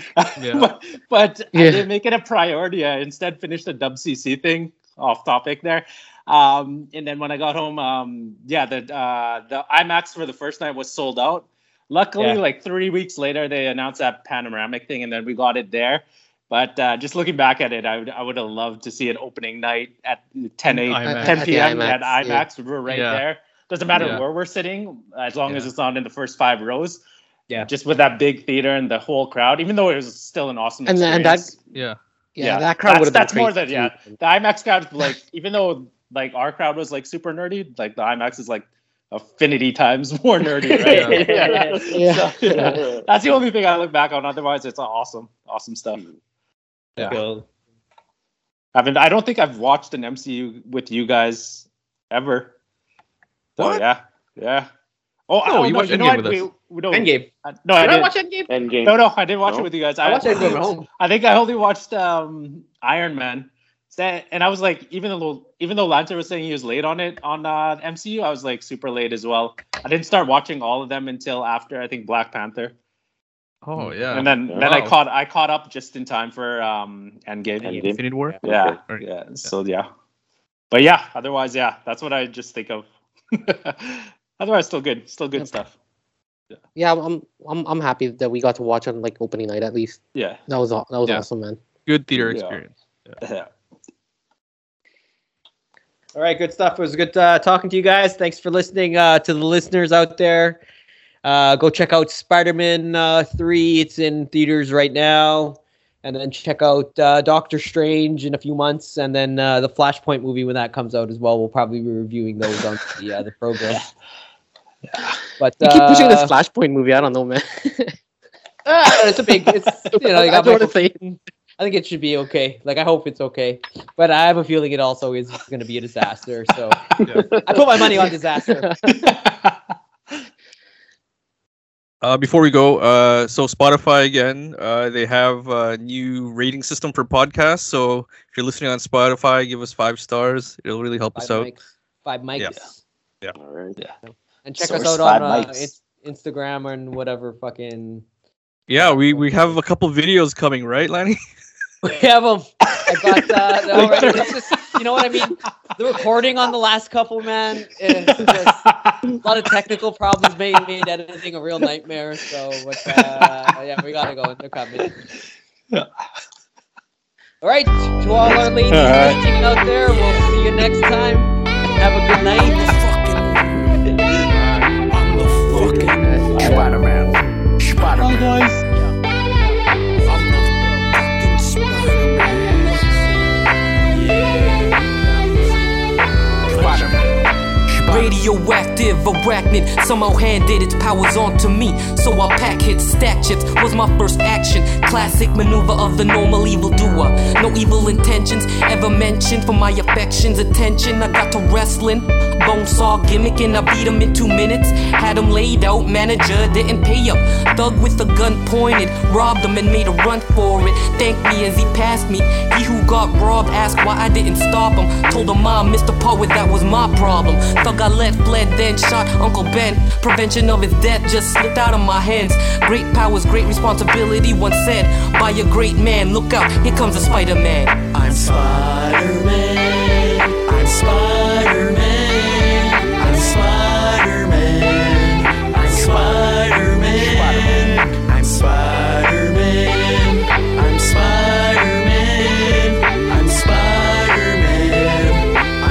Yeah.
but, but I
Yeah.
didn't make it a priority. I instead finished the WCC thing off topic there. Um, and then when I got home, um, yeah, the uh, the IMAX for the first night was sold out. Luckily,
Yeah.
like three weeks later, they announced that panoramic thing, and then we got it there. But uh, just looking back at it, I would I would have loved to see it opening night at 10 a,
IMAX.
10
At the
p.m.
IMAX,
at
yeah.
IMAX. We were right
Yeah.
there. Doesn't matter
Yeah.
where we're sitting, as long as
Yeah.
it's not in the first five rows.
Yeah.
Just with that big theater and the whole crowd, even though it was still an awesome
And that-
experience.
and that-
Yeah.
yeah, that crowd would have been
That's, that's more than
crazy
yeah.
too.
The IMAX crowd, like even though like our crowd was like super nerdy, like the IMAX is like affinity times more nerdy, right?
Yeah.
Yeah.
So, yeah. That's the only thing I look back on. Otherwise, it's awesome, awesome stuff.
Mm.
Yeah.
Cool.
I mean, I don't think I've watched an MCU with you guys ever. So,
What?
Yeah, yeah.
Oh, I
No,
don't
you
know.
watched
know
Endgame
what?
with us.
We- we- no,
Endgame.
uh, no, I
Did I
didn't.
watch Endgame?
Endgame.
no, no, I didn't watch
No?
it with you guys.
I watched
only-
Endgame at home.
I think I only watched um, Iron Man. Sa- And I was like, even though even though Lancer was saying he was late on it on uh, MCU, I was like super late as well. I didn't start watching all of them until after I think Black Panther,
Oh yeah.
and then
Yeah.
then I
Wow.
caught I caught up just in time for um, Endgame.
Endgame.
Infinity War.
Yeah,
Or-
yeah. So yeah, but yeah. Otherwise, yeah. That's what I just think of. otherwise, still good, still good
Yep.
stuff.
Yeah, I'm I'm I'm happy that we got to watch on like opening night at least.
Yeah.
That was aw- that was
Yeah.
awesome, man.
Good theater
Yeah.
experience.
All right, good stuff. It was good uh, talking to you guys. Thanks for listening uh, to the listeners out there. Uh, go check out Spider Man uh, 3. It's in theaters right now. And then check out uh, Doctor Strange in a few months. And then uh, the Flashpoint movie when that comes out as well. We'll probably be reviewing those on the, uh, the program. But
You keep pushing this
uh,
Flashpoint movie. I don't know, man.
ah, it's a big. It's, you know,
I
you got
don't want
Michael
to say. it.
I think it should be okay. Like I hope it's okay, but I have a feeling it also is going to be a disaster. So
Yeah.
I put my money on disaster.
Uh, before we go, uh, so Spotify again, uh, they have a new rating system for podcasts. So if you're listening on Spotify, give us five stars. It'll really help
Five
us out.
mics. Five mics.
Yeah.
All right.
And check
Source
us out
five
on uh,
mics.
in- Instagram and whatever fucking.
Yeah, we, we have a couple videos coming, right, Lanny?
We have them. I got uh, they're
Like
already-
they're-
it's just, you know what I mean? The recording on the last couple, man, is just a lot of technical problems made, made editing a real nightmare. So, but, uh, yeah, we gotta go. They're coming. All right, to all our ladies watching out there, we'll see you next time. Have a good night.
I'm the fucking Spider Man. Spider Man. I'm the fucking Spider Man. Yeah. Spider Man.
Radioactive arachnid, somehow handed its powers on to me. So I pack hits, stack chips was my first action. Classic maneuver of the normal evil doer. No evil intentions ever mentioned for my affections. Attention, I got to wrestling. Bone saw gimmick and I beat him in two minutes. Had him laid out, manager didn't pay up. Thug with a gun pointed, robbed him and made a run for it. Thanked me as he passed me. He who got robbed asked why I didn't stop him. Told him I missed the part where that was my problem. Thug I let fled, then shot Uncle Ben. Prevention of his death just slipped out of my hands. Great powers, great responsibility, once said by a great man. Look out, here comes a Spider Man.
I'm Spider Man. I'm Spider Man. I'm Spider Man. I'm Spider Man. I'm Spider Man. I'm Spider Man. I'm Spider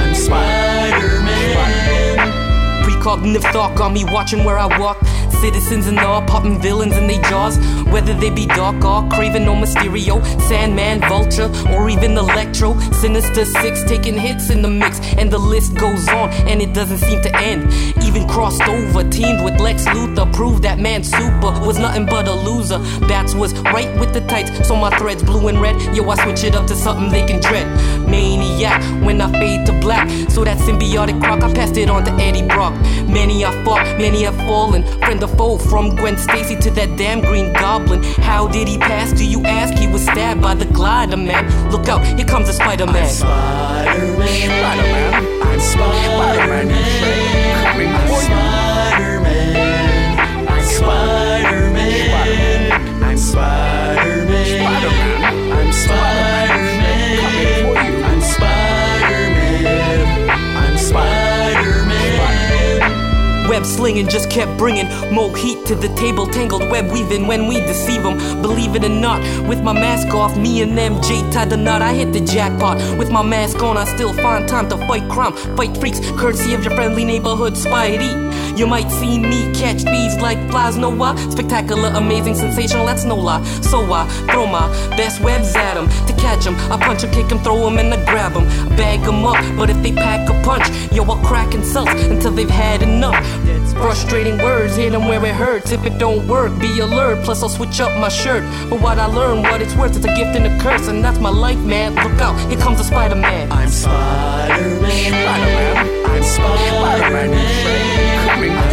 Man. I'm Spider Man.
Precognitive thought got me watching where I walk. Citizens in awe, popping villains in their jaws. Whether they be Dark or Craven or Mysterio, Sandman, Vulture, or even Electro. Sinister Six taking hits in the mix, and the list goes on, and it doesn't seem to end. Even crossed over, teamed with Lex Luthor, proved that man super was nothing but a loser. Bats was right with the tights, so my threads blue and red. Yo, I switch it up to something they can dread. Maniac when I fade to black, so that symbiotic croc I passed it on to Eddie Brock. Many I fought, many have fallen. Friend or foe, from Gwen Stacy to that damn green goblin. How did he pass? Do you ask? He was stabbed by the glider man. Look out, here comes the Spider Man.
Spider-Man. Spider-Man. I'm Spider-Man. I'm Spider-Man. I'm Spider-Man. I'm Spider-Man. I'm Spider-Man. I'm Spider-Man. I'm Spider-Man. I'm Spider-Man.
Web slinging just kept bringing more heat to the table. Tangled web weaving when we deceive 'em. Believe it or not, with my mask off, me and MJ tied the knot. I hit the jackpot. With my mask on, I still find time to fight crime, fight freaks, courtesy of your friendly neighborhood Spidey. You might see me catch these like flies, no why? Spectacular, amazing, sensational, that's no lie. So I throw my best webs at 'em to catch 'em. I punch 'em, kick 'em, throw 'em, and I grab 'em. Bag 'em up, but if they pack a punch, yo, I'll crack insults until they've had enough. Frustrating words, hit 'em where it hurts. If it don't work, be alert. Plus, I'll switch up my shirt. But what I learn, what it's worth, it's a gift and a curse, and that's my life, man. Look out, here comes the Spider Man.
I'm Spider-Man. Spider-Man. I'm Spider-Man. Coming Uh.